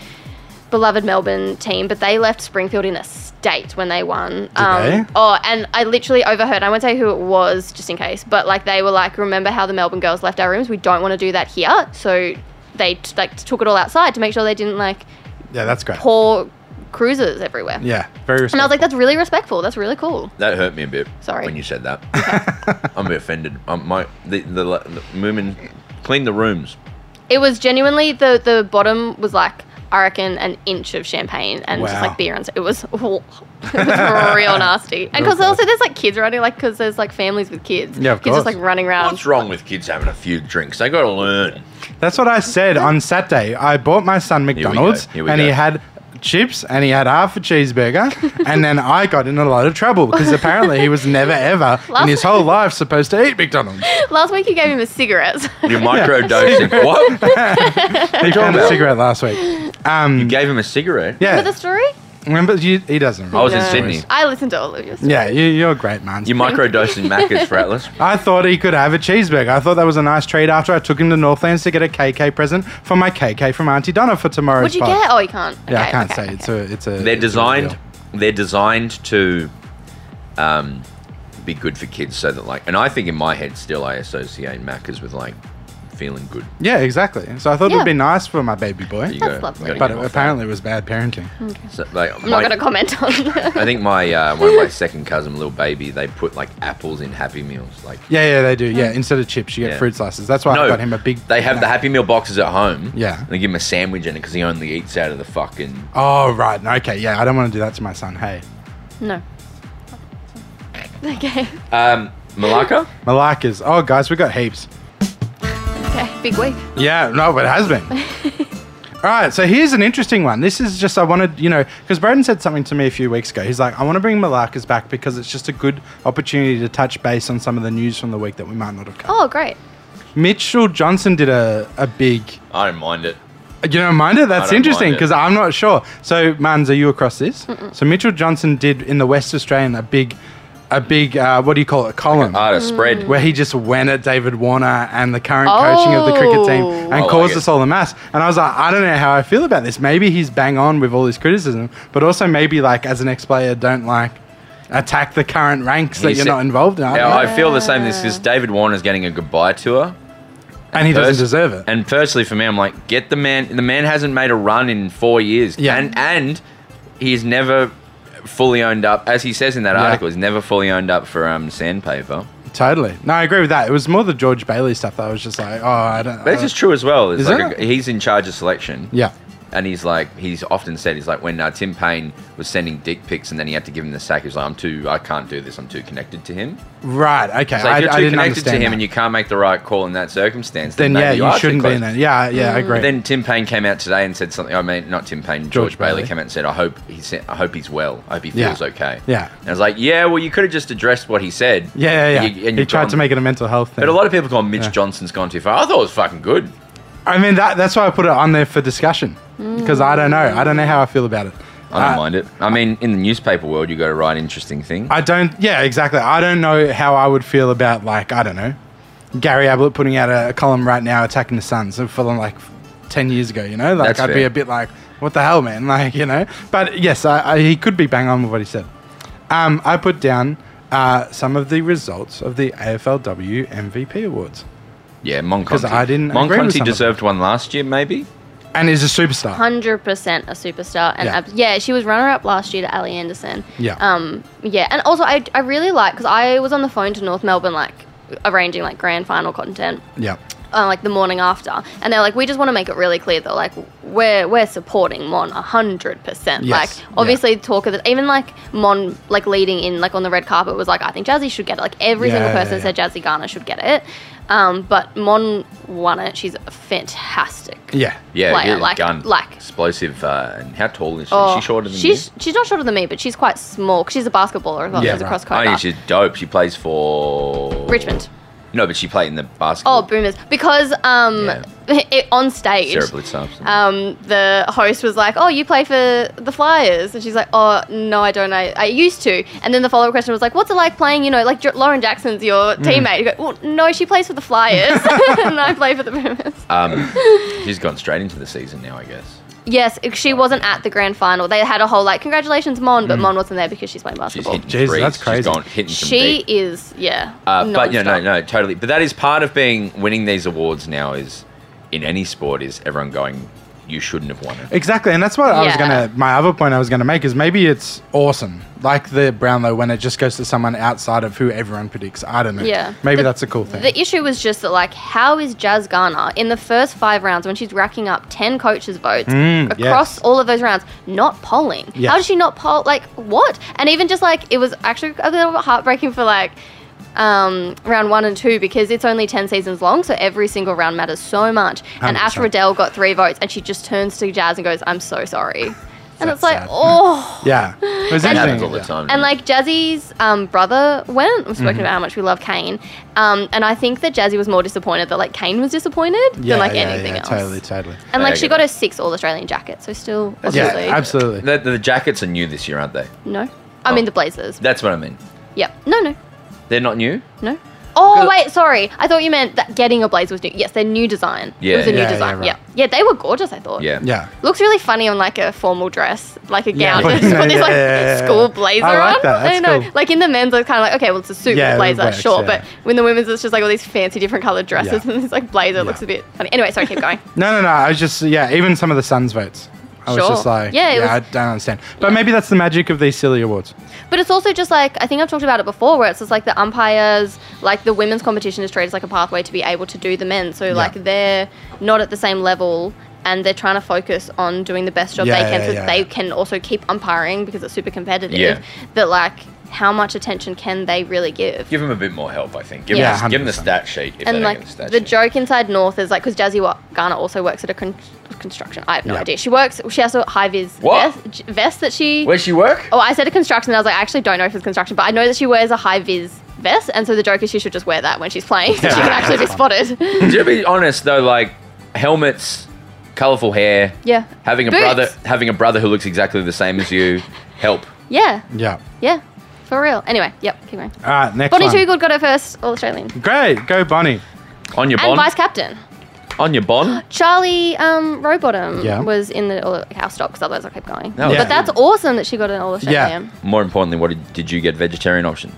[SPEAKER 3] beloved Melbourne team, but they left Springfield in a state when they won. um,
[SPEAKER 4] they?
[SPEAKER 3] Oh, and I literally overheard. I won't say who it was, just in case. But like they were like, remember how the Melbourne girls left our rooms? We don't want to do that here. So they t- like took it all outside to make sure they didn't like
[SPEAKER 4] Yeah, that's great.
[SPEAKER 3] pour cruisers everywhere.
[SPEAKER 4] Yeah, very
[SPEAKER 3] And I was
[SPEAKER 4] respectful.
[SPEAKER 3] like, that's really respectful. That's really cool.
[SPEAKER 1] That hurt me a bit.
[SPEAKER 3] Sorry.
[SPEAKER 1] When you said that, I'm a bit offended. Um, my the, the, the women clean the rooms.
[SPEAKER 3] It was genuinely the the bottom was like I reckon an inch of champagne and just
[SPEAKER 4] Wow.
[SPEAKER 3] like beer and so it was it was real nasty. And because
[SPEAKER 4] Okay.
[SPEAKER 3] also there's like kids running like because there's like families with kids.
[SPEAKER 4] Yeah, of
[SPEAKER 3] kids just
[SPEAKER 4] course.
[SPEAKER 3] like running around.
[SPEAKER 1] What's wrong with kids having a few drinks? They got to learn.
[SPEAKER 4] That's what I said on Saturday. I bought my son
[SPEAKER 1] we go,
[SPEAKER 4] McDonald's
[SPEAKER 1] here we
[SPEAKER 4] and
[SPEAKER 1] go.
[SPEAKER 4] he had chips and he had half a cheeseburger and then I got in a lot of trouble because apparently he was never ever in his whole life supposed to eat McDonald's.
[SPEAKER 3] Last week you gave him a cigarette.
[SPEAKER 1] You're microdosing. what?
[SPEAKER 4] He found a cigarette last week. Um,
[SPEAKER 1] You gave him a cigarette?
[SPEAKER 4] Yeah.
[SPEAKER 3] Remember the story?
[SPEAKER 4] Remember, you, he doesn't.
[SPEAKER 1] I was in
[SPEAKER 3] No.
[SPEAKER 1] Sydney.
[SPEAKER 3] I listened to all of your stuff.
[SPEAKER 4] Yeah, you, you're a great man.
[SPEAKER 1] You microdosing Macca's for Atlas.
[SPEAKER 4] I thought he could have a cheeseburger. I thought that was a nice treat after I took him to Northlands to get a KK present for my KK from Auntie Donna for tomorrow's
[SPEAKER 3] What'd you
[SPEAKER 4] pod.
[SPEAKER 3] get? Oh, you can't.
[SPEAKER 4] Yeah, I
[SPEAKER 3] Okay,
[SPEAKER 4] can't
[SPEAKER 3] okay,
[SPEAKER 4] say
[SPEAKER 3] okay.
[SPEAKER 4] it's a it's a.
[SPEAKER 1] They're
[SPEAKER 4] it's a
[SPEAKER 1] designed.
[SPEAKER 4] reveal.
[SPEAKER 1] They're designed to um, be good for kids, so that like, and I think in my head still I associate Macca's with like feeling good.
[SPEAKER 4] Yeah, exactly. So I thought
[SPEAKER 3] Yeah.
[SPEAKER 4] it'd be nice for my baby
[SPEAKER 1] There
[SPEAKER 4] boy,
[SPEAKER 1] you
[SPEAKER 3] That's
[SPEAKER 1] go.
[SPEAKER 3] lovely.
[SPEAKER 1] You gotta
[SPEAKER 4] but
[SPEAKER 1] get my
[SPEAKER 4] apparently it was bad parenting.
[SPEAKER 3] Hmm.
[SPEAKER 1] phone. So, like,
[SPEAKER 3] I'm not
[SPEAKER 1] my-
[SPEAKER 3] going to comment on that.
[SPEAKER 1] I think my uh, one of my second cousin, little baby, they put like apples in Happy Meals. Like,
[SPEAKER 4] Yeah, yeah, they do.
[SPEAKER 3] Hmm.
[SPEAKER 4] Yeah, instead of chips, you get
[SPEAKER 1] Yeah.
[SPEAKER 4] fruit slices. That's why I got him a big.
[SPEAKER 1] They have the Happy Meal boxes at home.
[SPEAKER 4] Yeah.
[SPEAKER 1] and they give him a sandwich in it because he only eats out of the fucking.
[SPEAKER 4] Oh right, okay, yeah. I don't want to do that to my son. Hey,
[SPEAKER 3] no. Okay.
[SPEAKER 1] Um, Malacca.
[SPEAKER 4] Malakas. Oh guys, we got heaps.
[SPEAKER 3] Okay. Big week.
[SPEAKER 4] Yeah, no, but it has been. All right, so here's an interesting one. This is just I wanted, you know, because Braden said something to me a few weeks ago. He's like, I want to bring Malakas back because it's just a good opportunity to touch base on some of the news from the week that we might not have covered.
[SPEAKER 3] Oh, great.
[SPEAKER 4] Mitchell Johnson did a, a big.
[SPEAKER 1] I don't mind it.
[SPEAKER 4] You don't mind it? That's
[SPEAKER 1] don't
[SPEAKER 4] interesting
[SPEAKER 1] mind it.
[SPEAKER 4] because I'm not sure. So, Mans, are you across this? So Mitchell Johnson did in the West Australian a big, a big uh, what do you call it? Column
[SPEAKER 1] Ah, the spread.
[SPEAKER 4] where he just went at David Warner and the current coaching of the cricket team
[SPEAKER 3] Oh.
[SPEAKER 4] and
[SPEAKER 1] I
[SPEAKER 4] caused
[SPEAKER 1] like it.
[SPEAKER 4] us all a mess. And I was like, I don't know how I feel about this. Maybe he's bang on with all his criticism, but also maybe like as an ex-player, don't like attack the current ranks that
[SPEAKER 1] He
[SPEAKER 4] you're
[SPEAKER 1] said-
[SPEAKER 4] not involved in. I don't
[SPEAKER 1] Now,
[SPEAKER 4] know.
[SPEAKER 1] I feel the same. This because David Warner's getting a goodbye tour.
[SPEAKER 4] and he doesn't
[SPEAKER 1] Pers-
[SPEAKER 4] deserve it.
[SPEAKER 1] And personally, for me, I'm like, get the man. The man hasn't made a run in four years.
[SPEAKER 4] Yeah.
[SPEAKER 1] And and he's never fully owned up, as he says in that
[SPEAKER 4] Yeah.
[SPEAKER 1] article. He's never fully owned up for um, sandpaper.
[SPEAKER 4] totally. No, I agree with that. It was more the George Bailey stuff that I was just like, oh, I don't.
[SPEAKER 1] That's
[SPEAKER 4] uh,
[SPEAKER 1] just true as well. It's
[SPEAKER 4] Is
[SPEAKER 1] like
[SPEAKER 4] it?
[SPEAKER 1] a, he's in charge of selection.
[SPEAKER 4] yeah.
[SPEAKER 1] And he's like, he's often said, he's like, when uh, Tim Payne was sending dick pics and then he had to give him the sack, he was like, I'm too, I can't do this. I'm too connected to him.
[SPEAKER 4] Right. Okay.
[SPEAKER 1] So if
[SPEAKER 4] I,
[SPEAKER 1] you're too
[SPEAKER 4] I didn't
[SPEAKER 1] connected to
[SPEAKER 4] understand.
[SPEAKER 1] him
[SPEAKER 4] that.
[SPEAKER 1] and you can't make the right call in that circumstance, then,
[SPEAKER 4] then yeah,
[SPEAKER 1] maybe
[SPEAKER 4] you,
[SPEAKER 1] are too
[SPEAKER 4] shouldn't be in
[SPEAKER 1] close.
[SPEAKER 4] that. Yeah. Yeah. I agree.
[SPEAKER 1] But then Tim Payne came out today and said something. I mean, not Tim Payne. George,
[SPEAKER 4] George
[SPEAKER 1] Bailey.
[SPEAKER 4] Bailey.
[SPEAKER 1] came out and said, "I hope he said, I hope he's well. I hope he
[SPEAKER 4] Yeah.
[SPEAKER 1] feels okay."
[SPEAKER 4] Yeah.
[SPEAKER 1] And I was like, "Yeah, well, you could have just addressed what he said."
[SPEAKER 4] yeah, yeah, yeah.
[SPEAKER 1] You- and
[SPEAKER 4] he
[SPEAKER 1] you've
[SPEAKER 4] tried
[SPEAKER 1] gone-
[SPEAKER 4] to make it a mental health thing.
[SPEAKER 1] But a lot of people call Mitch
[SPEAKER 4] Yeah.
[SPEAKER 1] Johnson's gone too far. I thought it was fucking good.
[SPEAKER 4] I mean that that's why I put it on there for discussion because I don't know. I don't know how I feel about it.
[SPEAKER 1] I don't
[SPEAKER 4] Uh,
[SPEAKER 1] mind it. I mean, in the newspaper world, you got to write interesting things.
[SPEAKER 4] I don't. Yeah, exactly. I don't know how I would feel about like I don't know Gary Ablett putting out a, a column right now attacking the Suns and feeling like ten years ago. You know, like
[SPEAKER 1] That's
[SPEAKER 4] I'd be
[SPEAKER 1] fair.
[SPEAKER 4] a bit like, what the hell, man? Like you know. But yes, I, I, he could be bang on with what he said. Um, I put down uh, some of the results of the AFLW MVP awards,
[SPEAKER 1] yeah, Monconti.
[SPEAKER 4] I didn't agree with some of
[SPEAKER 1] Monconti
[SPEAKER 4] them.
[SPEAKER 1] deserved one last year, maybe.
[SPEAKER 4] and is a superstar.
[SPEAKER 3] Hundred percent a superstar, and
[SPEAKER 4] Yeah.
[SPEAKER 3] yeah. yeah, she was runner-up last year to Ali Anderson.
[SPEAKER 4] Yeah.
[SPEAKER 3] Um. Yeah, and also I, I really like because I was on the phone to North Melbourne like arranging like grand final content
[SPEAKER 4] Yeah.
[SPEAKER 3] uh, like the morning after, and they're like, we just want to make it really clear that like we're we're supporting Mon hundred percent.
[SPEAKER 4] Yes.
[SPEAKER 3] Like
[SPEAKER 4] Yeah.
[SPEAKER 3] obviously talk of it, even like Mon like leading in like on the red carpet was like, I think Jazzy should get it. Like every
[SPEAKER 4] Yeah,
[SPEAKER 3] single
[SPEAKER 4] yeah,
[SPEAKER 3] person
[SPEAKER 4] yeah.
[SPEAKER 3] said Jazzy Garner should get it, um, but Mon won it. She's fantastic.
[SPEAKER 4] Yeah.
[SPEAKER 1] Yeah,
[SPEAKER 3] Player,
[SPEAKER 1] yeah,
[SPEAKER 3] like-
[SPEAKER 1] gun,
[SPEAKER 3] like-
[SPEAKER 1] explosive. Uh, and how tall is she?
[SPEAKER 3] Oh,
[SPEAKER 1] is she shorter than
[SPEAKER 3] she's
[SPEAKER 1] you?
[SPEAKER 3] she's not shorter than me, but she's quite small. 'cause She's a basketballer as well.
[SPEAKER 4] Yeah,
[SPEAKER 3] she's a
[SPEAKER 4] right.
[SPEAKER 3] cross
[SPEAKER 1] Oh,
[SPEAKER 3] court.
[SPEAKER 1] yeah,
[SPEAKER 3] guard.
[SPEAKER 1] she's dope. She plays for
[SPEAKER 3] Richmond.
[SPEAKER 1] No, but she played in the
[SPEAKER 3] Oh,
[SPEAKER 1] basketball.
[SPEAKER 3] boomers! Because um,
[SPEAKER 1] Yeah.
[SPEAKER 3] it, on stage,
[SPEAKER 1] Sarah Blitz Sampson.
[SPEAKER 3] um, the host was like, "Oh, you play for the Flyers," and she's like, "Oh, no, I don't. I, I used to." And then the follow-up question was like, "What's it like playing? You know, like J- Lauren Jackson's your
[SPEAKER 1] Mm.
[SPEAKER 3] teammate." You go, well, "No, she plays for the Flyers, and I play for the Boomers."
[SPEAKER 1] Um, she's gone straight into the season now, I guess.
[SPEAKER 3] yes, she wasn't at the grand final. They had a whole like, "Congratulations, Mon," but Mon wasn't there because she's playing
[SPEAKER 1] Mm. She's
[SPEAKER 3] basketball.
[SPEAKER 1] hitting
[SPEAKER 4] Jesus,
[SPEAKER 1] threes.
[SPEAKER 4] Oh, that's crazy.
[SPEAKER 1] She's gone hitting from
[SPEAKER 3] She
[SPEAKER 1] deep.
[SPEAKER 3] is, yeah.
[SPEAKER 1] Uh, but yeah, no,
[SPEAKER 3] non-stop.
[SPEAKER 1] no, totally. But that is part of being winning these awards now. Is in any sport is everyone going? You shouldn't have won it.
[SPEAKER 4] Exactly, and that's what I was
[SPEAKER 3] Yeah.
[SPEAKER 4] gonna. My other point I was gonna make is maybe it's awesome, like the Brownlow, when it just goes to someone outside of who everyone predicts. I don't know.
[SPEAKER 3] Yeah.
[SPEAKER 4] maybe
[SPEAKER 3] The-
[SPEAKER 4] that's a cool thing.
[SPEAKER 3] The issue was just that, like, how is Jazz Garner in the first five rounds when she's racking up 10 coaches' votes
[SPEAKER 4] Mm,
[SPEAKER 3] across
[SPEAKER 4] yes.
[SPEAKER 3] all of those rounds not polling?
[SPEAKER 4] Yes.
[SPEAKER 3] How does she not poll? Like, what? And even just like, it was actually a little bit heartbreaking for like um, round one and two because it's only 10 seasons long, so every single round matters so much. And Ash
[SPEAKER 4] 100%.
[SPEAKER 3] Riddell got three votes and she just turns to Jazz and goes, I'm so sorry. and it's like,
[SPEAKER 4] sad.
[SPEAKER 3] oh.
[SPEAKER 4] Yeah. It was
[SPEAKER 1] It
[SPEAKER 4] interesting.
[SPEAKER 1] happens all the
[SPEAKER 4] yeah.
[SPEAKER 1] time.
[SPEAKER 3] And like Jazzy's um, brother went. We've
[SPEAKER 4] Mm-hmm.
[SPEAKER 3] spoken about how much we love Kane, um, and I think that Jazzy was more disappointed that like Kane was disappointed
[SPEAKER 4] Yeah,
[SPEAKER 3] than like
[SPEAKER 4] yeah,
[SPEAKER 3] anything
[SPEAKER 4] yeah,
[SPEAKER 3] else.
[SPEAKER 4] Totally, totally.
[SPEAKER 3] And like
[SPEAKER 1] Yeah, I
[SPEAKER 3] she
[SPEAKER 1] get
[SPEAKER 3] got
[SPEAKER 1] it.
[SPEAKER 3] a six All Australian jacket, so still obviously
[SPEAKER 4] Yeah, absolutely.
[SPEAKER 1] the, the jackets are new this year, aren't they?
[SPEAKER 3] no. I
[SPEAKER 1] Oh.
[SPEAKER 3] mean the Blazers.
[SPEAKER 1] That's what I mean.
[SPEAKER 3] Yep. No, no,
[SPEAKER 1] They're not new.
[SPEAKER 3] no. Oh
[SPEAKER 1] Because-
[SPEAKER 3] wait, sorry. I thought you meant that getting a blazer was new. Yes, their new design.
[SPEAKER 1] Yeah,
[SPEAKER 3] it was a
[SPEAKER 4] yeah,
[SPEAKER 3] new design.
[SPEAKER 4] yeah,
[SPEAKER 3] Yeah,
[SPEAKER 4] right.
[SPEAKER 3] yeah, they were gorgeous. I thought.
[SPEAKER 1] Yeah.
[SPEAKER 4] Yeah.
[SPEAKER 3] Looks really funny on like a formal dress, like a
[SPEAKER 4] Yeah.
[SPEAKER 3] gown. Yeah.
[SPEAKER 4] Yeah,
[SPEAKER 3] put this like
[SPEAKER 4] yeah, yeah, yeah.
[SPEAKER 3] school blazer
[SPEAKER 4] I like
[SPEAKER 3] on.
[SPEAKER 4] that.
[SPEAKER 3] I
[SPEAKER 4] That's
[SPEAKER 3] know.
[SPEAKER 4] cool.
[SPEAKER 3] Like in the men's, it's kind of like okay, well it's a suit
[SPEAKER 4] Yeah, it
[SPEAKER 3] with blazer,
[SPEAKER 4] works,
[SPEAKER 3] sure.
[SPEAKER 4] yeah.
[SPEAKER 3] But when the women's, it's just like all these fancy different colored dresses
[SPEAKER 4] Yeah.
[SPEAKER 3] and this like blazer looks a bit funny. Anyway, sorry, keep going.
[SPEAKER 4] No, no, no. I was just yeah. Even some of the Suns votes, I was
[SPEAKER 3] Sure.
[SPEAKER 4] just like, yeah,
[SPEAKER 3] Yeah, it was-
[SPEAKER 4] I don't understand. But maybe that's the magic of these silly awards.
[SPEAKER 3] But it's also just like I think I've talked about it before, where it's just like the umpires, like the women's competition is treated as like a pathway to be able to do the men. So like they're not at the same level, and they're trying to focus on doing the best job
[SPEAKER 4] Yeah,
[SPEAKER 3] they can,
[SPEAKER 4] yeah,
[SPEAKER 3] so
[SPEAKER 4] yeah.
[SPEAKER 3] they can also keep umpiring because it's super competitive.
[SPEAKER 1] Yeah.
[SPEAKER 3] That like how much attention can they really give?
[SPEAKER 1] Give them a bit more help, I think. Give,
[SPEAKER 3] Yeah.
[SPEAKER 1] them, give them the
[SPEAKER 4] 100%.
[SPEAKER 1] stat sheet. If
[SPEAKER 3] and
[SPEAKER 1] they don't
[SPEAKER 3] like
[SPEAKER 1] get the, stat
[SPEAKER 3] the
[SPEAKER 1] sheet.
[SPEAKER 3] joke inside North is like because Jazzy Wa- Garner also works at a con- construction. I have no
[SPEAKER 4] Yeah.
[SPEAKER 3] idea. She works. She has a high vis
[SPEAKER 1] What?
[SPEAKER 3] vest, vest that she
[SPEAKER 1] Where's she work?
[SPEAKER 3] Oh, I said a construction. And I was like, I actually don't know if it's construction, but I know that she wears a high vis vest, and so the joke is she should just wear that when she's playing, so she
[SPEAKER 4] Yeah.
[SPEAKER 3] can actually be spotted.
[SPEAKER 1] to be honest though, like helmets, colourful hair,
[SPEAKER 3] yeah.
[SPEAKER 1] having a
[SPEAKER 3] Boots.
[SPEAKER 1] brother, having a brother who looks exactly the same as you, help.
[SPEAKER 3] Yeah,
[SPEAKER 4] Yeah.
[SPEAKER 3] yeah, for real. Anyway, yep, keep going.
[SPEAKER 4] All right, next
[SPEAKER 3] Bonnie
[SPEAKER 4] one.
[SPEAKER 3] Toogood got her first All Australian
[SPEAKER 4] Great, go Bonnie.
[SPEAKER 1] On your
[SPEAKER 3] and
[SPEAKER 1] bond,
[SPEAKER 3] vice captain.
[SPEAKER 1] on your bond.
[SPEAKER 3] Charlie um, Rowbottom
[SPEAKER 4] Yeah.
[SPEAKER 3] was in the All House stop because otherwise I kept going.
[SPEAKER 1] No,
[SPEAKER 4] Yeah.
[SPEAKER 3] But that's awesome that she got an All Australian.
[SPEAKER 1] More importantly, what did, did you get? Vegetarian option.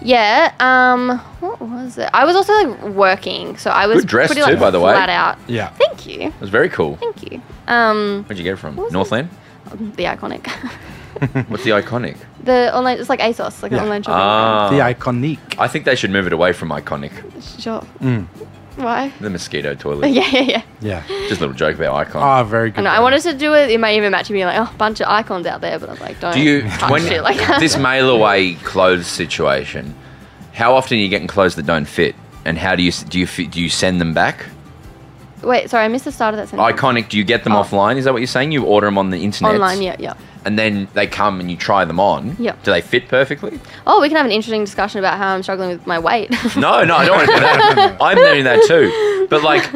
[SPEAKER 3] Yeah. Um. What was it? I was also like working, so I was
[SPEAKER 1] Good dress
[SPEAKER 3] pretty,
[SPEAKER 1] too,
[SPEAKER 3] like,
[SPEAKER 1] by the way.
[SPEAKER 3] Flat out.
[SPEAKER 4] Yeah.
[SPEAKER 3] Thank you.
[SPEAKER 1] It was very cool.
[SPEAKER 3] Thank you. Um,
[SPEAKER 1] Where'd you get it from?
[SPEAKER 3] What was
[SPEAKER 1] Northland.
[SPEAKER 3] the iconic,
[SPEAKER 1] What's the iconic?
[SPEAKER 3] the online. It's like ASOS, like
[SPEAKER 4] Yeah.
[SPEAKER 3] an online shopping
[SPEAKER 1] Ah,
[SPEAKER 4] the iconique.
[SPEAKER 1] I think they should move it away from iconic.
[SPEAKER 3] shop. Why?
[SPEAKER 1] The mosquito toilet.
[SPEAKER 3] Yeah, Ah. yeah, yeah.
[SPEAKER 4] yeah.
[SPEAKER 1] Just a little joke about icon.
[SPEAKER 4] Oh, very
[SPEAKER 3] I
[SPEAKER 4] good.
[SPEAKER 3] know. I
[SPEAKER 4] Bonnie.
[SPEAKER 3] wanted to do it. It may even match me like oh, bunch of icons out there, but I'm like, don't
[SPEAKER 1] Do you
[SPEAKER 3] touch
[SPEAKER 1] when
[SPEAKER 3] shit like that.
[SPEAKER 1] this mail away clothes situation? How often are you getting clothes that don't fit, and how do you do you fi- do you send them back?
[SPEAKER 3] Wait, sorry, I missed the start of that sentence.
[SPEAKER 1] Iconic. Do you get them
[SPEAKER 3] Oh.
[SPEAKER 1] offline? Is that what you're saying? You order them on the internet
[SPEAKER 3] Online, yeah, yeah.
[SPEAKER 1] and then they come and you try them on.
[SPEAKER 3] Yep.
[SPEAKER 1] Do they fit perfectly?
[SPEAKER 3] Oh, we can have an interesting discussion about how I'm struggling with my weight.
[SPEAKER 1] No, no, I don't want to do that. I'm doing that too. But like,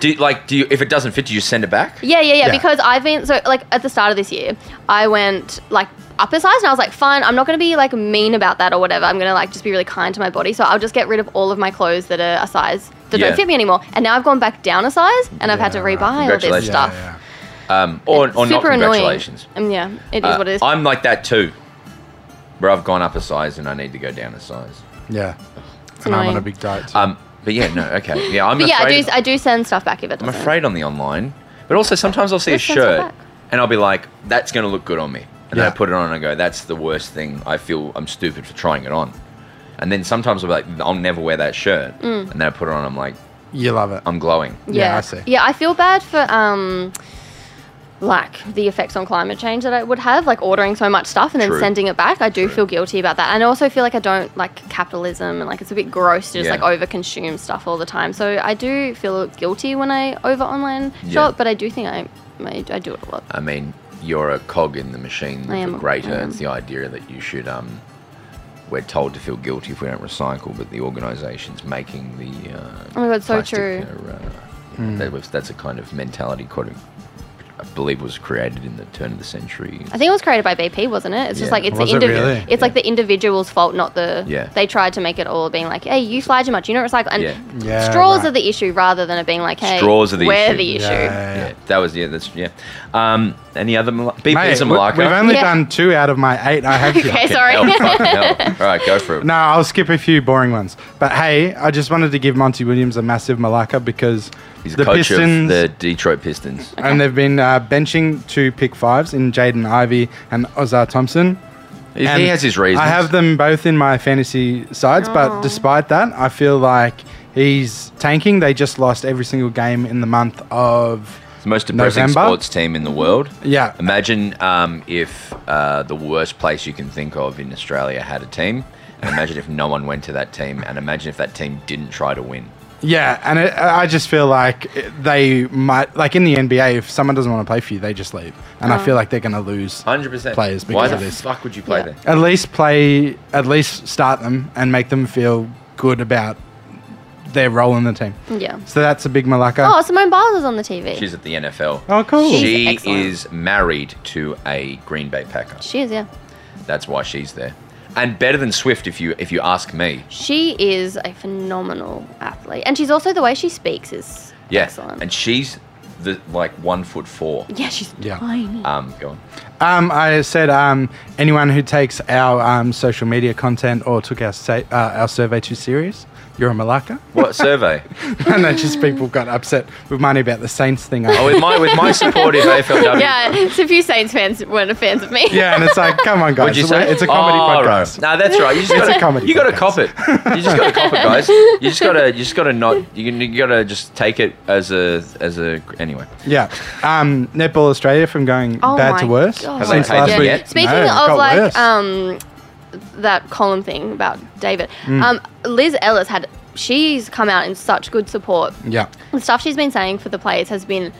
[SPEAKER 1] do like do you if it doesn't fit, do you send it back?
[SPEAKER 3] Yeah, yeah, yeah,
[SPEAKER 4] Yeah.
[SPEAKER 3] Because I've been so like at the start of this year, I went like up a size and I was like, fine, I'm not gonna be like mean about that or whatever. I'm gonna like just be really kind to my body. So I'll just get rid of all of my clothes that are a size that
[SPEAKER 1] Yeah.
[SPEAKER 3] don't fit me anymore. And now I've gone back down a size and I've had to
[SPEAKER 4] Yeah, right.
[SPEAKER 3] rebuy all this
[SPEAKER 1] Congratulations.
[SPEAKER 3] stuff.
[SPEAKER 4] Yeah,
[SPEAKER 1] Um, or
[SPEAKER 3] It's
[SPEAKER 1] or not?
[SPEAKER 3] super
[SPEAKER 1] Congratulations.
[SPEAKER 3] annoying. Um, yeah, it is
[SPEAKER 1] Uh,
[SPEAKER 3] what it is.
[SPEAKER 1] I'm like that too. Where I've gone up a size and I need to go down a size.
[SPEAKER 4] yeah. yeah.
[SPEAKER 3] It's
[SPEAKER 4] And I'm on a
[SPEAKER 3] annoying.
[SPEAKER 4] big diet. too.
[SPEAKER 1] Um, but yeah, no, okay, yeah, I'm
[SPEAKER 3] but yeah, I
[SPEAKER 1] afraid.
[SPEAKER 3] do, I do send stuff back if it
[SPEAKER 1] I'm
[SPEAKER 3] doesn't.
[SPEAKER 1] afraid on the online, but also sometimes I'll see a
[SPEAKER 3] Let's send some
[SPEAKER 1] shirt
[SPEAKER 3] back.
[SPEAKER 1] and I'll be like, "That's going to look good on me," and
[SPEAKER 4] Yeah.
[SPEAKER 1] then I put it on and I go, "That's the worst thing." I feel I'm stupid for trying it on, and then sometimes I'm like, "I'll never wear that shirt,"
[SPEAKER 3] Mm.
[SPEAKER 1] and then I put it on, I'm like,
[SPEAKER 4] you love it.
[SPEAKER 1] "I'm glowing."
[SPEAKER 4] Yeah, I see.
[SPEAKER 3] Yeah, I feel bad for um like the effects on climate change that I would have, like ordering so much stuff and then
[SPEAKER 1] True.
[SPEAKER 3] sending it back. I do
[SPEAKER 1] True.
[SPEAKER 3] feel guilty about that. And I also feel like I don't like capitalism and like it's a bit gross to just
[SPEAKER 1] Yeah.
[SPEAKER 3] like over consume stuff all the time. So I do feel guilty when I over online
[SPEAKER 1] Yeah.
[SPEAKER 3] shop, but I do think I I, I do it a lot.
[SPEAKER 1] I mean, you're a cog in the machine
[SPEAKER 3] I
[SPEAKER 1] of
[SPEAKER 3] am,
[SPEAKER 1] the greater.
[SPEAKER 3] I am.
[SPEAKER 1] It's the idea that you should. Um, we're told to feel guilty if we don't recycle, but the organisations making the. Uh,
[SPEAKER 3] Oh my God, so
[SPEAKER 1] plastic
[SPEAKER 3] true.
[SPEAKER 1] are, uh, that was, that's a kind of mentality, quite a, I believe, was created in the turn of the century.
[SPEAKER 3] I think it was created by BP, wasn't it? It's
[SPEAKER 1] Yeah.
[SPEAKER 3] just like it's
[SPEAKER 4] Was
[SPEAKER 3] the
[SPEAKER 4] it
[SPEAKER 3] indiv-
[SPEAKER 4] really?
[SPEAKER 3] it's like the individual's fault, not the.
[SPEAKER 1] Yeah.
[SPEAKER 3] They tried to make it all being like, hey, you fly too much, you don't recycle, and
[SPEAKER 1] Yeah.
[SPEAKER 4] Yeah,
[SPEAKER 3] straws
[SPEAKER 4] right.
[SPEAKER 3] are the issue rather than it being like, hey,
[SPEAKER 1] Straws are the
[SPEAKER 3] we're
[SPEAKER 1] issue.
[SPEAKER 3] the issue.
[SPEAKER 4] Yeah.
[SPEAKER 1] Yeah, that was yeah. That's yeah. Um, any other Mal- BP's a
[SPEAKER 4] Mate, we-
[SPEAKER 1] Malacca?
[SPEAKER 4] We've only
[SPEAKER 3] Yeah.
[SPEAKER 4] done two out of my eight I have here.
[SPEAKER 3] Okay,
[SPEAKER 1] Fucking
[SPEAKER 3] Eh, sorry.
[SPEAKER 1] hell, fucking hell. All right, go for it.
[SPEAKER 4] No, I'll skip a few boring ones. But hey, I just wanted to give Monty Williams a massive malacca because
[SPEAKER 1] He's
[SPEAKER 4] the
[SPEAKER 1] coach of
[SPEAKER 4] Pistons
[SPEAKER 1] the Detroit Pistons.
[SPEAKER 4] and they've been uh, benching two pick fives in Jaden Ivey and Ozar Thompson.
[SPEAKER 1] He
[SPEAKER 4] And
[SPEAKER 1] has his reasons.
[SPEAKER 4] I have them both in my fantasy sides, but
[SPEAKER 3] Aw.
[SPEAKER 4] despite that, I feel like he's tanking. They just lost every single game in the month of
[SPEAKER 1] It's the most depressing
[SPEAKER 4] November.
[SPEAKER 1] sports team in the world.
[SPEAKER 4] yeah.
[SPEAKER 1] Imagine um, if uh, the worst place you can think of in Australia had a team. And imagine if no one went to that team. And imagine if that team didn't try to win.
[SPEAKER 4] Yeah, and it, I just feel like it- they might, like in the NBA, if someone doesn't want to play for you, they just leave. And I feel like they're going to lose
[SPEAKER 1] 100%.
[SPEAKER 4] players
[SPEAKER 1] Why
[SPEAKER 4] because
[SPEAKER 1] the
[SPEAKER 4] of this.
[SPEAKER 1] fuck would you play
[SPEAKER 3] Yeah.
[SPEAKER 1] there?
[SPEAKER 4] At least play, at least start them and make them feel good about their role in the team.
[SPEAKER 3] Yeah.
[SPEAKER 4] So that's a big malacca.
[SPEAKER 3] Oh, Simone Biles is on the TV.
[SPEAKER 1] She's at the NFL.
[SPEAKER 4] Oh, cool. She's
[SPEAKER 1] she
[SPEAKER 3] excellent.
[SPEAKER 1] is married to a Green Bay Packer.
[SPEAKER 3] she is, yeah.
[SPEAKER 1] That's why she's there. And better than Swift, if you if you ask me.
[SPEAKER 3] She is a phenomenal athlete. And she's also, the way she speaks is
[SPEAKER 1] Yeah.
[SPEAKER 3] excellent.
[SPEAKER 1] And she's the like one foot four.
[SPEAKER 3] yeah, she's
[SPEAKER 4] Yeah.
[SPEAKER 3] tiny.
[SPEAKER 1] Um, go on.
[SPEAKER 4] Um, I said um, anyone who takes our um, social media content or took our sa- uh, our survey too serious, you're a malacca.
[SPEAKER 1] What survey?
[SPEAKER 4] and then just people got upset with money about the Saints thing.
[SPEAKER 1] oh, with my with my supportive AFLW.
[SPEAKER 3] yeah, it's a few Saints fans weren't fans of me.
[SPEAKER 4] yeah, and it's like, come on,
[SPEAKER 1] What'd
[SPEAKER 4] guys,
[SPEAKER 1] you say?
[SPEAKER 4] it's a comedy
[SPEAKER 1] Oh, right.
[SPEAKER 4] podcast.
[SPEAKER 1] No, that's right. You just
[SPEAKER 4] It's
[SPEAKER 1] gotta,
[SPEAKER 4] a comedy
[SPEAKER 1] You gotta
[SPEAKER 4] podcast.
[SPEAKER 1] cop it. You just gotta cop it, guys. You just gotta you just gotta not. You, you gotta just take it as a as a anyway.
[SPEAKER 4] Yeah, um, Netball Australia from going
[SPEAKER 3] Oh
[SPEAKER 4] bad
[SPEAKER 3] my
[SPEAKER 4] to worse
[SPEAKER 3] God.
[SPEAKER 1] Have they paid them yet?
[SPEAKER 3] Speaking
[SPEAKER 4] No, it
[SPEAKER 3] of
[SPEAKER 4] got
[SPEAKER 3] like
[SPEAKER 4] worse.
[SPEAKER 3] um, that column thing about David,
[SPEAKER 4] Mm.
[SPEAKER 3] um, Liz Ellis had she's come out in such good support.
[SPEAKER 4] yeah,
[SPEAKER 3] The stuff she's been saying for the players has been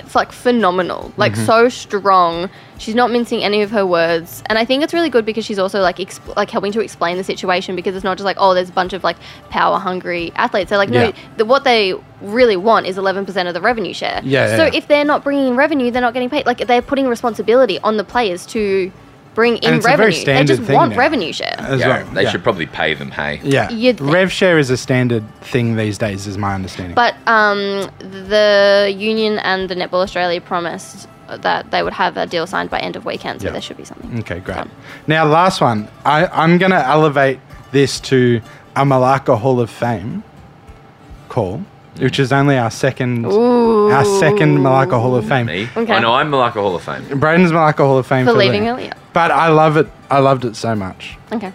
[SPEAKER 3] f- like phenomenal, like
[SPEAKER 4] Mm-hmm.
[SPEAKER 3] so strong. She's not mincing any of her words, and I think it's really good because she's also like exp- like helping to explain the situation because it's not just like oh, there's a bunch of like power hungry athletes. They're like no,
[SPEAKER 4] Yeah.
[SPEAKER 3] the, what they really want is 11% of the revenue share.
[SPEAKER 4] Yeah, yeah,
[SPEAKER 3] so
[SPEAKER 4] yeah.
[SPEAKER 3] if they're not bringing in revenue, they're not getting paid. Like they're putting responsibility on the players to bring in
[SPEAKER 4] it's a very
[SPEAKER 3] revenue. They just
[SPEAKER 4] standard thing
[SPEAKER 3] want
[SPEAKER 4] now.
[SPEAKER 3] revenue share.
[SPEAKER 4] as
[SPEAKER 1] Yeah,
[SPEAKER 4] well.
[SPEAKER 1] they
[SPEAKER 4] yeah.
[SPEAKER 1] should probably pay them. Hey.
[SPEAKER 4] Yeah,
[SPEAKER 3] You'd think.
[SPEAKER 4] rev share is a standard thing these days, is my understanding.
[SPEAKER 3] But um, the union and the Netball Australia promised that they would have a deal signed by end of weekend, so
[SPEAKER 4] Yeah.
[SPEAKER 3] there should be something.
[SPEAKER 4] Okay, great. Now, last one. I, I'm going to elevate this to a Malacca Hall of Fame call, which is only our second
[SPEAKER 3] Ooh.
[SPEAKER 4] our second Malacca Hall of Fame.
[SPEAKER 1] Me.
[SPEAKER 3] Okay.
[SPEAKER 1] I know. I'm Malacca Hall of Fame.
[SPEAKER 4] Braden's Malacca Hall of Fame
[SPEAKER 3] For leaving earlier.
[SPEAKER 4] earlier. But I love it. I loved it so much.
[SPEAKER 3] Okay.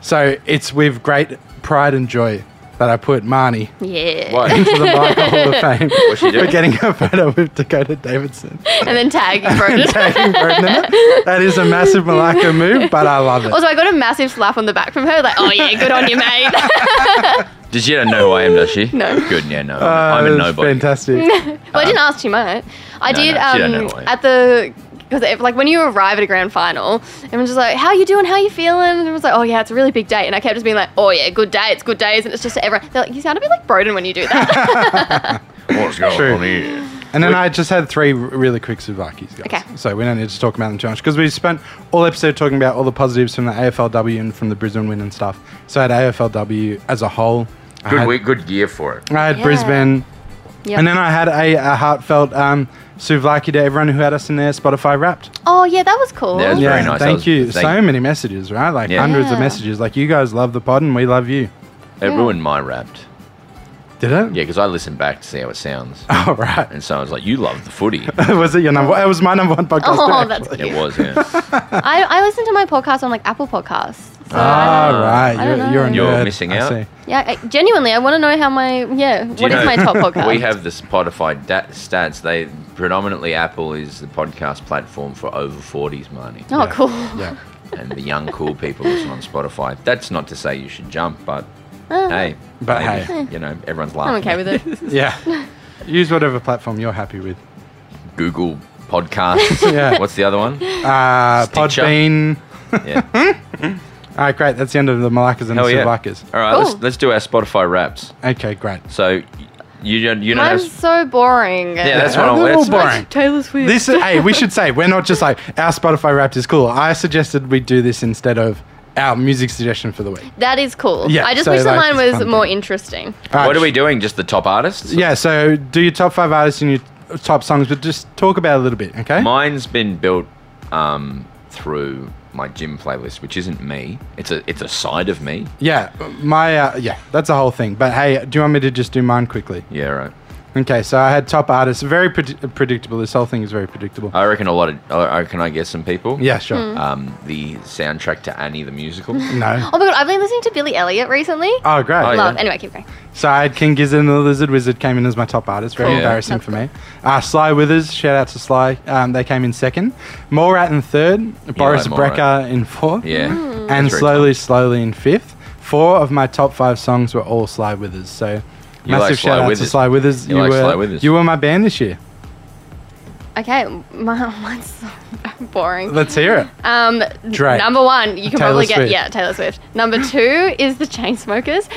[SPEAKER 4] So it's with great pride and joy that I put Marnie
[SPEAKER 3] Yeah.
[SPEAKER 1] What?
[SPEAKER 4] into the Malacca Hall of Fame.
[SPEAKER 1] What's she
[SPEAKER 4] We're
[SPEAKER 1] doing?
[SPEAKER 4] getting a photo with Dakota Davidson.
[SPEAKER 3] And then tag Broden.
[SPEAKER 4] Taking Braden in it. That is a massive Malacca move, but I love it.
[SPEAKER 3] Also, I got a massive slap on the back from her, like, oh yeah, good on you, mate.
[SPEAKER 1] Does she don't know who I am? Does she?
[SPEAKER 3] No.
[SPEAKER 1] Good. Yeah. No.
[SPEAKER 4] Uh,
[SPEAKER 1] I'm a
[SPEAKER 4] that's
[SPEAKER 1] nobody.
[SPEAKER 4] Fantastic.
[SPEAKER 3] well, I didn't ask, she might. I
[SPEAKER 1] No,
[SPEAKER 3] did
[SPEAKER 1] no, she don't know
[SPEAKER 3] um,
[SPEAKER 1] why.
[SPEAKER 3] at the. Because like when you arrive at a grand final, everyone's just like, "How you doing? How you feeling?" And everyone's like, "Oh yeah, it's a really big day." And I kept just being like, "Oh yeah, good day. It's good days." And it's just everyone. They're like, "You sound a bit like Broden when you do that."
[SPEAKER 1] What's going
[SPEAKER 4] True.
[SPEAKER 1] on here?
[SPEAKER 4] And then I just had three r- really quick Slovakians, guys.
[SPEAKER 3] Okay.
[SPEAKER 4] So we don't need to talk about them too much because we spent all episode talking about all the positives from the AFLW and from the Brisbane win and stuff. So I had AFLW as a whole. I
[SPEAKER 1] Good
[SPEAKER 4] had,
[SPEAKER 1] week. Good year for it.
[SPEAKER 4] I had
[SPEAKER 3] Yeah.
[SPEAKER 4] Brisbane.
[SPEAKER 3] Yep.
[SPEAKER 4] And then I had a, a heartfelt um, souvlaki to everyone who had us in their Spotify Wrapped.
[SPEAKER 3] Oh yeah, that was cool.
[SPEAKER 1] Yeah, it was- very nice. That
[SPEAKER 4] Thank
[SPEAKER 1] was-
[SPEAKER 4] you.
[SPEAKER 1] thank-
[SPEAKER 4] so many messages, right? Like
[SPEAKER 1] Yeah.
[SPEAKER 4] hundreds of
[SPEAKER 3] Yeah.
[SPEAKER 4] messages. Like you guys love the pod and we love you.
[SPEAKER 1] It ruined my wrapped.
[SPEAKER 4] Did it?
[SPEAKER 1] Yeah, because I listened back to see how it sounds,
[SPEAKER 4] All right.
[SPEAKER 1] and so I was like, "You love the footy."
[SPEAKER 4] was it your number? It was my number one podcast.
[SPEAKER 3] Oh,
[SPEAKER 4] too,
[SPEAKER 3] that's
[SPEAKER 4] actually.
[SPEAKER 1] It was. Yeah.
[SPEAKER 3] I, I listen to my podcast on like Apple Podcasts. So I
[SPEAKER 4] Ah,
[SPEAKER 3] don't-
[SPEAKER 4] right.
[SPEAKER 3] I
[SPEAKER 4] You're,
[SPEAKER 3] don't know.
[SPEAKER 4] you're a
[SPEAKER 1] Uh, You're
[SPEAKER 4] nerd.
[SPEAKER 1] missing
[SPEAKER 4] I
[SPEAKER 1] out.
[SPEAKER 4] see.
[SPEAKER 3] yeah, I, genuinely, I want to know how my yeah. What is
[SPEAKER 1] Do you know,
[SPEAKER 3] my top podcast?
[SPEAKER 1] We have the Spotify dat- stats. They predominantly Apple is the podcast platform for over forties, Marnie,
[SPEAKER 3] Oh, cool.
[SPEAKER 4] Yeah.
[SPEAKER 1] and the young cool people listen on Spotify. That's not to say you should jump, but hey,
[SPEAKER 4] But
[SPEAKER 1] maybe,
[SPEAKER 4] hey.
[SPEAKER 1] you know everyone's
[SPEAKER 3] Ah, I'm
[SPEAKER 1] laughing.
[SPEAKER 3] okay with it.
[SPEAKER 4] Yeah. Use whatever platform you're happy with.
[SPEAKER 1] Google podcasts.
[SPEAKER 4] Yeah.
[SPEAKER 1] What's the other one?
[SPEAKER 4] Uh,
[SPEAKER 1] Stitcher.
[SPEAKER 4] Podbean.
[SPEAKER 1] Yeah.
[SPEAKER 4] All right, great. That's the end of the Malakas and the
[SPEAKER 1] Hell yeah. All
[SPEAKER 4] Slovakas.
[SPEAKER 1] right,
[SPEAKER 3] Cool.
[SPEAKER 1] let's let's do our Spotify wraps.
[SPEAKER 4] Okay, great.
[SPEAKER 1] So y- you don't you don't have.
[SPEAKER 3] Mine's so boring.
[SPEAKER 1] Yeah, that's what
[SPEAKER 4] They're
[SPEAKER 1] I
[SPEAKER 4] all
[SPEAKER 1] that's-
[SPEAKER 4] boring.
[SPEAKER 3] Taylor Swift.
[SPEAKER 4] This is, hey, we should say we're not just like our Spotify Wrapped is cool. I suggested we do this instead of our music suggestion for the week.
[SPEAKER 3] that is cool.
[SPEAKER 4] Yeah,
[SPEAKER 3] I just
[SPEAKER 4] so,
[SPEAKER 3] wish that
[SPEAKER 4] like,
[SPEAKER 3] mine
[SPEAKER 4] it's
[SPEAKER 3] was
[SPEAKER 4] fun
[SPEAKER 3] more
[SPEAKER 4] thing.
[SPEAKER 3] interesting.
[SPEAKER 4] All right,
[SPEAKER 1] What are we doing? Just the top artists?
[SPEAKER 4] Yeah, so do your top five artists and your top songs, but just talk about it a little bit, okay?
[SPEAKER 1] Mine's been built um, through my gym playlist, which isn't me. It's a it's a side of me.
[SPEAKER 4] yeah, my uh, yeah, that's a whole thing. But hey, do you want me to just do mine quickly?
[SPEAKER 1] Yeah, right.
[SPEAKER 4] Okay, so I had top artists. Very pred- predictable. This whole thing is very predictable.
[SPEAKER 1] I reckon a lot of. I reckon I guess some people.
[SPEAKER 4] yeah, sure.
[SPEAKER 1] Um, the soundtrack to Annie the musical.
[SPEAKER 4] No.
[SPEAKER 3] Oh my god, I've been listening to Billy Elliot recently.
[SPEAKER 4] Oh, great.
[SPEAKER 1] Oh, yeah.
[SPEAKER 3] Love. Anyway, keep going.
[SPEAKER 4] So I had King Gizzard and the Lizard Wizard came in as my top artist. Very
[SPEAKER 1] Cool. Yeah.
[SPEAKER 4] embarrassing
[SPEAKER 3] That's
[SPEAKER 4] for me. Uh, Sly Withers, shout out to Sly. Um, they came in second. Morat in third. Boris
[SPEAKER 1] like Morat.
[SPEAKER 4] Brecker in fourth.
[SPEAKER 1] Yeah.
[SPEAKER 3] Mm.
[SPEAKER 4] And
[SPEAKER 3] Hmm,
[SPEAKER 1] That's very
[SPEAKER 4] slowly, slowly in fifth. Four of my top five songs were all Sly Withers. So
[SPEAKER 1] You like
[SPEAKER 4] Massive
[SPEAKER 1] Sly
[SPEAKER 4] shout out to
[SPEAKER 1] Withers.
[SPEAKER 4] Sly Withers.
[SPEAKER 1] You
[SPEAKER 4] You,
[SPEAKER 1] like
[SPEAKER 4] were
[SPEAKER 1] Sly Withers.
[SPEAKER 4] you were my band this year.
[SPEAKER 3] Okay, my mine's so boring.
[SPEAKER 4] Let's hear it.
[SPEAKER 3] Um,
[SPEAKER 4] Drake.
[SPEAKER 3] Number one, you can
[SPEAKER 4] Taylor
[SPEAKER 3] probably get
[SPEAKER 4] Swift.
[SPEAKER 3] yeah Taylor Swift. Number two is the Chainsmokers.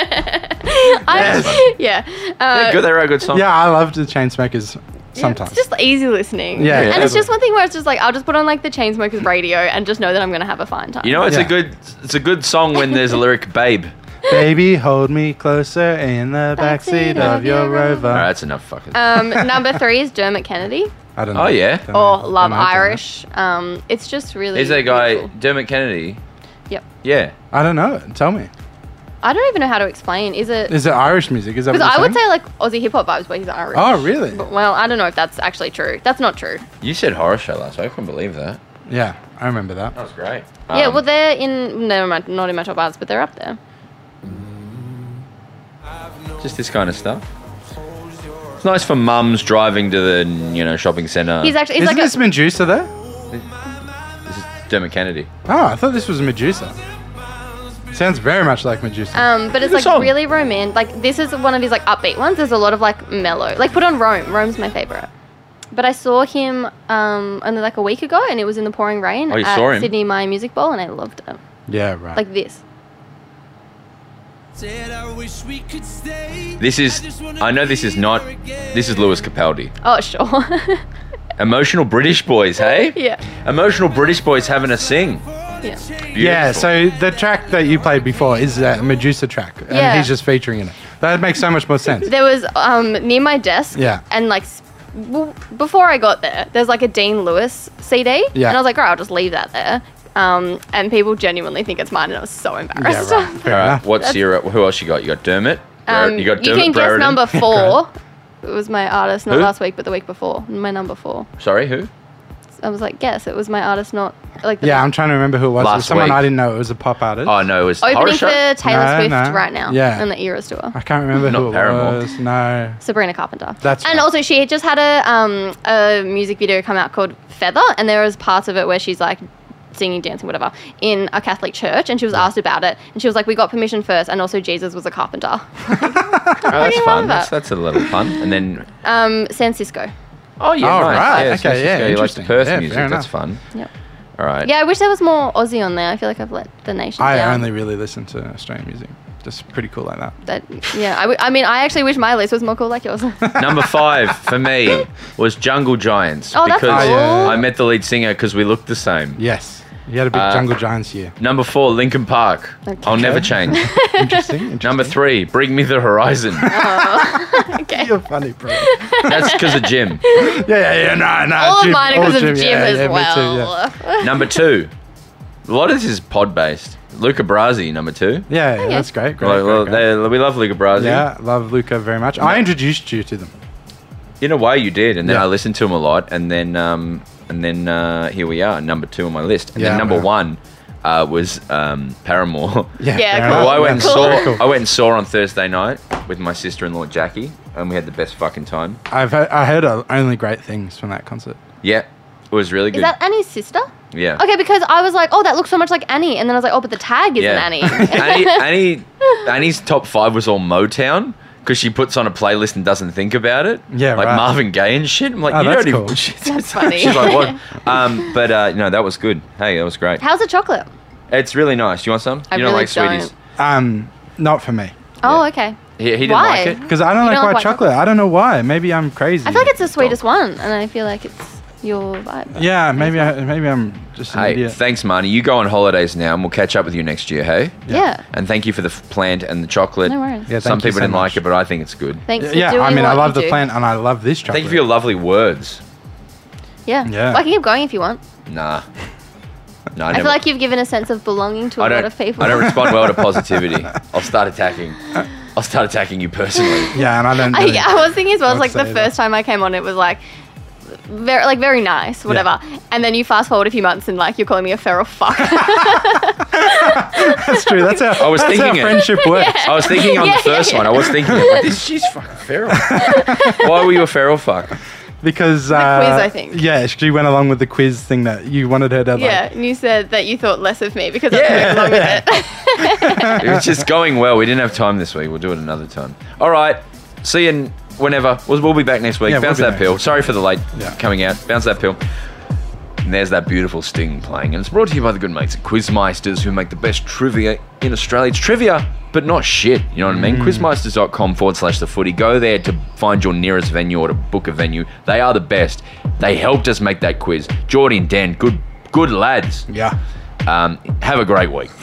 [SPEAKER 3] I, yeah, uh,
[SPEAKER 1] Good, they wrote good songs.
[SPEAKER 4] Yeah, I loved the Chainsmokers
[SPEAKER 3] yeah,
[SPEAKER 4] sometimes.
[SPEAKER 3] it's just easy listening.
[SPEAKER 4] Yeah,
[SPEAKER 3] and
[SPEAKER 1] yeah.
[SPEAKER 3] it's just one thing where it's just like I'll just put on like the Chainsmokers radio and just know that I'm gonna have a fine time.
[SPEAKER 1] You know, it's a
[SPEAKER 4] Yeah. Uh.
[SPEAKER 1] good it's a good song when there's a lyric, "Babe."
[SPEAKER 4] Baby, hold me closer in the backseat of your rover.
[SPEAKER 1] All right, that's enough. Fucking.
[SPEAKER 3] Um, number three is Dermot Kennedy
[SPEAKER 4] I don't
[SPEAKER 1] Oh, yeah.
[SPEAKER 4] Don't know.
[SPEAKER 3] or Love
[SPEAKER 4] Don't know, don't know.
[SPEAKER 3] Irish. Um, it's just really.
[SPEAKER 1] Is that guy
[SPEAKER 3] beautiful.
[SPEAKER 1] Dermot Kennedy?
[SPEAKER 3] Yep.
[SPEAKER 1] Yeah.
[SPEAKER 4] I don't know. Tell me.
[SPEAKER 3] I don't even know how to explain. Is it?
[SPEAKER 4] Is it Irish music? Is that what
[SPEAKER 3] Because
[SPEAKER 4] you're
[SPEAKER 3] I would
[SPEAKER 4] saying?
[SPEAKER 3] say like Aussie hip hop vibes, but he's Irish.
[SPEAKER 4] Oh, really?
[SPEAKER 3] But, well, I don't know if that's actually true. That's not true.
[SPEAKER 1] You said horror show last week. I couldn't believe that.
[SPEAKER 4] Yeah, I remember that.
[SPEAKER 1] That was great.
[SPEAKER 3] yeah,
[SPEAKER 1] Um,
[SPEAKER 3] well, they're in. Never mind, not in my top artists, but they're up there.
[SPEAKER 1] just this kind of stuff. It's nice for mums driving to the you know shopping centre.
[SPEAKER 3] He's actually. He's
[SPEAKER 4] Isn't
[SPEAKER 3] like.
[SPEAKER 4] this
[SPEAKER 3] a,
[SPEAKER 4] Medusa there?
[SPEAKER 1] This is Dermot Kennedy.
[SPEAKER 4] Oh, I thought this was Medusa. Sounds very much like Medusa.
[SPEAKER 3] um, but it's
[SPEAKER 1] Good
[SPEAKER 3] like
[SPEAKER 1] song.
[SPEAKER 3] really romantic. Like this is one of his like upbeat ones. There's a lot of like mellow. Like put on Rome. Rome's my favorite. But I saw him um, only like a week ago, and it was in the pouring rain
[SPEAKER 1] Oh, you
[SPEAKER 3] at
[SPEAKER 1] saw him?
[SPEAKER 3] Sydney Maya Music Bowl, and I loved it.
[SPEAKER 4] yeah, right.
[SPEAKER 3] Like this.
[SPEAKER 1] This is. I know this is not. This is Lewis Capaldi.
[SPEAKER 3] Oh sure.
[SPEAKER 1] Emotional British boys, hey?
[SPEAKER 3] Yeah.
[SPEAKER 1] Emotional British boys having a sing.
[SPEAKER 3] yeah.
[SPEAKER 1] Beautiful.
[SPEAKER 4] yeah, so the track that you played before is a Medusa track, and
[SPEAKER 3] Yeah.
[SPEAKER 4] he's just featuring in it. That makes so much more sense.
[SPEAKER 3] There was um, near my desk.
[SPEAKER 4] Yeah.
[SPEAKER 3] And like s- w- before I got there, there's like a Dean Lewis CD.
[SPEAKER 4] Yeah.
[SPEAKER 3] And I was like, all right, I'll just leave that there. Um, and people genuinely think it's mine, and I was so
[SPEAKER 4] Yeah,
[SPEAKER 3] embarrassed.
[SPEAKER 4] right. Fair
[SPEAKER 1] All right.
[SPEAKER 4] enough.
[SPEAKER 1] What's your? Who else you got? You got Dermot. Bre-
[SPEAKER 3] Um,
[SPEAKER 1] you got Dermot
[SPEAKER 3] can guess
[SPEAKER 1] Brereton.
[SPEAKER 3] number four. it was my artist, not
[SPEAKER 1] Who?
[SPEAKER 3] last week, but the week before. My number four.
[SPEAKER 1] Sorry, who?
[SPEAKER 3] I was like, guess it was my artist, not like the
[SPEAKER 4] Yeah, I'm trying to remember who it was. It
[SPEAKER 1] Last
[SPEAKER 4] was someone
[SPEAKER 1] week.
[SPEAKER 4] I didn't know. It was a pop artist.
[SPEAKER 1] Oh no, it was horror
[SPEAKER 3] opening for
[SPEAKER 1] show.
[SPEAKER 3] Taylor
[SPEAKER 4] No,
[SPEAKER 3] Swift
[SPEAKER 4] no.
[SPEAKER 3] right now.
[SPEAKER 4] Yeah.
[SPEAKER 3] in the Eras tour.
[SPEAKER 4] I can't remember
[SPEAKER 1] Not
[SPEAKER 4] who it
[SPEAKER 1] Paramore.
[SPEAKER 4] was. No.
[SPEAKER 3] Sabrina Carpenter.
[SPEAKER 4] That's
[SPEAKER 3] and
[SPEAKER 4] right.
[SPEAKER 3] also she had just had a um, a music video come out called Feather, and there was parts of it where she's like singing, dancing, whatever, in a Catholic church, and she was asked about it, and she was like, "We got permission first, and also Jesus was a carpenter."
[SPEAKER 1] Oh, that's
[SPEAKER 3] you
[SPEAKER 1] fun.
[SPEAKER 3] love
[SPEAKER 1] That's,
[SPEAKER 3] that?
[SPEAKER 1] that's a little fun. And then
[SPEAKER 3] Um, San Cisco.
[SPEAKER 1] oh yeah,
[SPEAKER 4] Oh,
[SPEAKER 1] nice.
[SPEAKER 4] right.
[SPEAKER 1] Yeah, it's
[SPEAKER 4] Okay,
[SPEAKER 1] nice to
[SPEAKER 4] yeah,
[SPEAKER 1] see You like the
[SPEAKER 4] interesting.
[SPEAKER 1] Perth
[SPEAKER 4] Yeah,
[SPEAKER 1] music?
[SPEAKER 4] fair
[SPEAKER 1] That's
[SPEAKER 4] enough.
[SPEAKER 1] fun.
[SPEAKER 3] Yep.
[SPEAKER 1] All right.
[SPEAKER 3] Yeah, I wish there was more Aussie on there. I feel like I've let the nation
[SPEAKER 4] I
[SPEAKER 3] down.
[SPEAKER 4] only really listen to Australian music. Just pretty cool like that.
[SPEAKER 3] that, yeah, I, w- I mean, I actually wish my list was more cool like yours. Oh.
[SPEAKER 1] Number five for me was Jungle Giants
[SPEAKER 3] Oh, that's
[SPEAKER 1] because
[SPEAKER 4] cool. Oh, yeah.
[SPEAKER 1] I met the lead singer because we looked the same.
[SPEAKER 4] Yes. You had a big
[SPEAKER 1] Uh,
[SPEAKER 4] Jungle Giants year.
[SPEAKER 1] Number four, Lincoln Park.
[SPEAKER 3] Okay.
[SPEAKER 1] I'll never
[SPEAKER 4] Okay.
[SPEAKER 1] change.
[SPEAKER 4] Interesting. interesting.
[SPEAKER 1] Number three, Bring Me the Horizon.
[SPEAKER 3] okay.
[SPEAKER 4] You're funny, bro. yeah,
[SPEAKER 1] That's because of Jim.
[SPEAKER 4] yeah, yeah. No, no.
[SPEAKER 3] All
[SPEAKER 4] Jim-
[SPEAKER 3] of mine are
[SPEAKER 4] all
[SPEAKER 3] because of Jim
[SPEAKER 4] yeah,
[SPEAKER 3] as
[SPEAKER 4] yeah, me too,
[SPEAKER 3] well.
[SPEAKER 1] Number two, a lot of this is pod based. Luca Brasi, number two.
[SPEAKER 4] yeah, yeah, yeah,
[SPEAKER 3] Okay.
[SPEAKER 4] that's great. Great.
[SPEAKER 1] Like, well,
[SPEAKER 4] great, great.
[SPEAKER 1] they- we love Luca Brasi.
[SPEAKER 4] Yeah, love Luca very much. I introduced you to them.
[SPEAKER 1] In a way, you did, and then
[SPEAKER 4] Yeah.
[SPEAKER 1] I listened to him a lot, and then um, and then uh, here we are, number two on my list, and
[SPEAKER 4] Yeah,
[SPEAKER 1] then number
[SPEAKER 4] wow.
[SPEAKER 1] one uh, was um, Paramore.
[SPEAKER 3] Yeah,
[SPEAKER 4] fair
[SPEAKER 3] cool.
[SPEAKER 4] enough.
[SPEAKER 1] Well, I went and
[SPEAKER 4] Yeah, very
[SPEAKER 1] saw
[SPEAKER 4] cool.
[SPEAKER 1] I went and saw on Thursday night with my sister in law Jackie, and we had the best fucking time.
[SPEAKER 4] I've he- I heard uh, only great things from that concert.
[SPEAKER 1] Yeah, it was really
[SPEAKER 3] Is
[SPEAKER 1] good.
[SPEAKER 3] that Annie's sister?
[SPEAKER 1] yeah.
[SPEAKER 3] Okay, because I was like, oh, that looks so much like Annie, and then I was like, oh, but the tag isn't
[SPEAKER 1] Yeah.
[SPEAKER 3] Annie.
[SPEAKER 1] Annie, Annie, Annie's top five was all Motown because she puts on a playlist and doesn't think about it.
[SPEAKER 4] Yeah,
[SPEAKER 1] like
[SPEAKER 4] right.
[SPEAKER 1] Marvin Gaye and shit. I'm like,
[SPEAKER 4] Oh,
[SPEAKER 1] you
[SPEAKER 4] that's
[SPEAKER 1] don't even.
[SPEAKER 4] cool.
[SPEAKER 1] She's
[SPEAKER 3] funny.
[SPEAKER 1] like, what? Um, but uh, no, that was good. Hey, that was great.
[SPEAKER 3] How's the chocolate?
[SPEAKER 1] It's really nice. You want some?
[SPEAKER 3] I
[SPEAKER 1] you don't
[SPEAKER 3] really
[SPEAKER 1] like sweeties?
[SPEAKER 3] don't.
[SPEAKER 4] Um, not for me
[SPEAKER 3] Oh, okay.
[SPEAKER 1] He, he didn't
[SPEAKER 3] Why?
[SPEAKER 1] like it.
[SPEAKER 4] because I don't
[SPEAKER 3] You
[SPEAKER 4] like white chocolate. I don't know why. Maybe I'm crazy.
[SPEAKER 3] I feel like it's the sweetest one, and I feel like it's your vibe.
[SPEAKER 4] yeah. Maybe I maybe I'm just an
[SPEAKER 1] Hey,
[SPEAKER 4] idiot.
[SPEAKER 1] thanks, Marnie. You go on holidays now, and we'll catch up with you next year. Hey,
[SPEAKER 3] Yeah.
[SPEAKER 1] and thank you for the f- plant and the chocolate.
[SPEAKER 3] No worries.
[SPEAKER 4] Yeah,
[SPEAKER 1] Some
[SPEAKER 4] thank you
[SPEAKER 1] people
[SPEAKER 4] so
[SPEAKER 1] didn't
[SPEAKER 4] much.
[SPEAKER 1] like it, but I think it's good.
[SPEAKER 3] Thanks for
[SPEAKER 4] Yeah,
[SPEAKER 3] doing
[SPEAKER 4] I mean, I
[SPEAKER 3] what
[SPEAKER 4] love
[SPEAKER 3] you
[SPEAKER 4] the
[SPEAKER 3] do.
[SPEAKER 4] plant and I love this chocolate.
[SPEAKER 1] Thank you for your lovely words.
[SPEAKER 3] Yeah.
[SPEAKER 4] Yeah.
[SPEAKER 3] Well, I can keep going if you want.
[SPEAKER 1] Nah, no, I,
[SPEAKER 3] I
[SPEAKER 1] never-
[SPEAKER 3] feel like you've given a sense of belonging to a
[SPEAKER 1] I
[SPEAKER 3] lot
[SPEAKER 1] don't.
[SPEAKER 3] of people.
[SPEAKER 1] I don't respond well to positivity. I'll start attacking. I'll start attacking you personally.
[SPEAKER 4] yeah, and I don't.
[SPEAKER 3] I,
[SPEAKER 4] really-
[SPEAKER 3] yeah, I was thinking as well.
[SPEAKER 4] I'd
[SPEAKER 3] It's like the
[SPEAKER 4] say
[SPEAKER 3] first time I came on, it was like very, like very nice, whatever. And then you fast forward a few months, and like you're calling me a feral fuck.
[SPEAKER 4] That's true. That's how. I
[SPEAKER 1] was
[SPEAKER 4] was that's
[SPEAKER 1] thinking it.
[SPEAKER 4] how friendship works.
[SPEAKER 1] I was thinking on
[SPEAKER 3] Yeah,
[SPEAKER 1] the first
[SPEAKER 3] yeah,
[SPEAKER 1] one. I was thinking, like, this, she's fucking feral. Why were you a feral fuck?
[SPEAKER 4] because uh,
[SPEAKER 5] quiz, I think.
[SPEAKER 4] Yeah, she went along with the quiz thing that you wanted her to. Like,
[SPEAKER 5] Yeah, and you said that you thought less of me because I
[SPEAKER 1] Yeah.
[SPEAKER 5] took along with it.
[SPEAKER 1] It was just going well. We didn't have time this week. We'll do it another time. All right. See you n- whenever. We'll, we'll be back next week.
[SPEAKER 4] Yeah, we'll
[SPEAKER 1] Bounce
[SPEAKER 4] be
[SPEAKER 1] that
[SPEAKER 4] back.
[SPEAKER 1] pill. Sorry for the late
[SPEAKER 4] Yeah.
[SPEAKER 1] coming out. Bounce that pill. And there's that beautiful sting playing. And it's brought to you by the good mates at Quizmeisters, who make the best trivia in Australia. It's trivia, but not shit. You know what I
[SPEAKER 4] Mm.
[SPEAKER 1] mean? Quizmeisters.com forward slash the footy. Go there to find your nearest venue or to book a venue. They are the best. They helped us make that quiz. Jordy and Dan, good good lads.
[SPEAKER 4] yeah.
[SPEAKER 1] Um, have a great week.